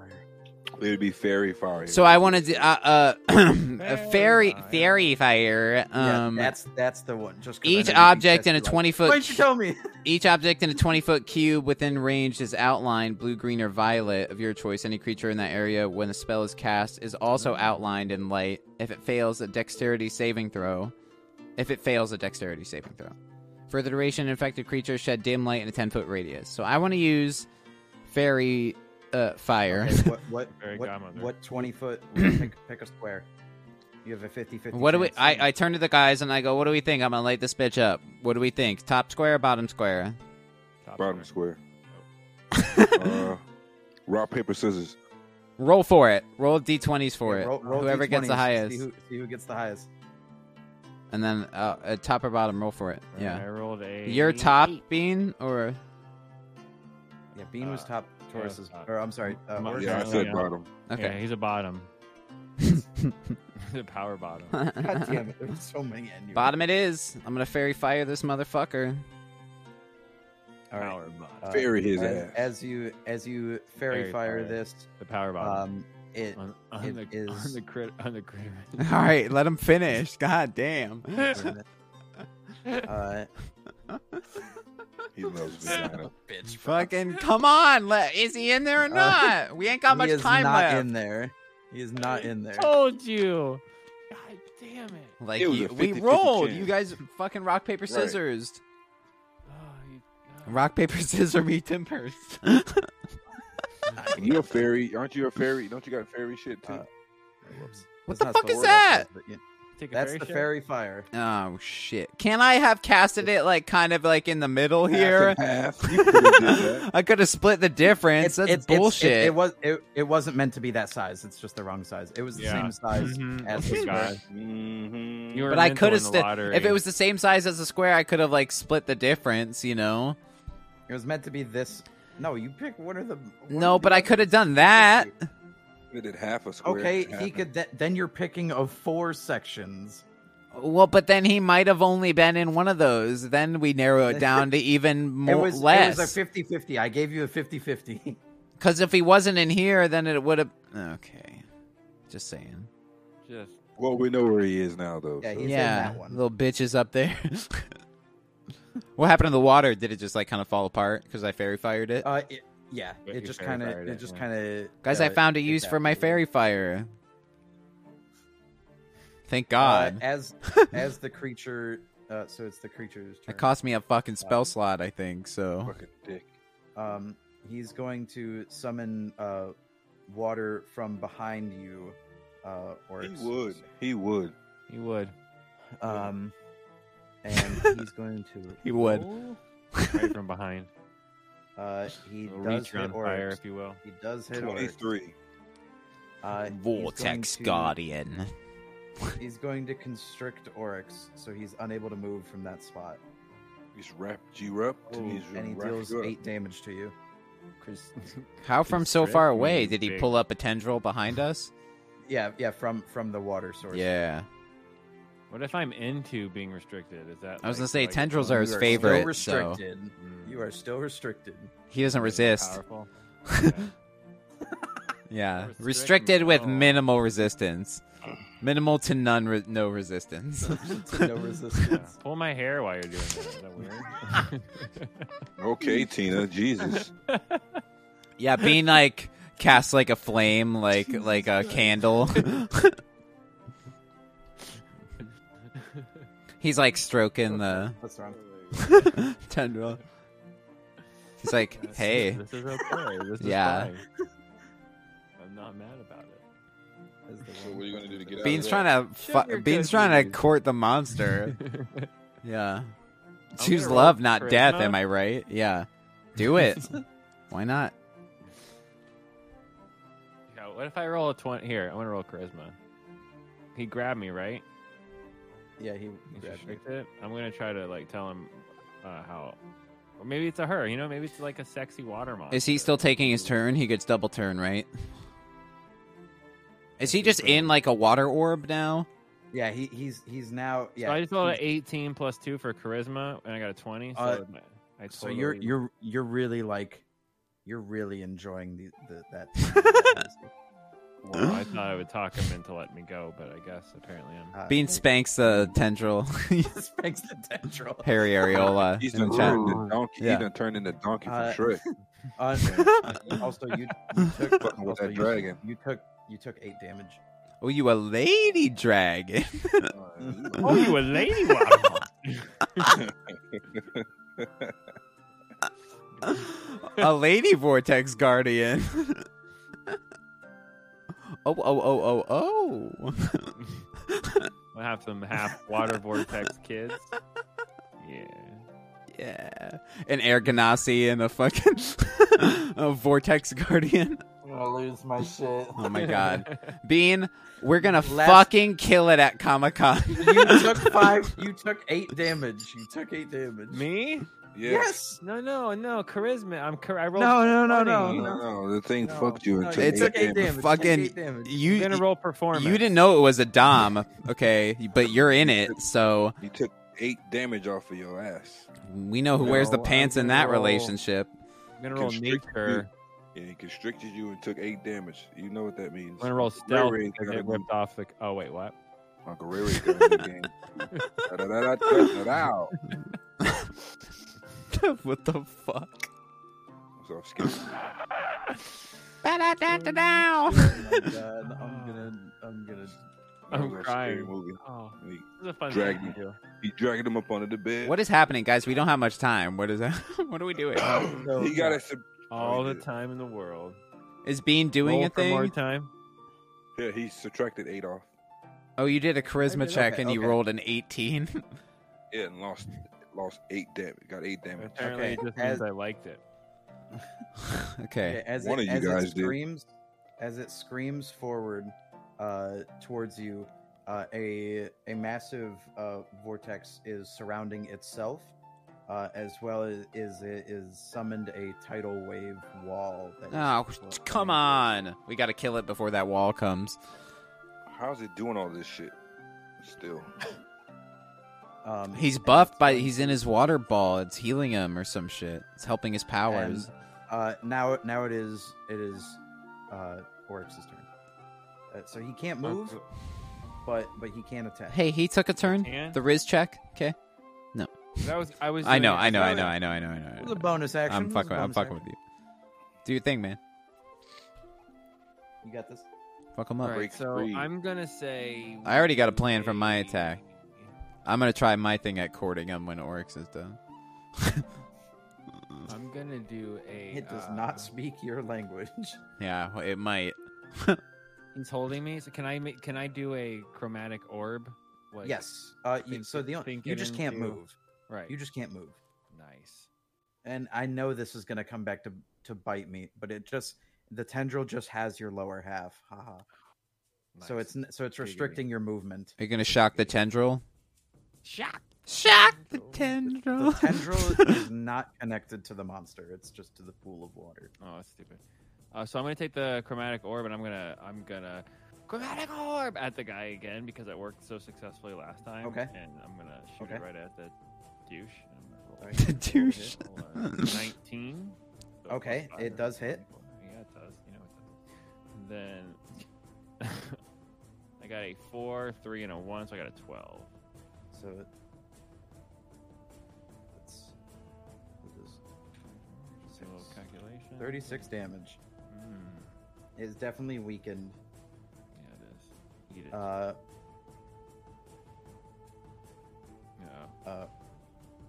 It would be fairy fire.
So I want to do uh, uh a fairy fairy fire. Um,
yeah, that's that's the one. Just 'cause I
each
know you can
object
test
in a
it, like,
twenty foot.
Why'd you tell me?
Each object in a 20 foot cube within range is outlined blue, green, or violet of your choice. Any creature in that area when a spell is cast is also outlined in light. If it fails a dexterity saving throw, if it fails a dexterity saving throw. For the duration, an affected creature shed dim light in a 10 foot radius. So I want to use fairy uh, fire.
Okay, what what
Fairy
what,
godmother.
what twenty foot? pick, pick a square. You have a 50-50
What do we?
chance.
I, I turn to the guys and I go, "What do we think? I'm gonna light this bitch up. What do we think? Top square, bottom square?
Top
Bottom
square.
square. uh, rock, paper, scissors.
Roll for it. Roll d20s for
Yeah,
it.
roll- roll
Whoever gets the
D20s, See
highest."
who, see who gets the highest.
And then uh, uh, top or bottom, roll for it.
I
Yeah.
rolled a.
Your top bean or
Yeah, Bean was
Uh,
top. Taurus
yeah,
is,
uh,
or I'm sorry, uh,
Mine-
Orc
Yeah, I
is-
said
yeah.
bottom.
Yeah,
okay.
he's a bottom. he's a power bottom.
God damn it! There's so many. I knew.
bottom it is. I'm gonna fairy fire this motherfucker.
All right. Uh,
Fairy his
as,
ass.
as you as you fairy,
Fairy
fire,
fire.
this,
The power bottom.
um, it
on, on, the,
it is-
on the crit. On the crit.
All right, let him finish. God damn.
uh,
He loves vagina.
Fucking come on. Le- is he in there or
Uh,
not? we ain't got much
he is
time
not
left.
in there. He is not in there.
Told you. God damn it.
Like
It was
you-
a
we
50-50
rolled.
chance.
You guys fucking rock paper
Right.
scissors.
Oh, you, oh.
Rock paper scissors me timbers.
You're a fairy. Aren't you a fairy? Don't you got fairy shit too?
Uh, Whoops. That's
What the
not
fuck
the
is
word I
that?
said, but yeah.
Take a
That's
fairy
the
shit?
fairy fire.
oh shit. Can I have casted it like kind of like in the middle here?
Half. You could've did that.
I could have split the difference. That's
it-
bullshit.
it, was it, it wasn't meant to be that size. It's just the wrong size. It was the
Yeah.
same size
Mhm.
Mm-hmm.
Mm-hmm.
as
Okay,
this
guys.
guy.
Mhm.
You were
but I
mental
could have
in the
sti-
lottery.
if it was the same size as a square, I could have like split the difference, you know.
It was meant to be this. No, you pick one of the. one
No,
of the
but I
others.
could have done that.
did it half a square.
Okay,
half
he
a-
could. Th- then you're picking of four sections.
Well, but then he might have only been in one of those. Then we narrow it down to even more
it was
less.
it was a 50-50. I gave you a 50-50.
Because if he wasn't in here, then it would have. Okay, just saying.
Just
Well, we know where he is now, though.
Yeah,
so-
he's- in
yeah,
that one.
little bitch is up there. what happened to the water? Did it just like kind of fall apart because I fairy fired it?
Uh, it, yeah,
Yeah,
it
you
just
fairy
kind of
fired
it
it,
just uh,
yeah.
kind of
Guys, I found a use for my fairy fire. Thank
Uh,
God.
as as the creature, uh, so it's the creature's turn.
it cost me a fucking
Uh,
spell slot, I think. So
Fucking dick.
Um, he's going to summon uh, water from behind you, uh, or
He would. He would.
you would.
Um, and he's going to.
he would.
Roll. right from behind.
Uh, he
A
does
reach
hit
on
or
fire, if you will.
He does hit or
Twenty-three.
Uh, he's
Vortex
going to-
Guardian.
He's going to constrict Oryx, so he's unable to move from that spot.
He's wrapped you up.
Ooh,
he's
and he
wrapped
deals
you up.
eight damage to you.
Chris,
How from
He's
so far
threatening
away?
you,
Did he
big.
pull up a tendril behind us?
Yeah, yeah, from from the water source.
Yeah.
what if I'm into being restricted? Is that
I was gonna
like-
say
like,
tendrils are
um,
You
his
still
favorite. so
restricted.
mm,
You are still restricted.
he doesn't resist.
Powerful. Yeah.
Yeah,
Restrict
restricted
me.
with
Oh.
minimal resistance, minimal to none, re- no resistance.
No resistance.
Pull my hair while you're doing that. Is that weird?
Okay, Tina. Jesus.
yeah, being like cast like a flame, like like a candle. He's like stroking the
That's wrong.
tendril. He's like, hey,
This is okay. This is
Yeah.
fine. I'm not mad about it.
Is the
So
one
what are you gonna do to get out
Bean's
of
trying to fu-
Sugar
Bean's trying to
cookies.
court the monster. Yeah, choose
gonna roll
love, not death.
charisma.
Am I right? Yeah, do it. Why not?
Yeah, what if I roll a 20? Here, I want to roll charisma. He grabbed me, right?
Yeah, he.
He's
grabbed you.
restricted. I'm going to try to like tell him uh, how. Or maybe it's a her, you know? Maybe it's like a sexy water monster.
Is he still taking his turn? He gets double turn, right? Is he just in like a water orb now?
Yeah, he, he's he's now. Yeah.
so I just rolled an
he's-
18 plus 2 for charisma, and I got a 20. So,
Uh,
my- I totally,
So you're you're you're really like, you're really enjoying the, the that. time.
Well, I thought I would talk him into letting me go, but I guess apparently I'm.
Uh,
Bean spanks the tendril,
spanks the tendril.
Harry Areola
He's
in
done
the chat.
turned into donkey.
Yeah.
He done turned into donkey from
Uh,
Shrek.
Uh, uh, also, you, you took
Fucking with
also
that
you-
dragon.
You took you took eight damage.
Oh, you a lady dragon?
Oh, you a lady water
a lady vortex guardian. oh, oh, oh, oh, oh.
We'll have some half water vortex kids. Yeah.
yeah. An air ganassi and a fucking a vortex guardian.
I'm gonna lose my shit.
Oh my god. Bean, we're gonna
Last-
fucking kill it at Comic Con.
You took five. You took eight damage. You took eight damage.
Me?
Yes.
No, no, no. Charisma. I'm. Char- I rolled.
No, no, no,
20.
No,
no.
no, the thing
No,
fucked you
no,
into
you
It's
eight
took eight
damage.
damage.
Fucking-
Take eight damage.
you,
I'm gonna roll performance.
you didn't know it was a Dom, okay? But you're in it, so
You took eight damage off of your ass.
we know who wears the
No,
pants
I'm
in
gonna
that
roll-
relationship.
I'm gonna roll
Constrict
nature.
you. Yeah, he constricted you and took eight damage. You know what that means.
I'm gonna roll stealth
Guerrero ain't
because
gotta
it ripped off the. Oh wait, what?
be- uh, Guerrero ain't gotta be game. Da-da-da-da-da-da-da.
what the fuck?
So I'm skipping.
Ba-da-da-da-dow.
Oh my god! I'm gonna. I'm gonna.
That
I'm
was a
crying.
scary Movie.
Oh,
And He,
this is a fun
Drag
thing
me.
to do.
he dragged him up under the bed.
What is happening, guys? We don't have much time. What is that? what are we doing?
No,
he got us.
All
he
the
did.
time in the world.
Is Bean doing
roll
a
for more
thing?
time.
Yeah, he subtracted eight off.
Oh, you did
I
a charisma
did,
check
okay,
and you
okay.
rolled an 18.
Yeah, and lost lost eight damage. Got eight damage.
Apparently,
Okay,
it just means
as-
I liked it.
okay.
Okay, as
One
it,
of you
as
guys
it
did.
screams, as it screams forward uh, towards you, uh, a a massive uh, vortex is surrounding itself, uh, as well as is it is summoned a tidal wave wall. That is
Oh,
clo-
come on. We got to kill it before that wall comes.
How's it doing all this shit? Still,
Um,
He's
and
buffed
it's
by
going
he's
to-
in his water ball. It's healing him or some shit. It's helping his powers.
And, uh, now, now it is it is uh, Oryx's turn. Uh, so he can't move, but but he can attack.
hey, he took a turn.
Can?
The Riz check. Okay.
That was I was.
I
doing
know,
it-
I know, I know,
Australia.
I know, I know, I know. I
it was
know.
a bonus action.
I'm
It was a
fucking I'm
bonus
fucking
action.
with you. Do your thing, man.
You got this.
Fuck him up.
All right,
Break
so
free.
I'm gonna say.
I already got a plan for my
we-
attack. I'm gonna try my thing at courting him when Oryx is done.
I'm gonna do a.
It does
uh,
not speak your language.
yeah, well, it might.
He's holding me. So can I make? Can I do a chromatic orb? Like,
yes. Uh, you,
think
so
it-
the only,
think
you
it
just can't
into-
move.
Right.
You just can't move.
nice.
And I know this is gonna come back to to bite me, but it just the tendril just has your lower half. Haha. So
nice.
it's n- so it's restricting your movement.
Are you gonna shock the tendril?
shock.
Shock the tendril.
The tendril is not connected to the monster. It's just to the pool of water.
Oh, that's stupid. Uh, so I'm gonna take the chromatic orb, and I'm gonna I'm gonna chromatic orb at the guy again because it worked so successfully last time.
Okay.
And I'm gonna shoot
Okay.
it right at the douche. and I'm gonna roll-
Alright. The
roll to hit,
douche.
roll a Nineteen. So
Okay,
plus
it
five,
does hit.
Yeah, it does. You know it does. And then I got a four, three, and a one, so I got a twelve.
So it, that's it is
Just a little
Six.
calculation.
thirty-six damage.
Mm,
It's definitely weakened.
yeah, it is. Eat it.
Uh,
yeah.
uh,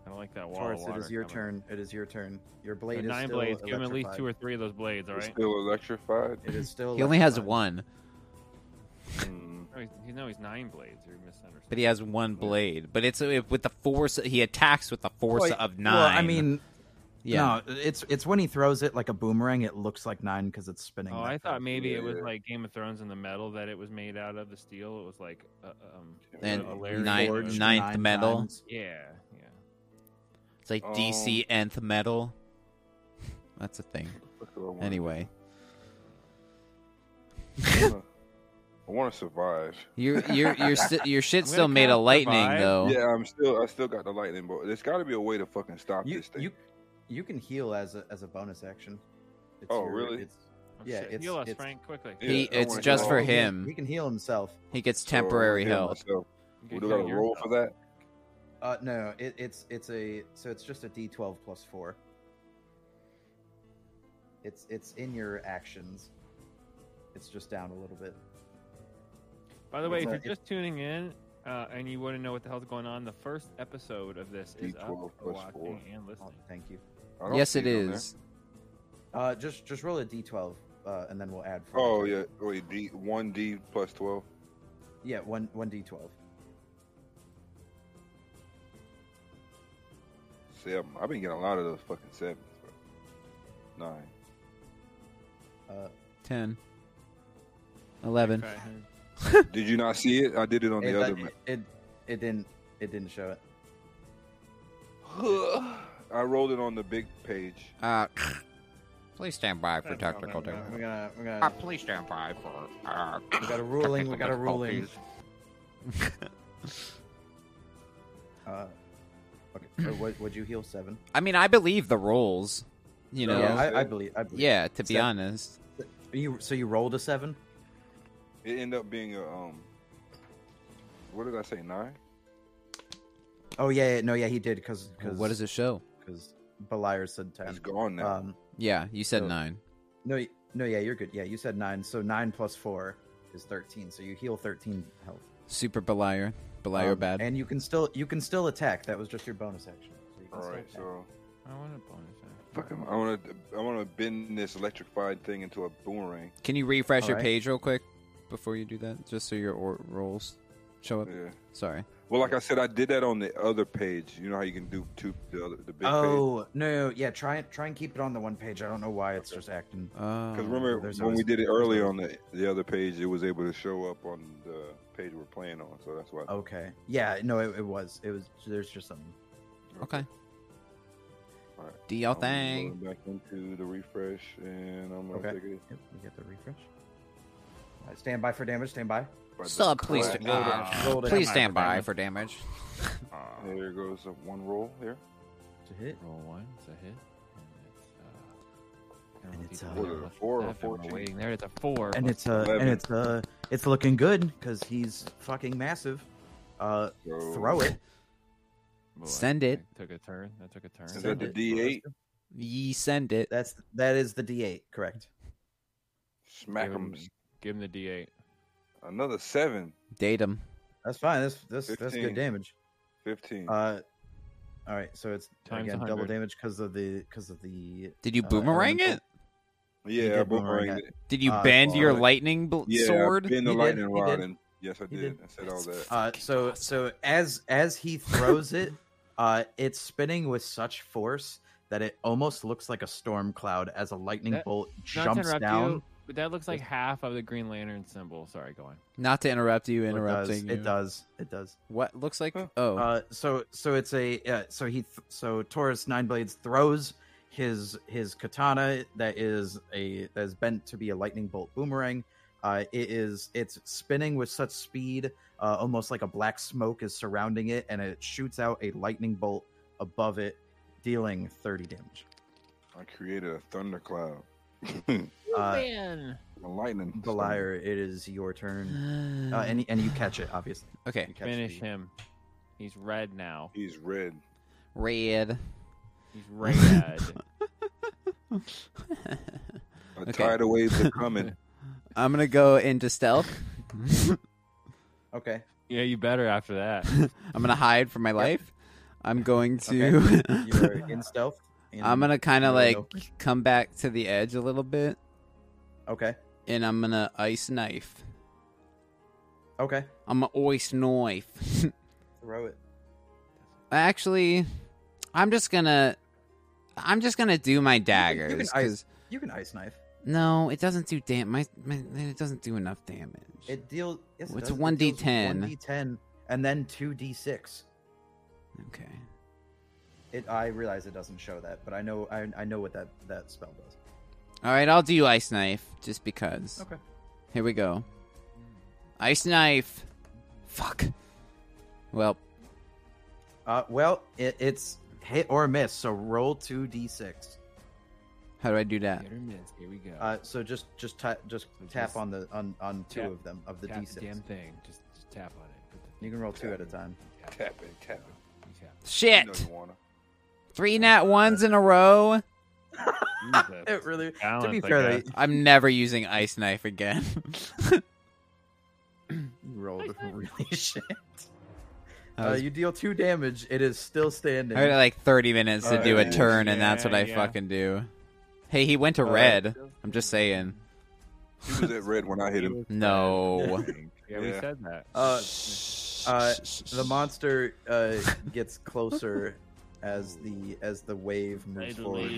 I don't like that wall.
Taurus,
of
it
water
is your
coming.
turn. It is your turn. Your blade
So
is
nine
still
blades. Give him at least two or
electrified.
three of those blades. All
It's
right.
Still electrified.
It is still.
he only has
electrified.
one,
Hmm.
No, he's, he- no, he's nine blades. You're misunderstanding.
but he has one blade. But it's uh, with the force. He attacks with the force
Well,
of nine.
Well, I mean,
yeah.
no, it's it's when he throws it like a boomerang. It looks like nine because it's spinning.
Oh,
that
I thought
fast.
maybe it was
Yeah.
like Game of Thrones and the metal that it was made out of, the steel. It was like, uh, um,
And
a layer of
nine-
those.
Forged
ninth
nine
metal.
times.
Yeah, yeah. Oh,
It's like DC nth metal. That's a thing.
What do I want?
Anyway,
I wanna- I want to survive.
your your your st- your shit's
I'm
still
gonna
made of
cast
lightning
Revive.
though.
Yeah, I'm still. I still got the lightning, but there's got to be a way to fucking stop
You
this thing.
you you can heal as a as a bonus action. It's
Oh, really?
It's,
Oh,
Yeah,
shit.
it's-
heal us,
it's-
Frank, quickly.
Yeah,
He
I
it's
wanna
just
heal
for
all.
He
him.
can heal himself.
He gets
So I wanna
temporary
heal
health.
myself.
You
We
can
do got
heal
a roll
yourself.
for that.
Uh, no, no, it, it's it's a so it's just a D twelve plus four. It's it's in your actions. It's just down a little bit.
By the way,
It's
if
a-
you're just tuning in uh, and you want to know what the hell's going on, the first episode of this is up
D12
for
plus
watching
four.
and
Oh,
listening.
thank you.
I don't
Yes,
see
it
on there.
is.
Uh, just just roll a D twelve, uh, and then we'll add. Four.
Oh yeah. Wait, D one D plus twelve.
yeah, one one D twelve.
Seven. I've been getting a lot of those fucking sevens. Bro. Nine.
Uh,
10 11
Fat hand.
Did you not see it? I did it on
it,
the other
it,
map.
it it didn't it didn't show it.
I rolled it on the big page.
uh, please stand by for
Oh,
technical
We're
difficulty.
gonna we're
Uh,
gonna
please stand by for. Uh,
we got a ruling. We got a ruling. Uh, okay. So what would you heal seven?
i mean i believe the rolls you know
yeah,
yeah,
I, I believe. I believe.
to be
Seven.
honest
You so you rolled a seven.
It ended up being a um. What did I say? Nine.
Oh yeah, yeah, no, yeah, he did because
what does it show
Because Beliar said
It's
ten.
gone now.
Um,
yeah you said
So-
9
no, y- no, yeah, you're good. Yeah, you said nine, so nine plus four is thirteen. So you heal thirteen health.
super belier belier
Um,
bad
And you can still you can still attack. That was just your bonus action. So you can
All
still
right.
attack.
So
Oh.
I want a bonus. action.
fucking. I want to. I want to bend this electrified thing into a boomerang.
can you refresh your
alright.
page real quick before you do that just so your or- rolls show up
Yeah.
sorry
Well, like I said, I did that on the other page. You know how you can do two the other, the big page.
Oh no, no, yeah. Try and try and keep it on the one page. I don't know why it's just acting.
oh
Because remember
there's
when
always-
we did it
there's
earlier on
always-
the the other page, it was able to show up on the page we're playing on. So that's why.
Okay. Yeah. No, it, it was. It was. There's just something.
okay
Alright.
do your
I'm
thing
going Back into the refresh, and I'm gonna
Okay.
take it.
Yep, we get the refresh. I stand by for damage. Stand by.
Stop, please.
Correct.
sta-
Ah,
uh,
rolled it.
please
Stand by
stand
for
by
damage.
for damage.
Uh, there goes uh, one roll here.
To hit.
Roll one, it's a hit. And
And it's,
it's,
uh,
uh,
What
is it, a four or a fourteen?
Waiting there, it's a four.
And it's uh,
Eleven.
and it's uh, it's looking good because he's fucking massive. Uh,
So,
throw it.
Boy,
Send it.
that Took a turn. That took a turn.
Is that the D8?
Ye send it.
That's that is the D8, correct?
Smack
Give him-
him.
Give him the D8.
Another seven.
Datum.
That's fine. That's that's that's good
15.
damage.
Fifteen.
Uh, all right. So it's
Times
again double
100.
damage because of the because of the
Did you
uh,
boomerang
elemental.
it?
he
yeah, I
did boomerang
boomeranged
it.
it.
Did you
Uh,
bend
well,
your
I-
lightning bl-
Yeah,
sword?
I've been the
He did,
lightning
he
rod,
did.
and yes, I
He
did.
did.
I said all that.
Uh, so so as as he throws it, uh, it's spinning with such force that it almost looks like a storm cloud as a lightning
That-
bolt
Not to
jumps
interrupt
down.
you, but that looks like half of the Green Lantern symbol. Sorry, go on.
Not to interrupt you,
It does,
interrupting you.
it does. It does.
What looks like?
Huh.
Oh,
Uh, so so it's a uh, so he th- so Taurus Nineblades throws his his katana that is a that is bent to be a lightning bolt boomerang. Uh, it is it's spinning with such speed, uh, almost like a black smoke is surrounding it, and it shoots out a lightning bolt above it, dealing thirty damage.
I created a thundercloud. a
Uh,
Man,
lightning. thunder.
Beliar, it is your turn, uh, and and you catch it obviously.
okay.
You catch
finish
the-
him. He's red now.
He's red.
Red.
He's red.
A
Okay.
tidal waves are coming.
I'm gonna go into stealth.
Okay,
yeah, you better after that.
I'm gonna hide for my life. I'm going to.
Okay. you're in stealth. and-
I'm gonna kind of
you're
like
open.
come back to the edge a little bit,
okay,
and I'm gonna ice knife.
okay,
I'm gonna ice knife.
throw it.
Actually, I'm just gonna. I'm just gonna do my
can- you
daggers.
can ice-
'cause-
You can ice knife.
no, it doesn't do damn. My, my it doesn't do enough damage.
It deals. Yes,
Well, it's
it does. It
1d10.
One d ten, and then two d six.
okay.
It. I realize it doesn't show that, but I know. I, I know what that that spell does.
All right, I'll do ice knife just because.
Okay.
Here we go. Ice knife. Fuck. Well,
Uh, well, it, it's hit or miss. So roll two d six.
how do I do that?
Hit or miss, Here we go.
Uh, so just just ta- just
So
tap
just
on the on on two
tap-
of them of the
tap
d
the
six.
damn thing. Just, just tap on it. Put the-
You can roll two
Tap.
at a time.
tap it,
tap it, tap it.
you tap it.
You know
Shit!
you wanna.
Three nat ones in a row.
Jesus.
It really. to be
Balance, I
fair, they
guess.
I'm never using ice knife again.
you rolled really shit. Uh, you deal two damage. It is still standing.
I had like 30 minutes to
Uh,
do a
yeah,
turn, and that's what I
yeah.
fucking do. Hey, he went to
Uh,
red. I'm just saying.
He was at red when I hit him.
No.
Yeah, we
Yeah.
said that.
Uh, uh, the monster uh, gets closer as the as the wave moves forward.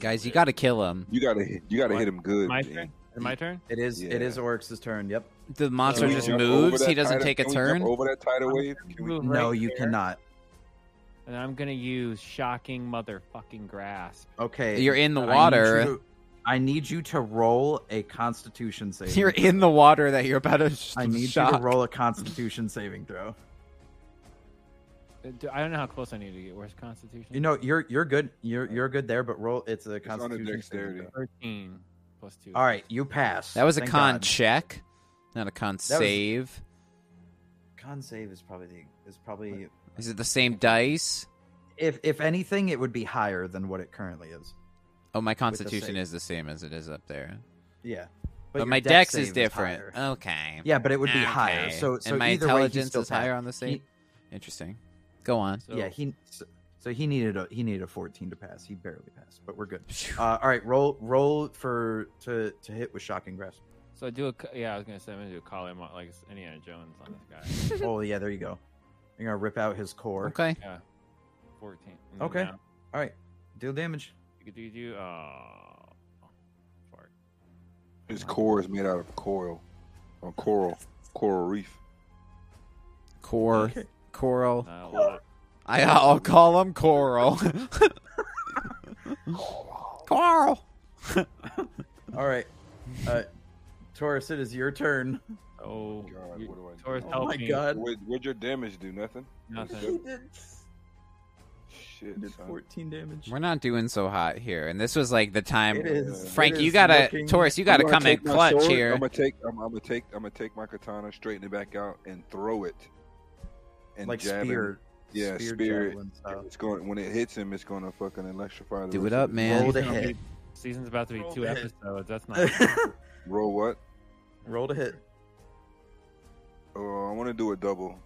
Guys, you gotta kill him.
You gotta hit. You gotta hit him good.
My
man.
turn. My turn.
It is it is Oryx's turn. Yep.
The
Can
monster
we
just
jump over
moves.
that
He doesn't
tidal-
take a
can we jump
turn.
over that tidal wave. Can we-
Move
no,
right
you
there,
cannot.
And I'm gonna use shocking motherfucking grasp.
Okay.
You're in the
I need
water.
you to- I need you to roll a Constitution saving.
You're
throw.
in the water that you're about to sh-
I need
shock.
you to roll a Constitution saving throw.
Uh, do- I don't know how close I need to get. Where's Constitution?
You know you're you're good. You're you're good there, but roll. It's a
It's under
Constitution saving
dexterity.
throw.
thirteen plus two.
All right, you pass.
That was a
Thank
con
God.
check, not a con
was-
save.
Con save is probably the, is probably
Is it the same dice?
if if anything, it would be higher than what it currently is.
Oh, my
the
constitution
save.
is the same as it is up there.
Yeah,
But,
your
my
dex
dex,
save
is different. Um,
higher.
okay.
Yeah, but it would be higher.
Okay.
So, so
and my
either way, he
intelligence
still
is higher
passed.
on the save.
He-
Interesting. Go on.
So,
Yeah, he. So, so he needed a he needed a fourteen to pass. He barely passed, but we're good. Uh, all right, roll roll for to to hit with shocking grasp.
So I do a. c- Yeah, I was gonna say I'm gonna do a collar mo- like it's Indiana Jones on this guy.
oh yeah, there you go. You're gonna rip out his core.
Okay.
Yeah, fourteen. And
Okay.
now
All right, deal damage.
You could do do. Oh, fart.
His core is made out of coral, or coral, coral reef.
Core. Coral.
Not a lot.
I, I'll call him Coral. Coral.
All right, uh, Taurus, it is your turn.
Oh,
God,
you-
what do I do?
Taurus,
Oh
help
my
me.
god.
What, what'd your damage do? Nothing?
Nothing.
He did,
Shit,
he did
son.
14 damage.
We're not doing so hot here, and this was like the time.
It is-
Frank,
it
you
is
gotta,
looking-
Taurus, you gotta
I'm gonna
come in
take my
clutch
sword,
here.
I'm gonna take. I'm, I'm gonna take. I'm gonna take my katana, straighten it back out, and throw it. And
like
jab him.
spear.
Yeah,
spear.
spear.
javelin style.
It's going when it hits him. It's gonna fucking electrify. The
Do it
rest of
up,
his-
man.
Roll to
He's gonna
hit.
Season's about to be
Roll
two
the hit.
episodes. That's not.
Roll what?
Roll to hit.
Oh, I want to do a double.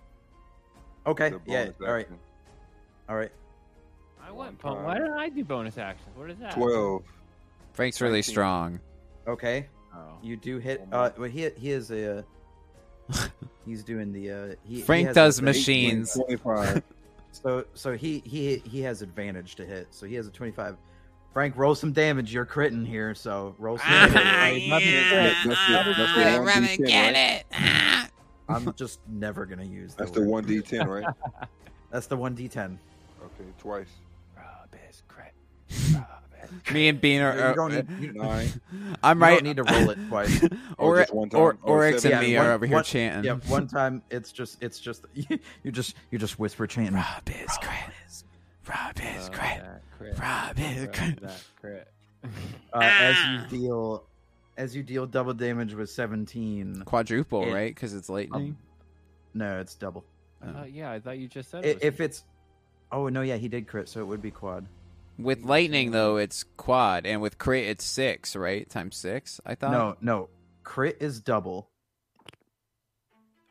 Okay.
the
Yeah.
bonus
All right.
action.
All right.
I
One
went. Pump. Why
time.
didn't I do bonus actions? What is that?
Twelve.
Frank's really
19.
strong.
Okay.
Oh.
You do hit.
One more.
Uh, well, he he is a. uh, he's doing the. Uh, he, he
Frank
has
does
advantage.
machines.
Twenty-five.
So so he he he has advantage to hit. So he has a twenty five. Frank, roll some damage. You're critting here, so roll some.
Ah,
damage.
That's the
I'm just never gonna use. the word.
one D ten, right?
That's the one d10.
Okay, twice.
Rubbish, crap.
Me and Bean are.
You
are-
don't need- you-
Nine.
I'm
you
right.
don't need to roll it twice.
Oh,
or,
just one time.
or,
Oh,
Oryx
seven.
and me
Yeah, one-
are over here
one-
chanting.
Yeah, one time it's just it's just you just you just whisper chanting.
Rob is crit. Rob is crit. Rob is crit.
That crit.
Uh,
Ah.
as you deal as you deal double damage with 17
Quadruple,
It-
right? Because it's lightning.
um, no it's double
Uh, yeah, I thought you just said.
I-
It was
if it's oh no yeah he did crit so it would be quad
with lightning though, it's quad, and with crit, it's six, right? Times six, I thought.
no no crit is double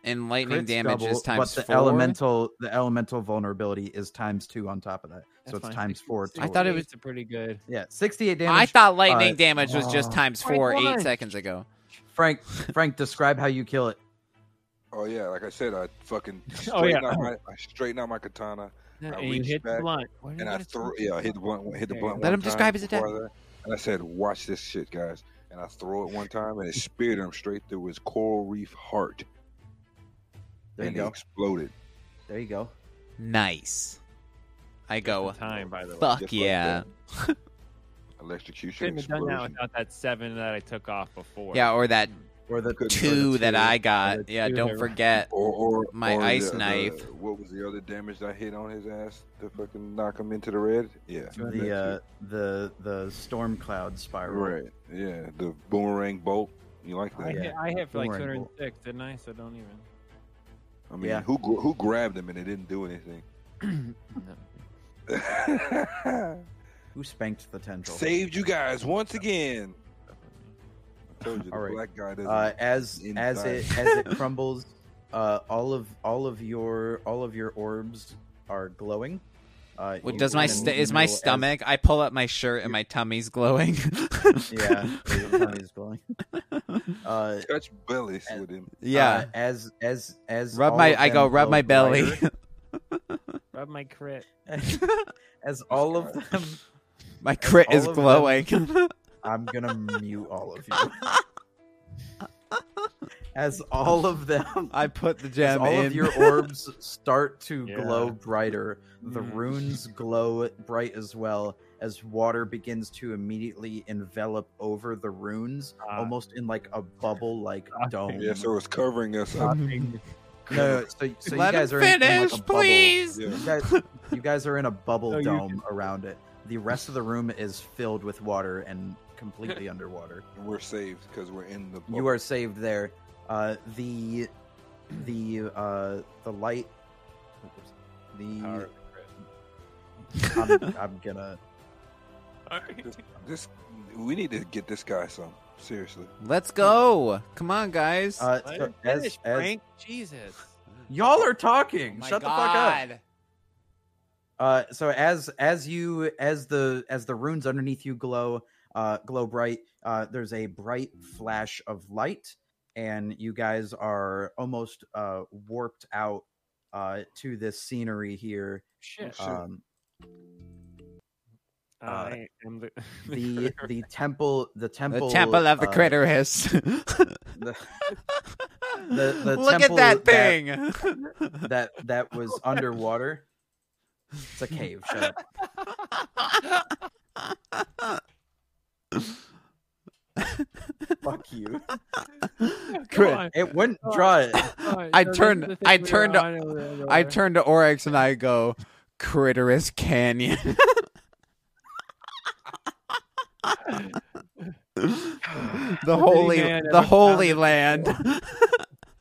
and lightning
Crit's
damage
double,
is times
but the
four.
elemental the elemental vulnerability is times two on top of that so it's times four
I
total.
thought it was-
It's pretty good.
yeah 68 damage
I thought lightning
uh,
damage was just times four eight seconds ago.
frank frank describe how you kill it
Oh yeah, like I said, I fucking
Oh, yeah.
straighten out my, I straighten out my katana I
and uh, you
reached
hit the
back,
blunt. Why did
Mm,
and I
get a
throw
two?
yeah, I hit the blunt hit the
Okay.
blunt.
Let
one
him
time
describe his attack.
before I- And I said, Watch this shit, guys. And I throw it one time and it speared him straight through his coral reef heart.
there you
and it
go
exploded.
there you go
Nice. I go.
Time, by the way.
Fuck
Just like
yeah,
that. Electrocution
Couldn't have done that
explosion.
without that seven that I took off before.
yeah, or that
or the
Couldn't have done
two
the
that I got.
the
Yeah,
two
don't
that-
forget.
or, or
my
or
ice
the- the-
knife.
what was the other damage I hit on his ass to fucking knock him into the red? Yeah. that
the uh, the the storm cloud
shit.
spiral
right. Yeah. The boomerang bolt. You like
I
that?
Yeah.
hit, I hit for like
Don't worry,
206, didn't I? So don't even.
I mean,
Yeah.
who gr- who grabbed him and it didn't do anything?
who spanked the tendril
Saved you guys once again. I told you the
All right.
black guy doesn't.
uh, as
Inside.
as it as it crumbles, uh, all of all of your all of your orbs are glowing. Uh,
What
you
does my
can
st- is my
feel as-
stomach? I pull up my shirt and my tummy's glowing.
yeah, your tummy is glowing. Uh,
Touch bellies with him.
yeah.
uh, as as as
rub
all
my.
of
I go
them
rub
glow
my belly.
Rub my crit.
brighter, as all of them,
my crit
all
is
of them-
glowing.
I'm gonna mute all of you. As all of them,
I put the
as
gem
all
in.
of your orbs start to
Yeah.
glow brighter. The
Mm.
runes glow bright as well as water begins to immediately envelop over the runes,
Ah.
almost in like a bubble like
Ah,
dome.
Yeah, so it's covering us up.
Mm-hmm. No, no, so, so you
Let him
guys are in- in, like,
finish,
a bubble.
please.
Yeah.
You guys, you guys are in a bubble
No, you
dome around it. The rest of the room is filled with water and completely underwater.
And we're saved because we're in the.
You are saved there. Uh, the the uh, the light. The
Power
I'm, I'm gonna.
This we need to get this guy some seriously.
Let's go. Come on, guys.
Uh,
Let
so
him
as-
finish,
as-
Frank. Jesus.
y'all are talking.
Oh My
Shut the fuck up.
God.
Uh, so as as you as the as the runes underneath you glow uh, glow bright, uh, there's a bright flash of light, and you guys are almost uh, warped out uh, to this scenery here.
Shit.
Um,
I am the.
uh, the the temple the
The
temple
temple of the
uh,
critter is.
the- the
Look
temple
at that
that-
thing.
that that was underwater. It's a cave. Shut up. Fuck you.
turned.
It wouldn't draw it.
I turned. I turned.
uh,
to- I turned to Oryx and I go, "Critterus Canyon." the holy,
man
the
ever
holy land.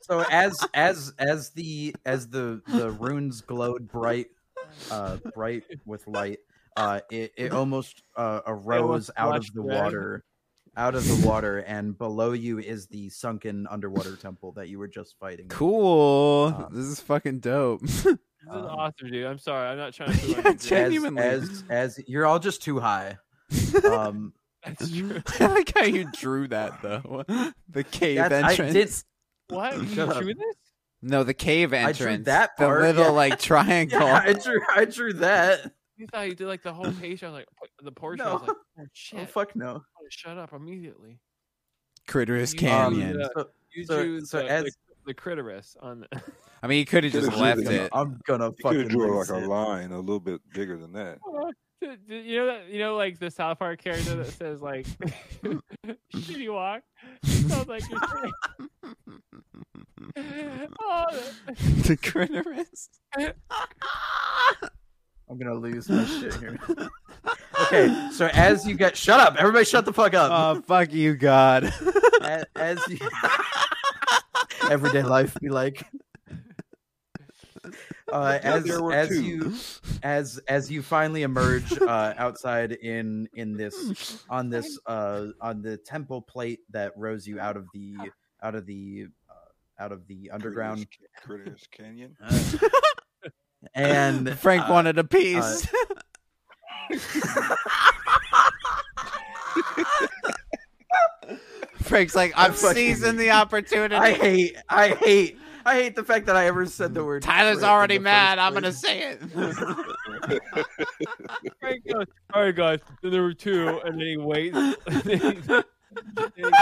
So as as as the as the the runes glowed bright, uh, bright with light, uh, it it almost uh, arose out of
flushed
the
red.
water, out of the water, and below you is the sunken underwater temple that you were just fighting.
Cool.
Um,
this is fucking dope.
This is
Um,
awesome, dude. I'm sorry. I'm not trying to.
Yeah,
Yeah,
check- Genuinely.
as, as as you're all just too high. Um,
That's true.
I like how you drew that though. The cave
that's, I
entrance.
did
What? You
Shut up.
drew this?
No, the cave
drew
entrance.
that
the
part,
little
yeah.
like triangle.
Yeah, I drew. I drew that.
You thought you did like the whole page. I was like, the portion. I was
No.
like, oh shit!
Oh fuck no.
I wanna shut up immediately.
Critterus
You-
Canyon.
Um,
so
You
So-
drew
so
the,
as-
the, the critterus on. The...
I mean, you could have just
Could've
left
drew the-
it.
I'm gonna
You could
fucking
have drew like
lose
a
it.
line a little bit bigger than that.
D- d- you know that you know like the South Park character that says like shitty walk. Sounds like you're saying- oh,
the Critterus.
I'm gonna lose my shit here. okay, so as you get shut up, everybody shut the fuck up.
Oh fuck you, God.
A- as, you everyday life be like. Uh,
Yeah,
as
there were
as
two.
you as as you finally emerge uh, outside in in this on this uh, on the temple plate that rose you out of the out of the uh, out of the underground
Critters Canyon.
and
Frank
uh,
wanted a piece. Frank's like, I'm
fucking-
seizing the opportunity.
I hate, I hate, I hate the fact that I ever said the word.
Mm. Tyler's
crit in
already
the
mad.
first
I'm gonna
place.
say it.
Frank goes, All right, guys. Then there were two, and then he waits. and then he- then he goes,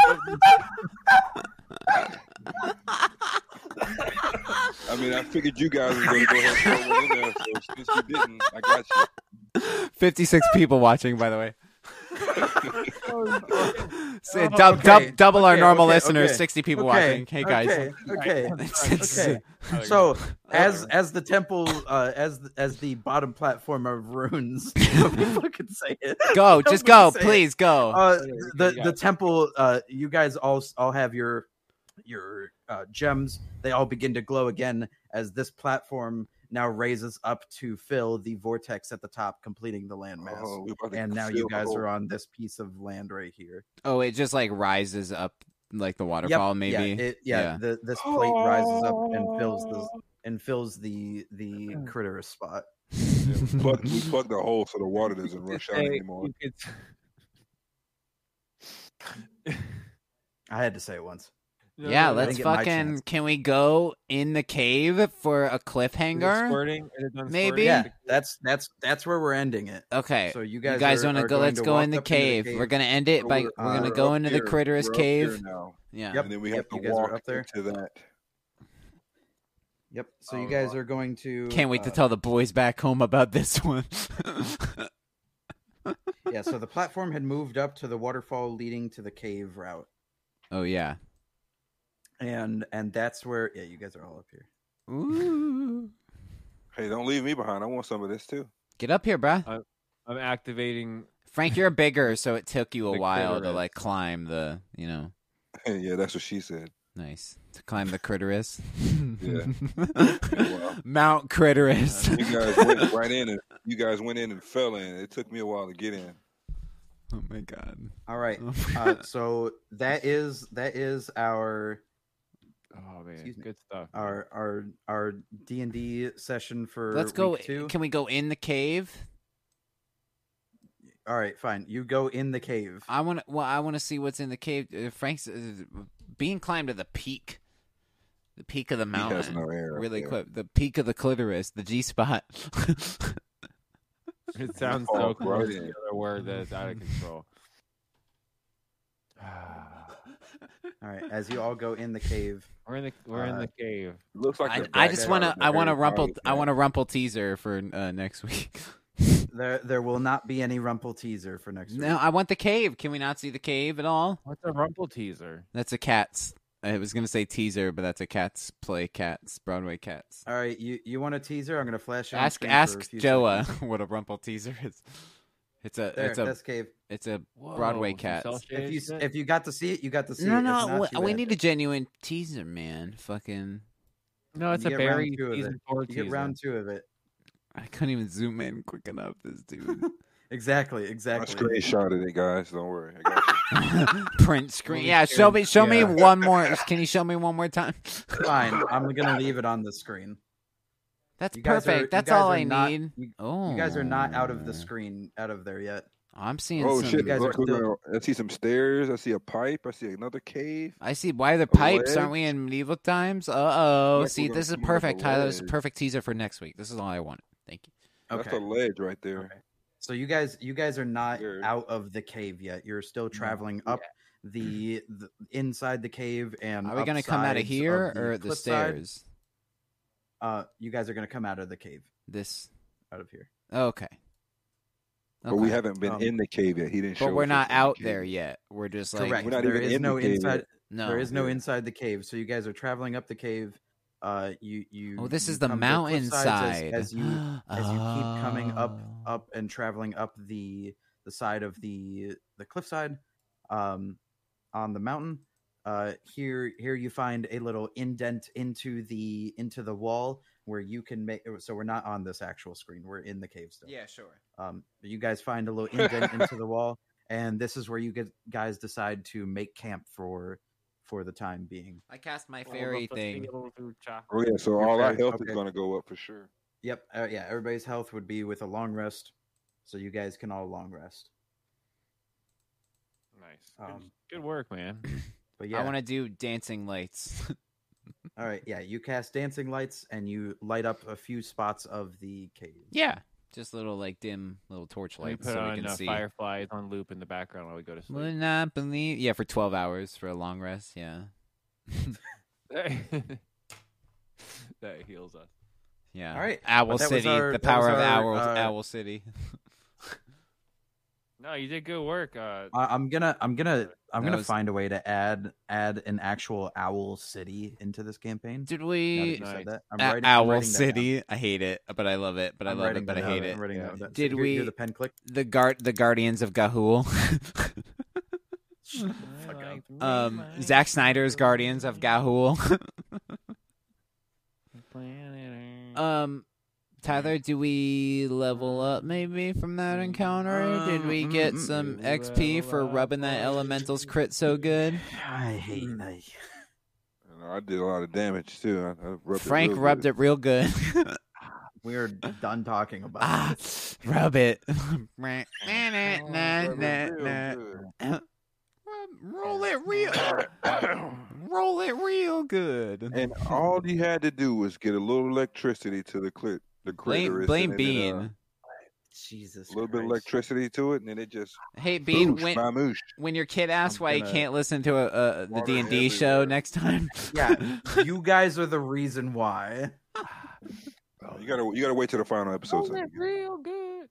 I mean, I figured you guys were going to go ahead and throw one in there. So since you didn't, I got you.
56 people watching, by the way. So,
Oh,
dub-
okay,
dub- double our
okay,
normal
okay,
listeners,
okay,
60 people
okay,
watching. Hey, guys.
Okay, okay.
It's- it's-
Okay. So as as the temple, uh, as as the bottom platform of runes, if you fucking say it.
Go,
Don't
just go,
say it.
please go.
Uh,
Okay,
the
you got
the temple, uh, you guys all s- all have your your uh, gems. They all begin to glow again as this platform now raises up to fill the vortex at the top, completing the landmass.
Oh, we about to
and now
fill
you
the
guys
hole.
are on this piece of land right here.
oh, it just like rises up like the waterfall, maybe.
Yeah, it, yeah,
Yeah.
The, this plate rises up and fills the and fills the the critter spot.
Yeah, plug, we plug the hole so the water doesn't rush out
Hey,
anymore.
you could-
I had to say it once.
no,
yeah,
I
no, no,
let's
didn't get my
fucking.
chance.
Can we go in the cave for a
Is it
cliffhanger?
squirting? Is it done
Maybe.
squirting?
Yeah, that's that's that's where we're ending it.
Okay.
So you
you
guys,
guys,
are-
want
are
to go?
going
Let's go
walk
in the
up
cave.
into the
We're gonna end it
So
by.
we're-
We're gonna
uh,
go
up
into the
here.
Critterus
We're up here
cave.
now.
Yeah.
Yep,
And then we have
yep,
to
you guys are
walk
up there.
into that.
Yep. So you guys are going to.
Can't wait to
uh,
tell the boys back home about this one.
yeah. So the platform had moved up to the waterfall leading to the cave route,
oh yeah.
and and that's where yeah, you guys are all up here.
Ooh.
Hey, don't leave me behind. I want some of this too.
Get up here, bruh.
I'm activating.
Frank, you're bigger, so it took you a
The
while to
Critterus.
like climb the, you know,
yeah, that's what she said.
nice to climb the Critterus.
Wow.
Mount Critterus.
You guys went right in, and you guys went in and fell in. It took me a while to get in.
oh my god.
All right. Uh, so that is that is our
Oh man,
Excuse me.
good stuff.
our our our D and D session for
Let's go.
week two.
Can we go in the cave?
All right, fine. You go in the cave.
I want to. Well, I want to see what's in the cave. Uh, Frank's uh, being climbed to the peak, the peak of the
He
mountain.
has no air. up
really
there.
quick, the peak of the clitoris, the G spot.
It sounds
Oh,
so close
right
to
in.
the other word that is out of control.
All right, as you all go in the cave.
we're in the we're in
Uh,
the cave.
It looks like
I,
the
I
back
just
side
want to.
of the
I want to
Harry
rumple.
Potter
I
thing.
want to rumple teaser for uh, next week.
There there will not be any rumple teaser for next
no,
week.
I want the cave. Can we not see the cave at all?
What's a rumple teaser?
That's a cat's. I was gonna say teaser, but that's a cats play cats Broadway cats.
All right, you you want a teaser? I'm gonna flash it on
Ask
screen for a
ask
few
Joa
seconds.
what a rumple teaser is. It's a
There,
it's a
that's cave.
it's a
Whoa,
Broadway
some
cat.
cel shaded
If you
shit.
if you got to see it, you got to see it.
no
It's not
no
too
we, we
bad.
need a genuine teaser man. Fucking
no, it's
you
a
get round
Barry
two of it.
season four
You get
teaser.
round two of it.
I couldn't even zoom in quick enough. This dude
Exactly,
I
exactly.
screenshotted it, guys. Don't worry. I got you.
print screen. Yeah, show me show me
Yeah.
one more. Can you show me one more time?
Fine, I'm gonna leave it on the screen.
That's
You guys are-
perfect.
you
That's
guys
all
are
I
not-
need.
you-
oh,
You guys are not out of the screen, out of there yet.
I'm seeing.
Oh
some,
shit!
guys
look,
are
look,
still-
I see some stairs. I see a pipe. I see another cave.
I see. Why are the pipes? Aren't we
ledge?
in medieval times? Uh oh.
Like
See,
we're gonna
this is
come up with
perfect,
a
Tyler. This is a
ledge.
perfect teaser for next week. This is all I want. Thank you.
That's a
Okay.
ledge right there.
Okay. So you guys, you guys are not
Sure.
out of the cave yet. You're
Mm,
still traveling up the, the inside the cave, and
Are we
going
gonna
to
come out of here or the
cliffside.
stairs?
Uh, you guys are going to come out of the cave,
This.
out of here.
Okay.
But we
Okay.
haven't been
Um,
in the cave yet. He didn't. show
But we're
us
not
what's in the
out
cave.
there yet. We're just like
Correct.
We're not
There
even
is
in the
no
cave yet.
inside.
no.
there is no
yeah.
inside the cave. So you guys are traveling up the cave. Uh, you you.
Oh, this
you
is the
come to
mountain
cliffsides
side.
as, as you as you keep coming up
Oh.
up and traveling up the the side of the the cliffside um on the mountain uh here here you find a little indent into the into the wall where you can make so we're not on this actual screen we're in the cave still
Yeah, sure.
um but you guys find a little indent into the wall and this is where you get, guys decide to make camp for for the time being
I cast my
All
fairy
of us
thing.
feel through cha-
Oh yeah. So
You're
all our
fair.
health
Okay.
is gonna go up for sure.
yep uh, yeah everybody's health would be with a long rest so you guys can all long rest
Nice.
um
Good work, man.
but yeah
I want to do dancing lights.
All right, yeah, you cast dancing lights and you light up a few spots of the cave.
yeah, just little like dim little torch
Let me
lights
put
so we
on
can
uh,
see.
fireflies on loop in the background while we go to
Would
sleep.
not believe. Yeah, for twelve hours for a long rest. Yeah,
that heals us.
yeah.
All right,
Owl
but that was
City,
our-
the
that was
power of
our,
Owl
uh,
Owl City.
No, you did good work. Uh,
I, I'm gonna, I'm gonna, I'm
That
gonna
was-
find a way to add add an actual owl city into this campaign.
Did
Now that
we?
you said
Nice.
that, I'm
A-
writing- I'm
Owl
writing that down.
City. I hate it, but I love it. But I
I'm
love
writing
it, but I
that down.
hate it.
I'm writing
Yeah.
that down. So
Did
hear- hear
we-
the pen click?
The guard, the guardians of Gahul.
fuck up.
um, Zack Snyder's guardians of Gahul. um, Tyler, do we level up maybe from that encounter? Did we get some XP for rubbing that elemental's crit so good?
I hate. I,
And I did a lot of damage too. I, I rubbed
Frank rubbed it real good.
we're done talking about.
ah,
it.
rub it.
Oh,
Uh, Roll it real. Roll it real good.
And all he had to do was get a little electricity to the clit, the
Blame,
clitoris.
blame
and then it, uh,
Bean.
Jesus.
A little bit of
Christ.
electricity to it, and then it just
Hey, Bean,
boosh,
when,
mamoosh.
when your kid asks
I'm
why
gonna
he can't listen to a, a the
water
D and D show
everywhere.
next time.
Yeah, you guys are the reason why. Oh,
You gotta you gotta wait till the final episode. so you can-
real good.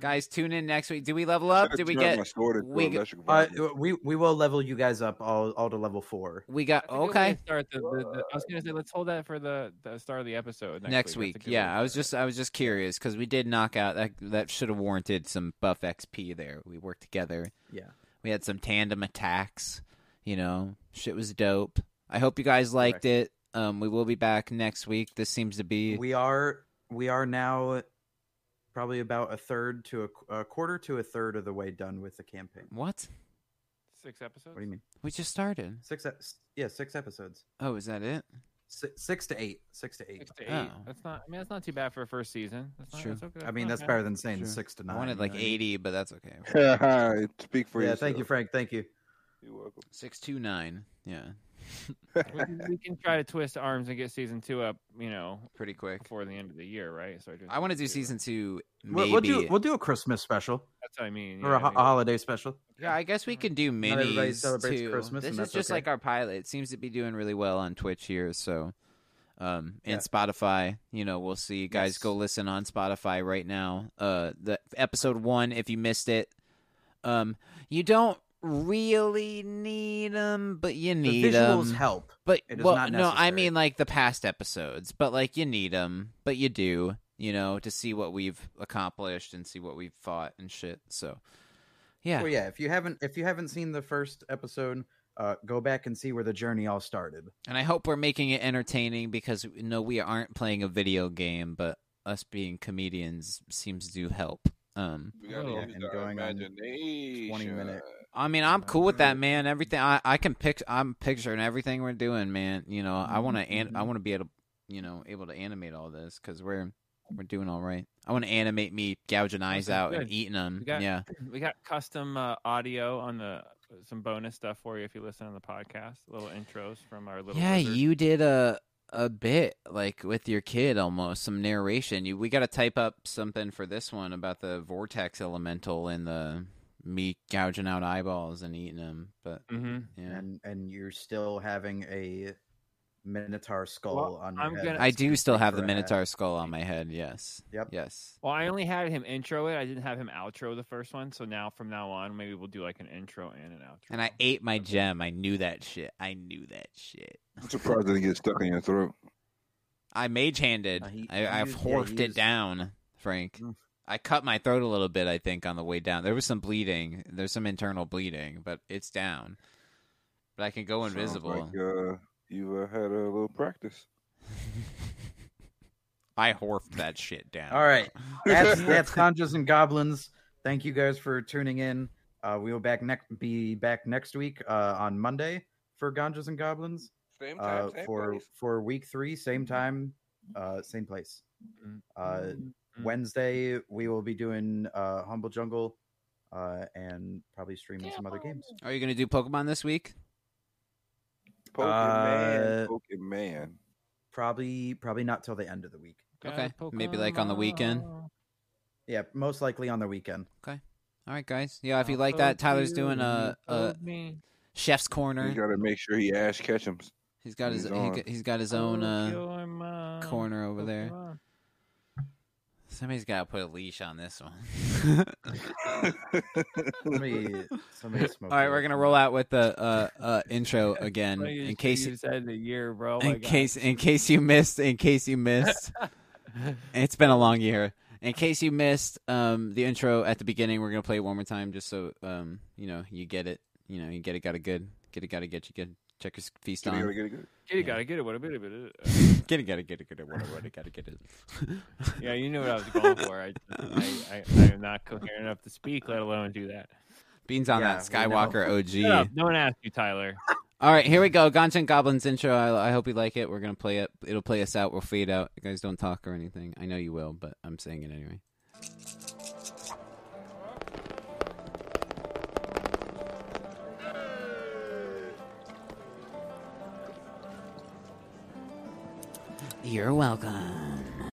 guys, tune in next week. Do we level up?
I
Did we
turned
get?
my sword into
we
an
get-
electric
Uh,
violin.
we we will level you guys up all all to level four.
We got okay.
Start the, the, the, I was gonna say let's hold that for the, the start of the episode next,
next
week.
week.
That's a good
Yeah,
way to
I was
start
just I was just curious because we did knock out that that should have warranted some buff XP there. We worked together.
Yeah.
we had some tandem attacks. You know, shit was dope. I hope you guys liked it. Um, we will be back next week. This seems to be
We are we are now probably about a third to a, qu- a quarter to a third of the way done with the campaign.
what
it. six episodes.
What do you mean?
we just started.
Six? ep- s- Yeah, six episodes.
Oh, is that it?
Si six to eight. Six to eight.
Six to eight.
Oh.
That's not. I mean, that's not too bad for a first season. That's not,
True.
That's okay.
I mean,
not
that's
bad.
better than saying
Sure.
six to
I
nine.
wanted
you
like
know what mean?
eighty, but that's okay.
Speak for
uh, Yeah,
yourself.
thank you, Frank. Thank you.
You're welcome.
Six two nine. Yeah,
we, can- we can try to twist arms and get season two up. You know,
pretty quick.
before the end of the year, right? So just
I want to do
need uh,
season two.
We'll,
Maybe.
we'll do we'll do a Christmas special
That's what I mean.
or
yeah,
a, ho-
maybe-
a holiday special.
yeah, I guess we can do
Not everybody
minis
celebrates
too.
Christmas,
this
and
is
that's
just
okay.
like our pilot. It seems to be doing really well on Twitch here, so um
Yeah.
and Spotify. You know, we'll see. Guys,
Yes.
go listen on Spotify right now. Uh, the episode one. If you missed it, um, you don't really need them, but you
The
need um,
visuals
them.
help.
But
It is
well,
not
no, I
necessary.
mean like the past episodes. But like you need them, but you do, you know, to see what we've accomplished and see what we've fought and shit. So, yeah,
Well, yeah. If you haven't, if you haven't seen the first episode, uh, go back and see where the journey all started.
and I hope we're making it entertaining because no, we aren't playing a video game, but us being comedians seems to help. Um,
We gotta
Yeah,
use
and
our
going on
imagination.
20 minute.
I mean, I'm cool with that, man. Everything I, I can pic, I'm picturing everything we're doing, man. You know, I want to, an- I want to be able, you know, able to animate all this because we're we're doing all right. I want to animate me gouging eyes out
sounds
and
good.
eating them.
We got-
yeah,
We got custom uh, audio on the some bonus stuff for you if you listen on the podcast. Little intros from our little
yeah.
wizard.
You did a a bit like with your kid almost some narration. You we got to type up something for this one about the vortex elemental and the me gouging out eyeballs and eating them. But
Mm-hmm.
Mhm.
yeah,
and and you're still having a minotaur skull
Well,
on your
I'm
head.
gonna-
I do still have the
For a hat.
minotaur skull on my head. Yes.
Yep.
Yes.
Well, I only had him intro it. I didn't have him outro the first one. So now, from now on, maybe we'll do like an intro and an outro.
And I ate my gem. I knew that shit. I knew that shit.
I'm surprised it didn't get stuck in your throat.
I mage handed.
Uh, he-
I,
he
I've
used- yeah, he
horfed it
used-
down, Frank.
Mm.
I cut my throat a little bit. I think on the way down, there was some bleeding. There's some internal bleeding, but it's down. But I can go
Sounds
invisible.
Like, uh, you uh, had a little practice.
I horfed that shit down.
All right. That's that's Conjures and Goblins. Thank you guys for tuning in. Uh, we will back next be back next week uh, on Monday for Ganjas and Goblins
Same
uh,
time, same
for
place.
for week three, same
Mm-hmm.
time, uh, same place.
Mm.
Uh,
Mm-hmm.
Wednesday we will be doing uh, Humble Jungle uh, and probably streaming some other games.
Are you gonna do Pokemon this week?
Uh,
Pokemon. Pokemon.
Probably probably not till the end of the week.
Okay. Maybe like on the weekend.
Yeah, most likely on the weekend.
All right, guys. Yeah, if you like that, Tyler's doing a, a chef's
You
corner.
gotta make sure he ash catch him.
He's got his
He's
he,
on.
g- he's got his own uh, corner over there. Somebody's got to put a leash on this one.
Somebody, somebody
All
smoke
right,
a
we're
little
gonna
too
roll
much.
out with the uh, uh, intro again in case
you said the year, bro.
in case in case you missed in case you missed. it's been a long year. In case you missed um, the intro at the beginning, we're gonna play it one more time just so um, you know you get it. You know you get it, got it good. Get it, got it, get you good. Checkers feast
Get it, get
on.
it, get it, get it.
you gotta get it. What a bit of it.
Get it, got it, get it, get it. What what it, got it, get it.
Yeah, you knew what I was going for. I, I, I, I am not coherent enough to speak, let alone do that.
Beans on that
Yeah, we know.
Skywalker OG.
Shut up. No one asked you, Tyler.
All right, here we go. Ganchen Goblins intro. I, I hope you like it. We're gonna play it. It'll play us out. We'll fade out. You guys don't talk or anything. I know you will, but I'm saying it anyway. You're welcome.